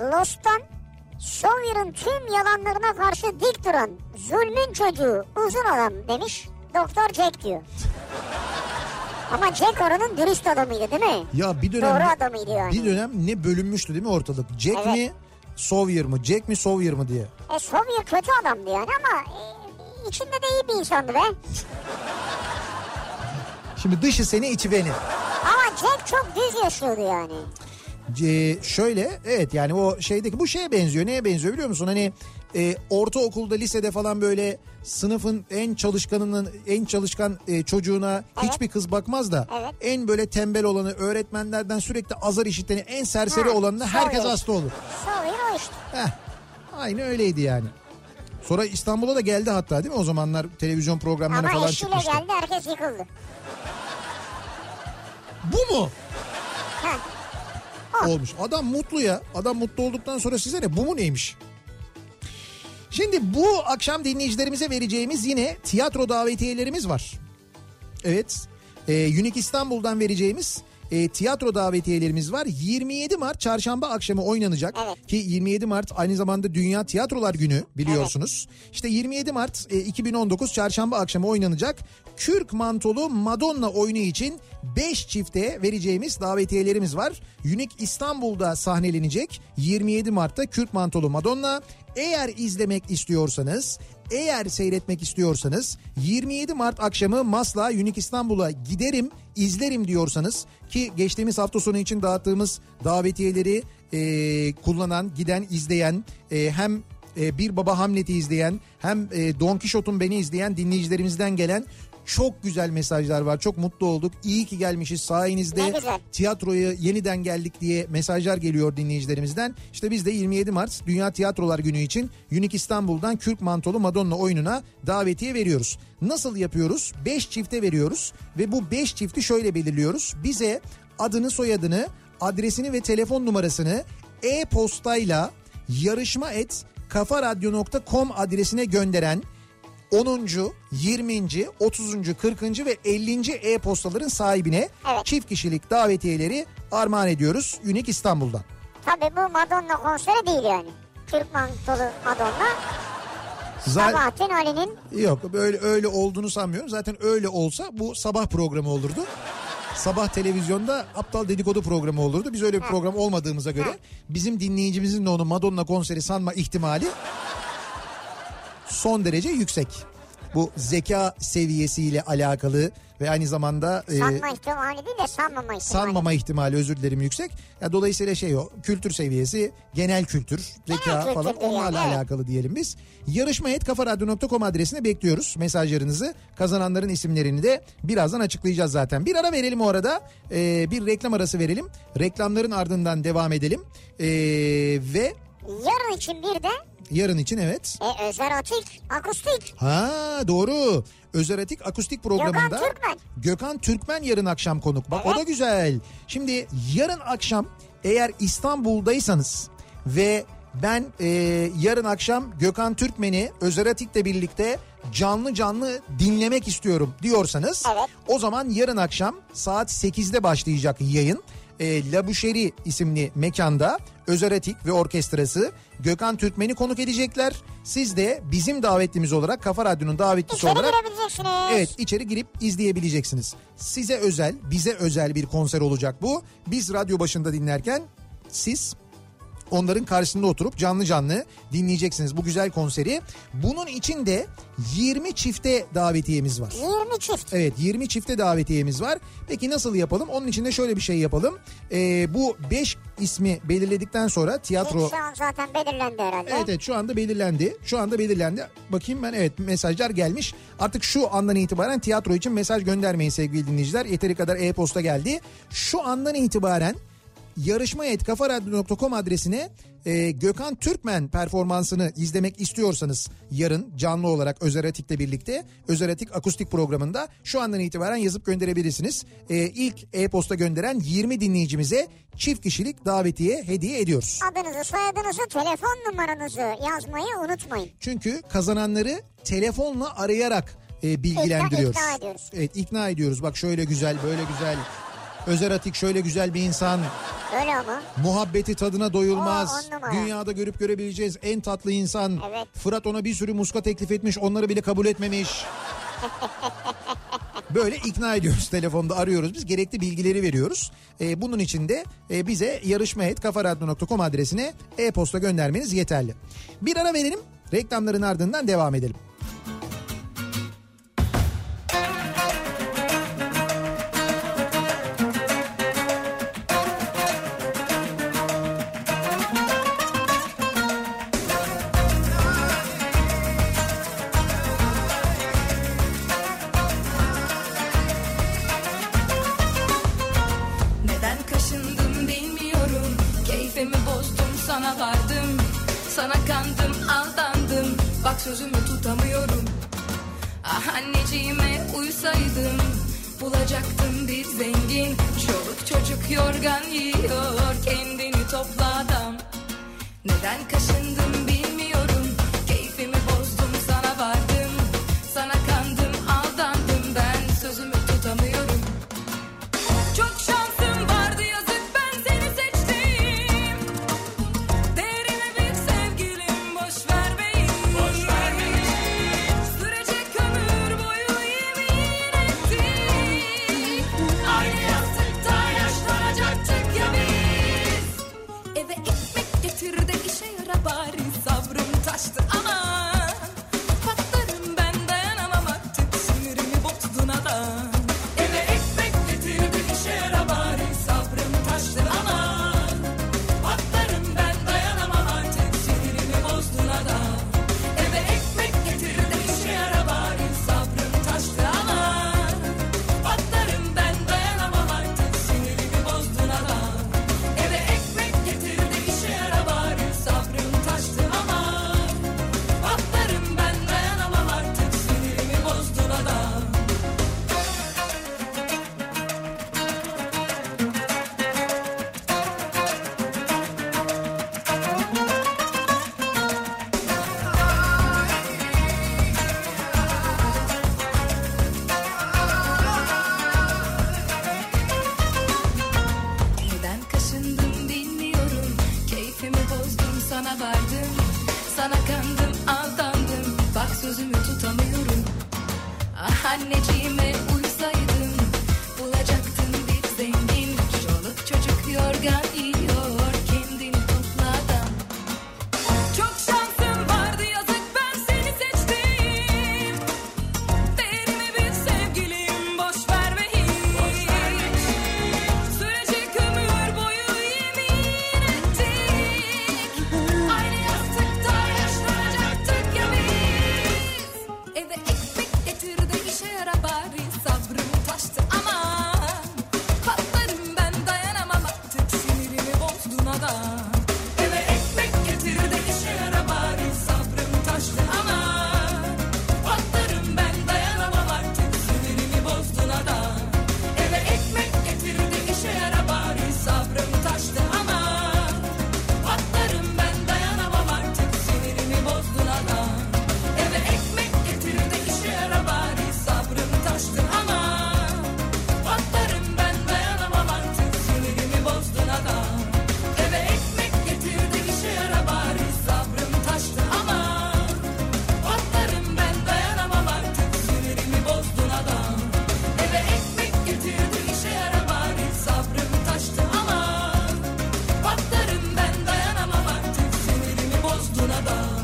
S2: Lost'tan Sawyer'ın tüm yalanlarına karşı dik duran zulmün çocuğu uzun adam demiş Doktor Jack diyor. Ama Jack oranın dürüst adamıydı değil mi?
S3: Ya bir dönem
S2: Doğru adamıydı yani.
S3: bir dönem ne bölünmüştü değil mi ortalık? Jack
S2: Evet.
S3: mi Sawyer mı? Jack mi Sawyer mı diye.
S2: E Sawyer kötü adamdı yani ama e, içinde de iyi bir insandı be.
S3: Şimdi dışı seni içi beni.
S2: Ama Jack çok düz yaşıyordu yani.
S3: Ee, şöyle evet yani o şeydeki bu şeye benziyor. Neye benziyor biliyor musun? Hani e, ortaokulda lisede falan böyle sınıfın en çalışkanının en çalışkan e, çocuğuna hiçbir kız bakmaz da
S2: Evet.
S3: en böyle tembel olanı öğretmenlerden sürekli azar işiteni en serseri
S2: Ha,
S3: olanına herkes
S2: Sawyer.
S3: hasta olur.
S2: Sawyer o işte.
S3: Heh, aynı öyleydi yani. Sonra İstanbul'a da geldi hatta değil mi? O zamanlar televizyon programlarına
S2: Ama
S3: falan
S2: eşiyle
S3: çıkmıştı.
S2: geldi herkes yıkıldı.
S3: Bu mu?
S2: Ha.
S3: olmuş. Adam mutlu ya. Adam mutlu olduktan sonra size ne? Bu mu neymiş? Şimdi bu akşam dinleyicilerimize vereceğimiz yine tiyatro davetiyelerimiz var. Evet. E, Unique İstanbul'dan vereceğimiz e, tiyatro davetiyelerimiz var. 27 Mart çarşamba akşamı oynanacak.
S2: Evet.
S3: Ki 27 Mart aynı zamanda Dünya Tiyatrolar Günü biliyorsunuz. İşte 27 Mart e, 2019 çarşamba akşamı oynanacak. Kürk mantolu Madonna oyunu için 5 çifte vereceğimiz davetiyelerimiz var. Unique İstanbul'da sahnelenecek 27 Mart'ta Kürk mantolu Madonna. Eğer izlemek istiyorsanız eğer seyretmek istiyorsanız 27 Mart akşamı Masla Unique İstanbul'a giderim izlerim diyorsanız ki geçtiğimiz hafta sonu için dağıttığımız davetiyeleri e, kullanan giden izleyen e, hem e, Bir Baba Hamlet'i izleyen hem e, Don Kişot'un beni izleyen dinleyicilerimizden gelen çok güzel mesajlar var. Çok mutlu olduk. İyi ki gelmişiz sayenizde.
S2: Ne güzel.
S3: Tiyatroyu yeniden geldik diye mesajlar geliyor dinleyicilerimizden. İşte biz de 27 Mart Dünya Tiyatrolar Günü için Unique İstanbul'dan Kürk Mantolu Madonna oyununa davetiye veriyoruz. Nasıl yapıyoruz? 5 çifte veriyoruz ve bu 5 çifti şöyle belirliyoruz. Bize adını, soyadını, adresini ve telefon numarasını e-postayla yarışma et kafaradyo.com adresine gönderen 10. 20. 30. 40. ve 50. e-postaların sahibine
S2: Evet.
S3: çift kişilik davetiyeleri armağan ediyoruz Unique İstanbul'dan.
S2: Tabii bu Madonna konseri değil yani. Türk mantolu Madonna.
S3: Zaten
S2: Sabahattin Ali'nin
S3: yok böyle öyle olduğunu sanmıyorum. Zaten öyle olsa bu sabah programı olurdu. Sabah televizyonda aptal dedikodu programı olurdu. Biz öyle bir program olmadığımıza göre bizim dinleyicimizin de onu Madonna konseri sanma ihtimali son derece yüksek. Bu zeka seviyesiyle alakalı ve aynı zamanda e,
S2: sanma ihtimali değil de sanmama ihtimali.
S3: sanmama ihtimali özür dilerim yüksek. Ya dolayısıyla şey o kültür seviyesi genel kültür, zeka
S2: kültür
S3: falan
S2: diyor,
S3: onlarla
S2: evet.
S3: alakalı diyelim biz. Yarışma.kafaradyo.com adresine bekliyoruz mesajlarınızı. Kazananların isimlerini de birazdan açıklayacağız zaten. Bir ara verelim o arada. Ee, bir reklam arası verelim. Reklamların ardından devam edelim. Ee, ve
S2: Yarın için bir de
S3: yarın için evet.
S2: e, Özer Atik, akustik.
S3: Ha doğru. Özeratik akustik programında
S2: Gökhan Türkmen.
S3: Gökhan Türkmen yarın akşam konuk. Bak o da güzel. Şimdi yarın akşam eğer İstanbul'daysanız ve ben e, yarın akşam Gökhan Türkmen'i Özeratik'le birlikte canlı canlı dinlemek istiyorum diyorsanız
S2: Evet.
S3: o zaman yarın akşam saat 8'de başlayacak yayın. E, La Boucherie isimli mekanda Özeratik ve orkestrası Gökhan Türkmen'i konuk edecekler. Siz de bizim davetlimiz olarak Kafa Radyo'nun davetlisi
S2: İçeri
S3: olarak
S2: girebileceksiniz.
S3: Evet içeri girip izleyebileceksiniz. Size özel, bize özel bir konser olacak bu. Biz radyo başında dinlerken siz onların karşısında oturup canlı canlı dinleyeceksiniz bu güzel konseri. Bunun için de 20 çifte davetiyemiz var.
S2: 20 çift.
S3: Evet 20 çifte davetiyemiz var. Peki nasıl yapalım? Onun için de şöyle bir şey yapalım. Ee, bu 5 ismi belirledikten sonra tiyatro...
S2: İlk Şu an zaten belirlendi herhalde.
S3: Evet evet şu anda belirlendi. Şu anda belirlendi. Bakayım ben evet mesajlar gelmiş. Artık şu andan itibaren tiyatro için mesaj göndermeyin sevgili dinleyiciler. Yeteri kadar e-posta geldi. Şu andan itibaren yarışma.kafaradyo.com adresine e, Gökhan Türkmen performansını izlemek istiyorsanız yarın canlı olarak Özeratik'le birlikte Özeratik akustik programında şu andan itibaren yazıp gönderebilirsiniz. E, ilk e-posta gönderen 20 dinleyicimize çift kişilik davetiye hediye ediyoruz.
S2: Adınızı, soyadınızı, telefon numaranızı yazmayı unutmayın.
S3: Çünkü kazananları telefonla arayarak e, bilgilendiriyoruz.
S2: İkna- ikna ediyoruz.
S3: Evet ikna ediyoruz. Bak şöyle güzel böyle güzel. Özer Atik şöyle güzel bir insan.
S2: Öyle ama.
S3: Muhabbeti tadına doyulmaz.
S2: Aa, on numara.
S3: Dünyada görüp görebileceğiz en tatlı insan.
S2: Evet.
S3: Fırat ona bir sürü muska teklif etmiş. Onları bile kabul etmemiş. Böyle ikna ediyoruz telefonda arıyoruz biz gerekli bilgileri veriyoruz. E, bunun için de e, bize yarışma.kafaradyo.com adresine e-posta göndermeniz yeterli. Bir ara verelim reklamların ardından devam edelim.
S5: Neden kaşındım bilmiyorum Keyfimi bozdum sana vardım Sana kandım aldandım Bak sözümü tutamıyorum Ah anneciğime uysaydım bulacaktın bir zengin Çoluk çocuk yorgan yiyor kendini topla adam Neden kaşındım bilmiyorum Keyfimi bozdum sana vardım Sana kandım aldandım ben sözümü tutamıyorum Çok şansım vardı yazık ben seni seçtim Derine bir sevgilim boş ver beni Boş ver beni Sürecek ömür boyu yemin ettik Aynı yastıkta yaşlanacaktık ya biz Eve ekmek getir de işe yara bari Sabrım taştı ama Patlarım ben dayanamam artık Sinirimi bozdun adam Eve ekmek getir de işe yara bari Sabrım taştı ama Patlarım ben dayanamam artık sinirimi bozdun adam Eve ekmek getir de işe yara bari sabrım taştı ama Patlarım ben dayanamam artık sinirimi bozdun adam Eve ekmek getir de işe yara bari sabrım taştı ama Patlarım ben dayanamam artık sinirimi bozdun adam Neden kaşındım bilmiyorum Keyfimi bozdum sana vardım Sana kandım aldandım Bak sözümü tutamıyorum Ah anneciğime uysaydın Bulacaktın bir zengin Çoluk çocuk yorgan yiyor Kendini topla adam Çok şansım vardı yazık ben seni seçtim Derime bir sevgilim boş ver ve hiç Sürecek ömür boyu yemin ettik Aynı yastıkta yaşlanacaktık ya biz Eve ekmek getir de işe yara bari Sabrım taştı ama Patlarım ben dayanamam artık Sinirimi bozdun adam Eve ekmek getir de işe yara bari Sabrım taştı ama Patlarım ben dayanamam artık Sinirimi bozdun adam Eve ekmek getir de işe yara bari Sabrım taştı ama Patlarım ben dayanamam artık Sinirimi bozdun adam Eve ekmek getir de işe yara bari Sabrım taştı ama Patlarım ben dayanamam artık Sinirimi bozdun adam Eve ekmek getir de işe yara bari Sabrım taştı ama Patlarım ben dayanamam artık sinirimi bozdun adam Eve ekmek getirdi işe yara bari sabrım taştı ama Patlarım ben dayanamam artık sinirimi bozdun adam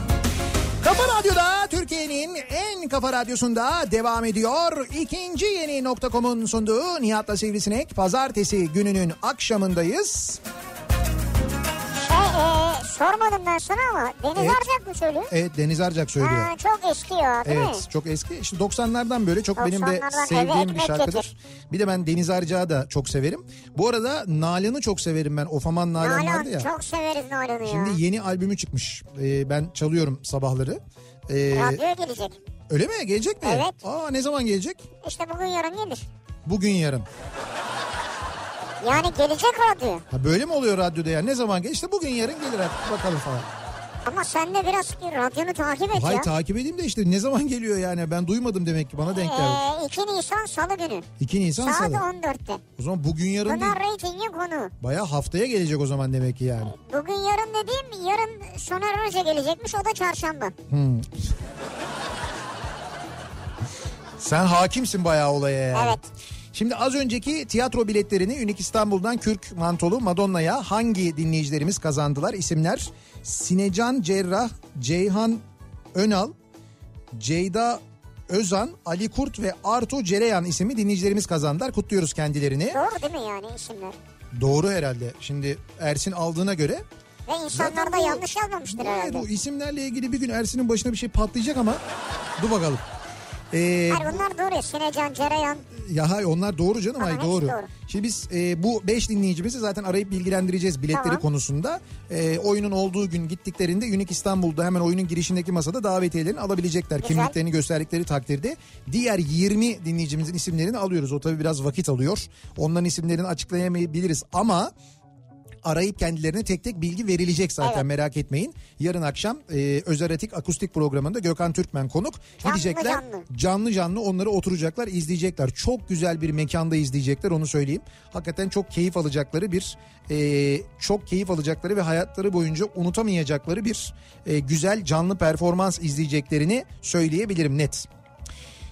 S3: Kafa Radyo'da Türkiye'nin en kafa radyosunda devam ediyor. İkinci yeni nokta.com'un sunduğu Nihat'la Sivrisinek pazartesi gününün akşamındayız.
S2: Şey, e, sormadım ben sana ama Deniz
S3: Evet.
S2: Arcak mı söylüyor?
S3: Evet E, Deniz Arcak söylüyor.
S2: Ha, çok eski o değil mi?
S3: Evet çok eski. İşte 90'lardan böyle çok benim de
S2: 90'lardan
S3: sevdiğim
S2: eve
S3: bir
S2: ekmek
S3: şarkıdır.
S2: getir.
S3: Bir de ben Deniz Arca'yı da çok severim. Bu arada Nalan'ı çok severim ben. Ofaman Nalan, vardı ya.
S2: Nalan çok severiz Nalan'ı ya.
S3: Şimdi yeni albümü çıkmış. Ee, ben çalıyorum sabahları. Ee,
S2: Radyoya gelecek.
S3: öyle mi? Gelecek mi?
S2: Evet.
S3: Aa ne zaman gelecek?
S2: İşte bugün yarın gelir.
S3: Bugün yarın.
S2: Yani gelecek radyo.
S3: Ha böyle mi oluyor radyoda ya? Ne zaman gel? İşte bugün yarın gelir artık bakalım falan.
S2: Ama sen de biraz radyonu takip et
S3: Hay
S2: ya.
S3: takip edeyim de işte ne zaman geliyor yani? Ben duymadım demek ki bana denk geldi.
S2: Ee, 2 Nisan Salı günü.
S3: 2 Nisan
S2: Saat
S3: salı.
S2: 14'te.
S3: O zaman bugün yarın değil.
S2: Bunlar reytingin konu.
S3: Baya haftaya gelecek o zaman demek ki yani.
S2: Bugün yarın dediğim yarın Soner Hoca gelecekmiş o da çarşamba.
S3: Hmm. Sen hakimsin bayağı olaya yani.
S2: Evet.
S3: Şimdi az önceki tiyatro biletlerini Ünik İstanbul'dan Kürk Mantolu Madonna'ya hangi dinleyicilerimiz kazandılar? İsimler Sinecan Cerrah, Ceyhan Önal, Ceyda Özan, Ali Kurt ve Artu Cereyan isimli dinleyicilerimiz kazandılar. Kutluyoruz kendilerini.
S2: Doğru değil mi yani isimler?
S3: Doğru herhalde. Şimdi Ersin aldığına göre.
S2: Ve insanlar da
S3: bu-
S2: yanlış yazmamıştır
S3: Evet,
S2: herhalde.
S3: o isimlerle ilgili bir gün Ersin'in başına bir şey patlayacak ama dur bakalım. Ee,
S2: Hayır bunlar doğru. Sinecan, Cerayan.
S3: ya hay onlar doğru canım
S2: Ama
S3: ay
S2: hepsi
S3: doğru.
S2: doğru.
S3: Şimdi biz e, bu 5 dinleyicimizi zaten arayıp bilgilendireceğiz biletleri
S2: Tamam.
S3: konusunda. E, oyunun olduğu gün gittiklerinde Unique İstanbul'da hemen oyunun girişindeki masada davetiyelerini alabilecekler.
S2: Güzel.
S3: Kimliklerini gösterdikleri takdirde. Diğer 20 dinleyicimizin isimlerini alıyoruz. O tabii biraz vakit alıyor. Onların isimlerini açıklayamayabiliriz ama arayıp kendilerine tek tek bilgi verilecek zaten
S2: Evet.
S3: merak etmeyin. Yarın akşam e, Özeratik Akustik programında Gökhan Türkmen konuk.
S2: Canlı
S3: Gidecekler
S2: canlı.
S3: canlı canlı onları oturacaklar izleyecekler. Çok güzel bir mekanda izleyecekler onu söyleyeyim. Hakikaten çok keyif alacakları bir e, çok keyif alacakları ve hayatları boyunca unutamayacakları bir e, güzel canlı performans izleyeceklerini söyleyebilirim net.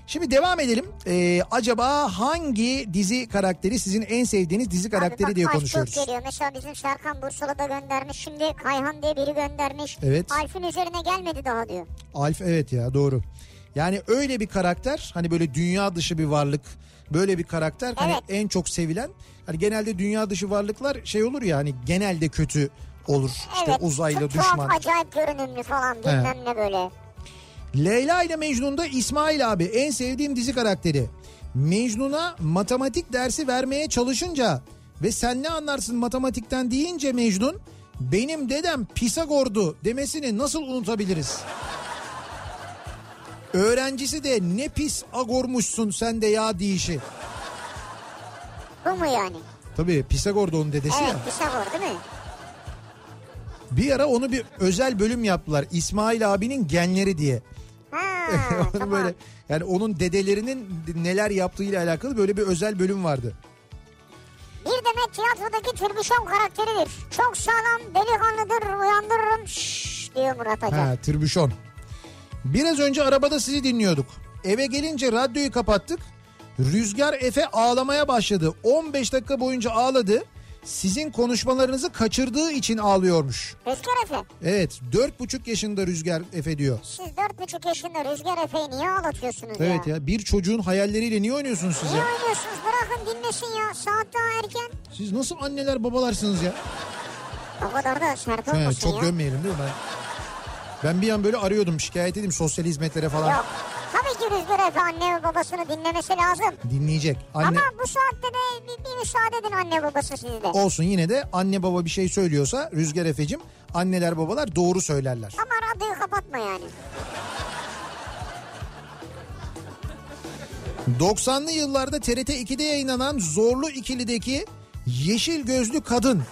S3: Şimdi devam edelim. E, acaba hangi dizi karakteri sizin en sevdiğiniz dizi karakteri
S2: Abi bak
S3: diye
S2: aç çok
S3: konuşuyoruz.
S2: geliyor. Mesela bizim Serkan Bursalı da göndermiş. Şimdi Kayhan diye biri göndermiş.
S3: Evet.
S2: Alf'in üzerine gelmedi daha diyor.
S3: Alf evet ya doğru. Yani öyle bir karakter hani böyle dünya dışı bir varlık böyle bir karakter hani
S2: Evet.
S3: en çok sevilen hani genelde dünya dışı varlıklar şey olur ya hani genelde kötü olur işte
S2: evet.
S3: uzaylı
S2: çok
S3: düşman.
S2: Tuhaf, acayip görünümlü falan bilmem ne böyle.
S3: Leyla ile Mecnun'da İsmail abi en sevdiğim dizi karakteri. Mecnun'a matematik dersi vermeye çalışınca ve sen ne anlarsın matematikten deyince Mecnun benim dedem Pisagor'du demesini nasıl unutabiliriz? Öğrencisi de ne pis agormuşsun sen de ya deyişi.
S2: Bu mu yani?
S3: Tabii Pisagor da onun dedesi
S2: Evet
S3: ya.
S2: Pisagor değil mi?
S3: Bir ara onu bir özel bölüm yaptılar. İsmail abinin genleri diye.
S2: Ha,
S3: Onun
S2: tamam.
S3: böyle yani onun dedelerinin neler yaptığıyla alakalı böyle bir özel bölüm vardı.
S2: Bir demek tiyatrodaki türbüşon karakteridir. Çok sağlam, delikanlıdır, uyandırırım şşş diyor Murat Acar.
S3: Ha, tribüşon. Biraz önce arabada sizi dinliyorduk. Eve gelince radyoyu kapattık. Rüzgar Efe ağlamaya başladı. 15 dakika boyunca ağladı. Sizin konuşmalarınızı kaçırdığı için ağlıyormuş.
S2: Rüzgar Efe,
S3: Evet 4,5 yaşında Rüzgar Efe diyor.
S2: siz dört buçuk yaşında Rüzgar Efe'yi niye ağlatıyorsunuz
S3: Evet
S2: ya?
S3: ya bir çocuğun hayalleriyle niye oynuyorsunuz siz
S2: Niye
S3: ya?
S2: oynuyorsunuz? Bırakın dinlesin ya. Saat daha erken.
S3: Siz nasıl anneler babalarsınız ya?
S2: O kadar da sert
S3: He,
S2: olmasın
S3: çok
S2: ya.
S3: gömmeyelim değil mi? Ben, ben bir an böyle arıyordum şikayet edeyim sosyal hizmetlere falan.
S2: Yok. Tabii ki Rüzgar Efe anne ve babasını dinlemesi lazım.
S3: Dinleyecek. Anne,
S2: Ama bu saatte de bir, bir müsaade edin anne babası sizi de.
S3: Olsun yine de anne baba bir şey söylüyorsa Rüzgar Efe'cim anneler babalar doğru söylerler.
S2: Ama radyoyu kapatma yani.
S3: 90'lı yıllarda TRT 2'de yayınlanan Zorlu İkili'deki Yeşil Gözlü Kadın.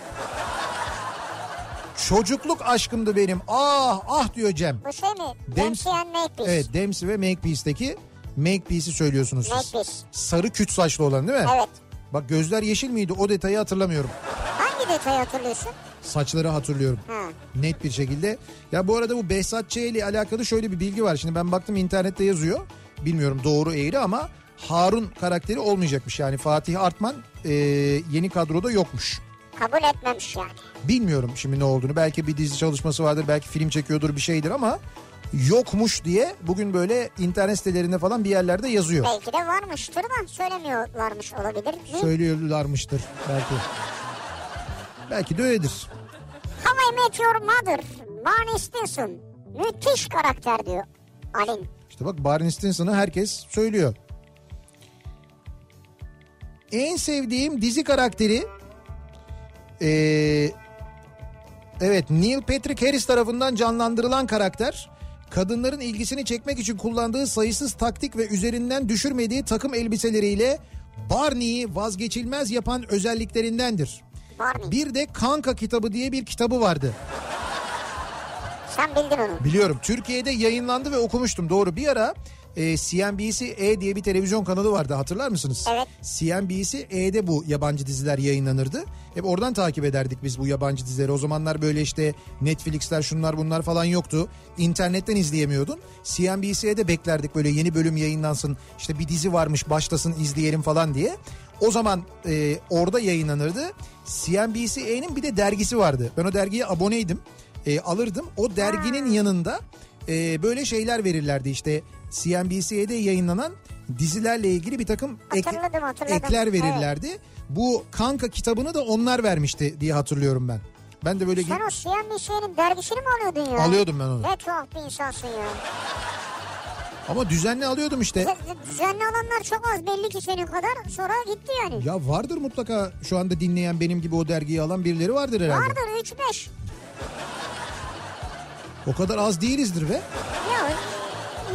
S3: Çocukluk aşkımdı benim. Ah ah diyor Cem.
S2: Bu şey mi?
S3: Dem-
S2: Dempsey and Makepeace.
S3: Evet Dempsey ve Makepeace'deki Makepeace'i söylüyorsunuz siz.
S2: Makepeace.
S3: Sarı küt saçlı olan değil mi?
S2: Evet.
S3: Bak gözler yeşil miydi o detayı hatırlamıyorum.
S2: Hangi detayı hatırlıyorsun?
S3: Saçları hatırlıyorum.
S2: Ha.
S3: net bir şekilde. Ya bu arada bu Behzat Ç. ile alakalı şöyle bir bilgi var. Şimdi ben baktım internette yazıyor. Bilmiyorum doğru eğri ama Harun karakteri olmayacakmış. Yani Fatih Artman e, yeni kadroda yokmuş.
S2: Kabul etmemiş yani.
S3: Bilmiyorum şimdi ne olduğunu. Belki bir dizi çalışması vardır, belki film çekiyordur bir şeydir ama yokmuş diye bugün böyle internet sitelerinde falan bir yerlerde yazıyor.
S2: Belki de varmıştır da söylemiyorlarmış olabilir. Hı?
S3: Söylüyorlarmıştır belki. Belki de öyledir.
S2: How I Met Your Mother, Barney Stinson. Müthiş karakter diyor Alin.
S3: İşte bak Barney Stinson'ı herkes söylüyor. En sevdiğim dizi karakteri ee, evet Neil Patrick Harris tarafından canlandırılan karakter kadınların ilgisini çekmek için kullandığı sayısız taktik ve üzerinden düşürmediği takım elbiseleriyle Barney'i vazgeçilmez yapan özelliklerindendir.
S2: Barney.
S3: Bir de Kanka kitabı diye bir kitabı vardı.
S2: Sen bildin onu.
S3: Biliyorum. Türkiye'de yayınlandı ve okumuştum. Doğru. Bir ara e, CNBC E diye bir televizyon kanalı vardı. Hatırlar mısınız?
S2: Evet.
S3: CNBC E'de E bu yabancı diziler yayınlanırdı. Hep oradan takip ederdik biz bu yabancı dizileri. O zamanlar böyle işte Netflix'ler şunlar bunlar falan yoktu. İnternetten izleyemiyordun. CNBC'de E beklerdik böyle yeni bölüm yayınlansın. İşte bir dizi varmış başlasın izleyelim falan diye. O zaman e, orada yayınlanırdı. CNBC'nin bir de dergisi vardı. Ben o dergiye aboneydim. E, alırdım. O derginin yanında e, böyle şeyler verirlerdi işte. CNBC'de yayınlanan dizilerle ilgili bir takım ek-
S2: Hatırladım, hatırladım.
S3: ekler
S2: Evet.
S3: verirlerdi. Bu kanka kitabını da onlar vermişti diye hatırlıyorum ben. Ben de böyle
S2: Sen
S3: gi-
S2: o Siyan Mişe'nin dergisini mi alıyordun ya?
S3: alıyordum ben onu.
S2: Ne tuhaf bir insansın ya.
S3: Ama düzenli alıyordum işte.
S2: Düz- Düzenli alanlar çok az belli ki senin kadar. Sonra gitti yani.
S3: Ya vardır mutlaka şu anda dinleyen benim gibi o dergiyi alan birileri vardır herhalde.
S2: Vardır 3-5.
S3: O kadar az değilizdir ve.
S2: Ya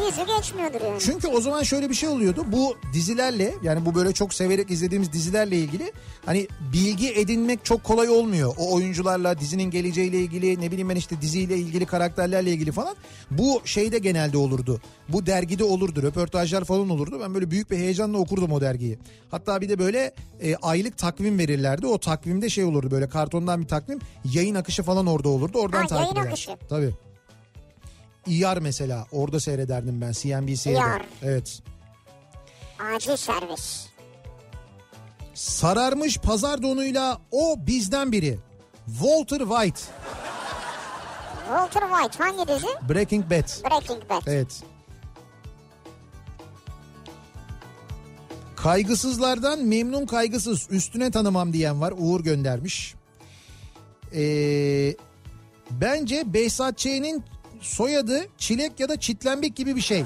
S2: yüzü geçmiyordur yani.
S3: Çünkü o zaman şöyle bir şey oluyordu. Bu dizilerle yani bu böyle çok severek izlediğimiz dizilerle ilgili hani bilgi edinmek çok kolay olmuyor. O oyuncularla dizinin geleceğiyle ilgili ne bileyim ben işte diziyle ilgili karakterlerle ilgili falan. Bu şeyde genelde olurdu. Bu dergide olurdu. Röportajlar falan olurdu. Ben böyle büyük bir heyecanla okurdum o dergiyi. Hatta bir de böyle e, aylık takvim verirlerdi. O takvimde şey olurdu böyle kartondan bir takvim. Yayın akışı falan orada olurdu. Oradan
S2: Ha,
S3: takip
S2: yayın
S3: eder.
S2: akışı.
S3: Tabii. ER mesela orada seyrederdim ben CNBC'de.
S2: ER.
S3: Evet.
S2: Acil servis.
S3: Sararmış pazar donuyla o bizden biri. Walter White.
S2: Walter White hangi dizi?
S3: Breaking Bad.
S2: Breaking Bad.
S3: Evet. Kaygısızlardan memnun kaygısız üstüne tanımam diyen var Uğur göndermiş. Ee, bence Behzat Ç'nin soyadı çilek ya da çitlenbik gibi bir şey.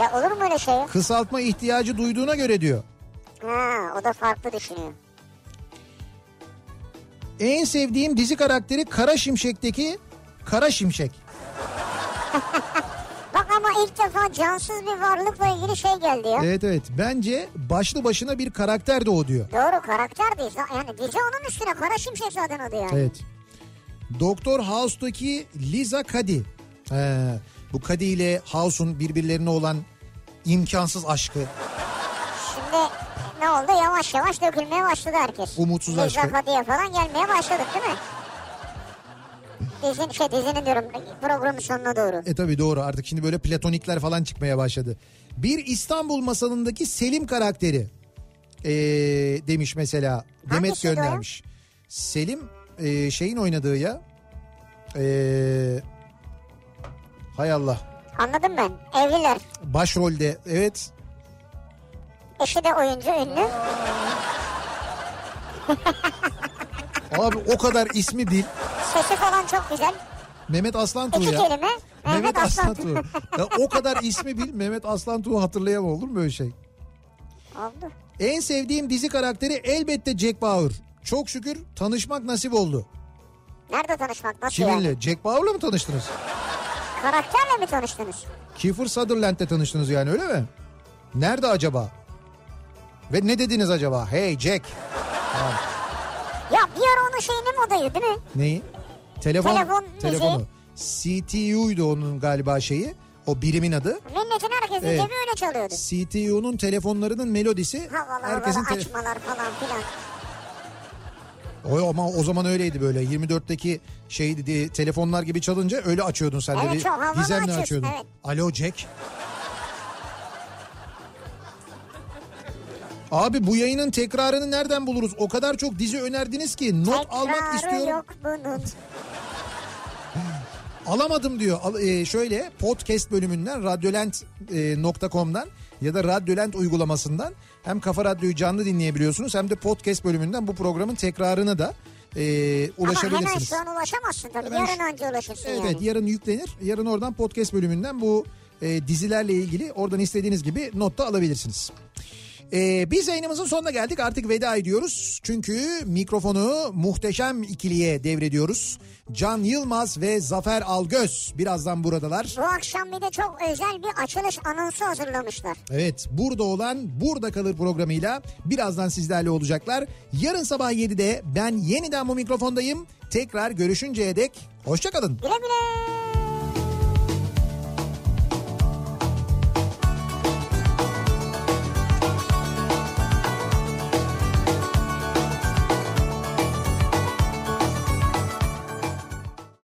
S2: Ya olur mu öyle şey? ya?
S3: Kısaltma ihtiyacı duyduğuna göre diyor.
S2: Ha, o da farklı düşünüyor.
S3: En sevdiğim dizi karakteri Kara Şimşek'teki Kara Şimşek.
S2: Bak ama ilk defa cansız bir varlıkla ilgili şey geldi ya.
S3: Evet evet bence başlı başına bir karakter de o diyor.
S2: Doğru karakter değil. Yani dizi onun üstüne Kara Şimşek zaten adı yani.
S3: Evet. Doktor House'daki Liza Cady. Ee, bu Cady ile House'un birbirlerine olan imkansız aşkı.
S2: Şimdi ne oldu yavaş yavaş dökülmeye başladı herkes.
S3: Umutsuz aşkı.
S2: diye falan gelmeye başladık değil mi? Dizin, şey dizinin diyorum programın sonuna doğru.
S3: E tabi doğru artık şimdi böyle platonikler falan çıkmaya başladı. Bir İstanbul masalındaki Selim karakteri ee, demiş mesela. Demet
S2: Hangisiydi o?
S3: göndermiş. Selim ee, şeyin oynadığı ya. Ee, hay Allah.
S2: Anladım ben. Evliler.
S3: Başrolde evet.
S2: Eşi de oyuncu ünlü.
S3: Abi o kadar ismi değil.
S2: Sesi falan çok güzel.
S3: Mehmet Aslantuğ
S2: İki
S3: ya.
S2: kelime. Mehmet
S3: Mehmet
S2: Aslantuğ.
S3: Aslantuğ. ya o kadar ismi bil Mehmet Aslantuğ'u hatırlayamam olur mu öyle şey?
S2: Oldu.
S3: En sevdiğim dizi karakteri elbette Jack Bauer. Çok şükür tanışmak nasip oldu.
S2: Nerede tanışmak? Nasıl yani?
S3: Kiminle? Jack Bauer'la mı tanıştınız?
S2: Karakterle mi tanıştınız?
S3: Kiefer Sutherland'le tanıştınız yani öyle mi? Nerede acaba? Ve ne dediniz acaba? Hey Jack.
S2: Ya bir ara onun şeyini modayı değil mi?
S3: Neyi? Telefon.
S2: Telefon müziği.
S3: telefonu. CTU'ydu onun galiba şeyi. O birimin adı.
S2: Milletin herkesin
S3: Evet.
S2: cebi öyle çalıyordu.
S3: CTU'nun telefonlarının melodisi
S2: Havalı
S3: herkesin
S2: havalı
S3: tele-
S2: açmalar falan filan.
S3: O ama o zaman öyleydi böyle 24'teki şey dedi, telefonlar gibi çalınca öyle açıyordun sen
S2: Evet,
S3: dedi.
S2: çok havalı
S3: Gizemle
S2: açıyorsun,
S3: açıyordun.
S2: evet.
S3: Alo Jack. Abi bu yayının tekrarını nereden buluruz? O kadar çok dizi önerdiniz ki not almak
S2: Tekrarı
S3: istiyorum.
S2: yok bunun.
S3: Alamadım diyor. Al- e, şöyle podcast bölümünden radyolent.com'dan ya da radyolent uygulamasından hem Kafa Radyo'yu canlı dinleyebiliyorsunuz hem de podcast bölümünden bu programın tekrarına da e,
S2: Ama hemen
S3: ulaşabilirsiniz.
S2: şu an ulaşamazsın tabii.
S3: Hemen
S2: Yarın
S3: şu-
S2: önce ulaşırsın
S3: Evet,
S2: yani.
S3: evet yarın yüklenir. Yarın oradan podcast bölümünden bu e, dizilerle ilgili oradan istediğiniz gibi not da alabilirsiniz. E, biz yayınımızın sonuna geldik artık veda ediyoruz. Çünkü mikrofonu muhteşem ikiliye devrediyoruz. Can Yılmaz ve Zafer Algöz birazdan buradalar.
S2: Bu akşam bir de çok özel bir açılış anonsu hazırlamışlar.
S3: Evet burada olan burada kalır programıyla birazdan sizlerle olacaklar. Yarın sabah 7'de ben yeniden bu mikrofondayım. Tekrar görüşünceye dek hoşçakalın.
S2: Güle güle.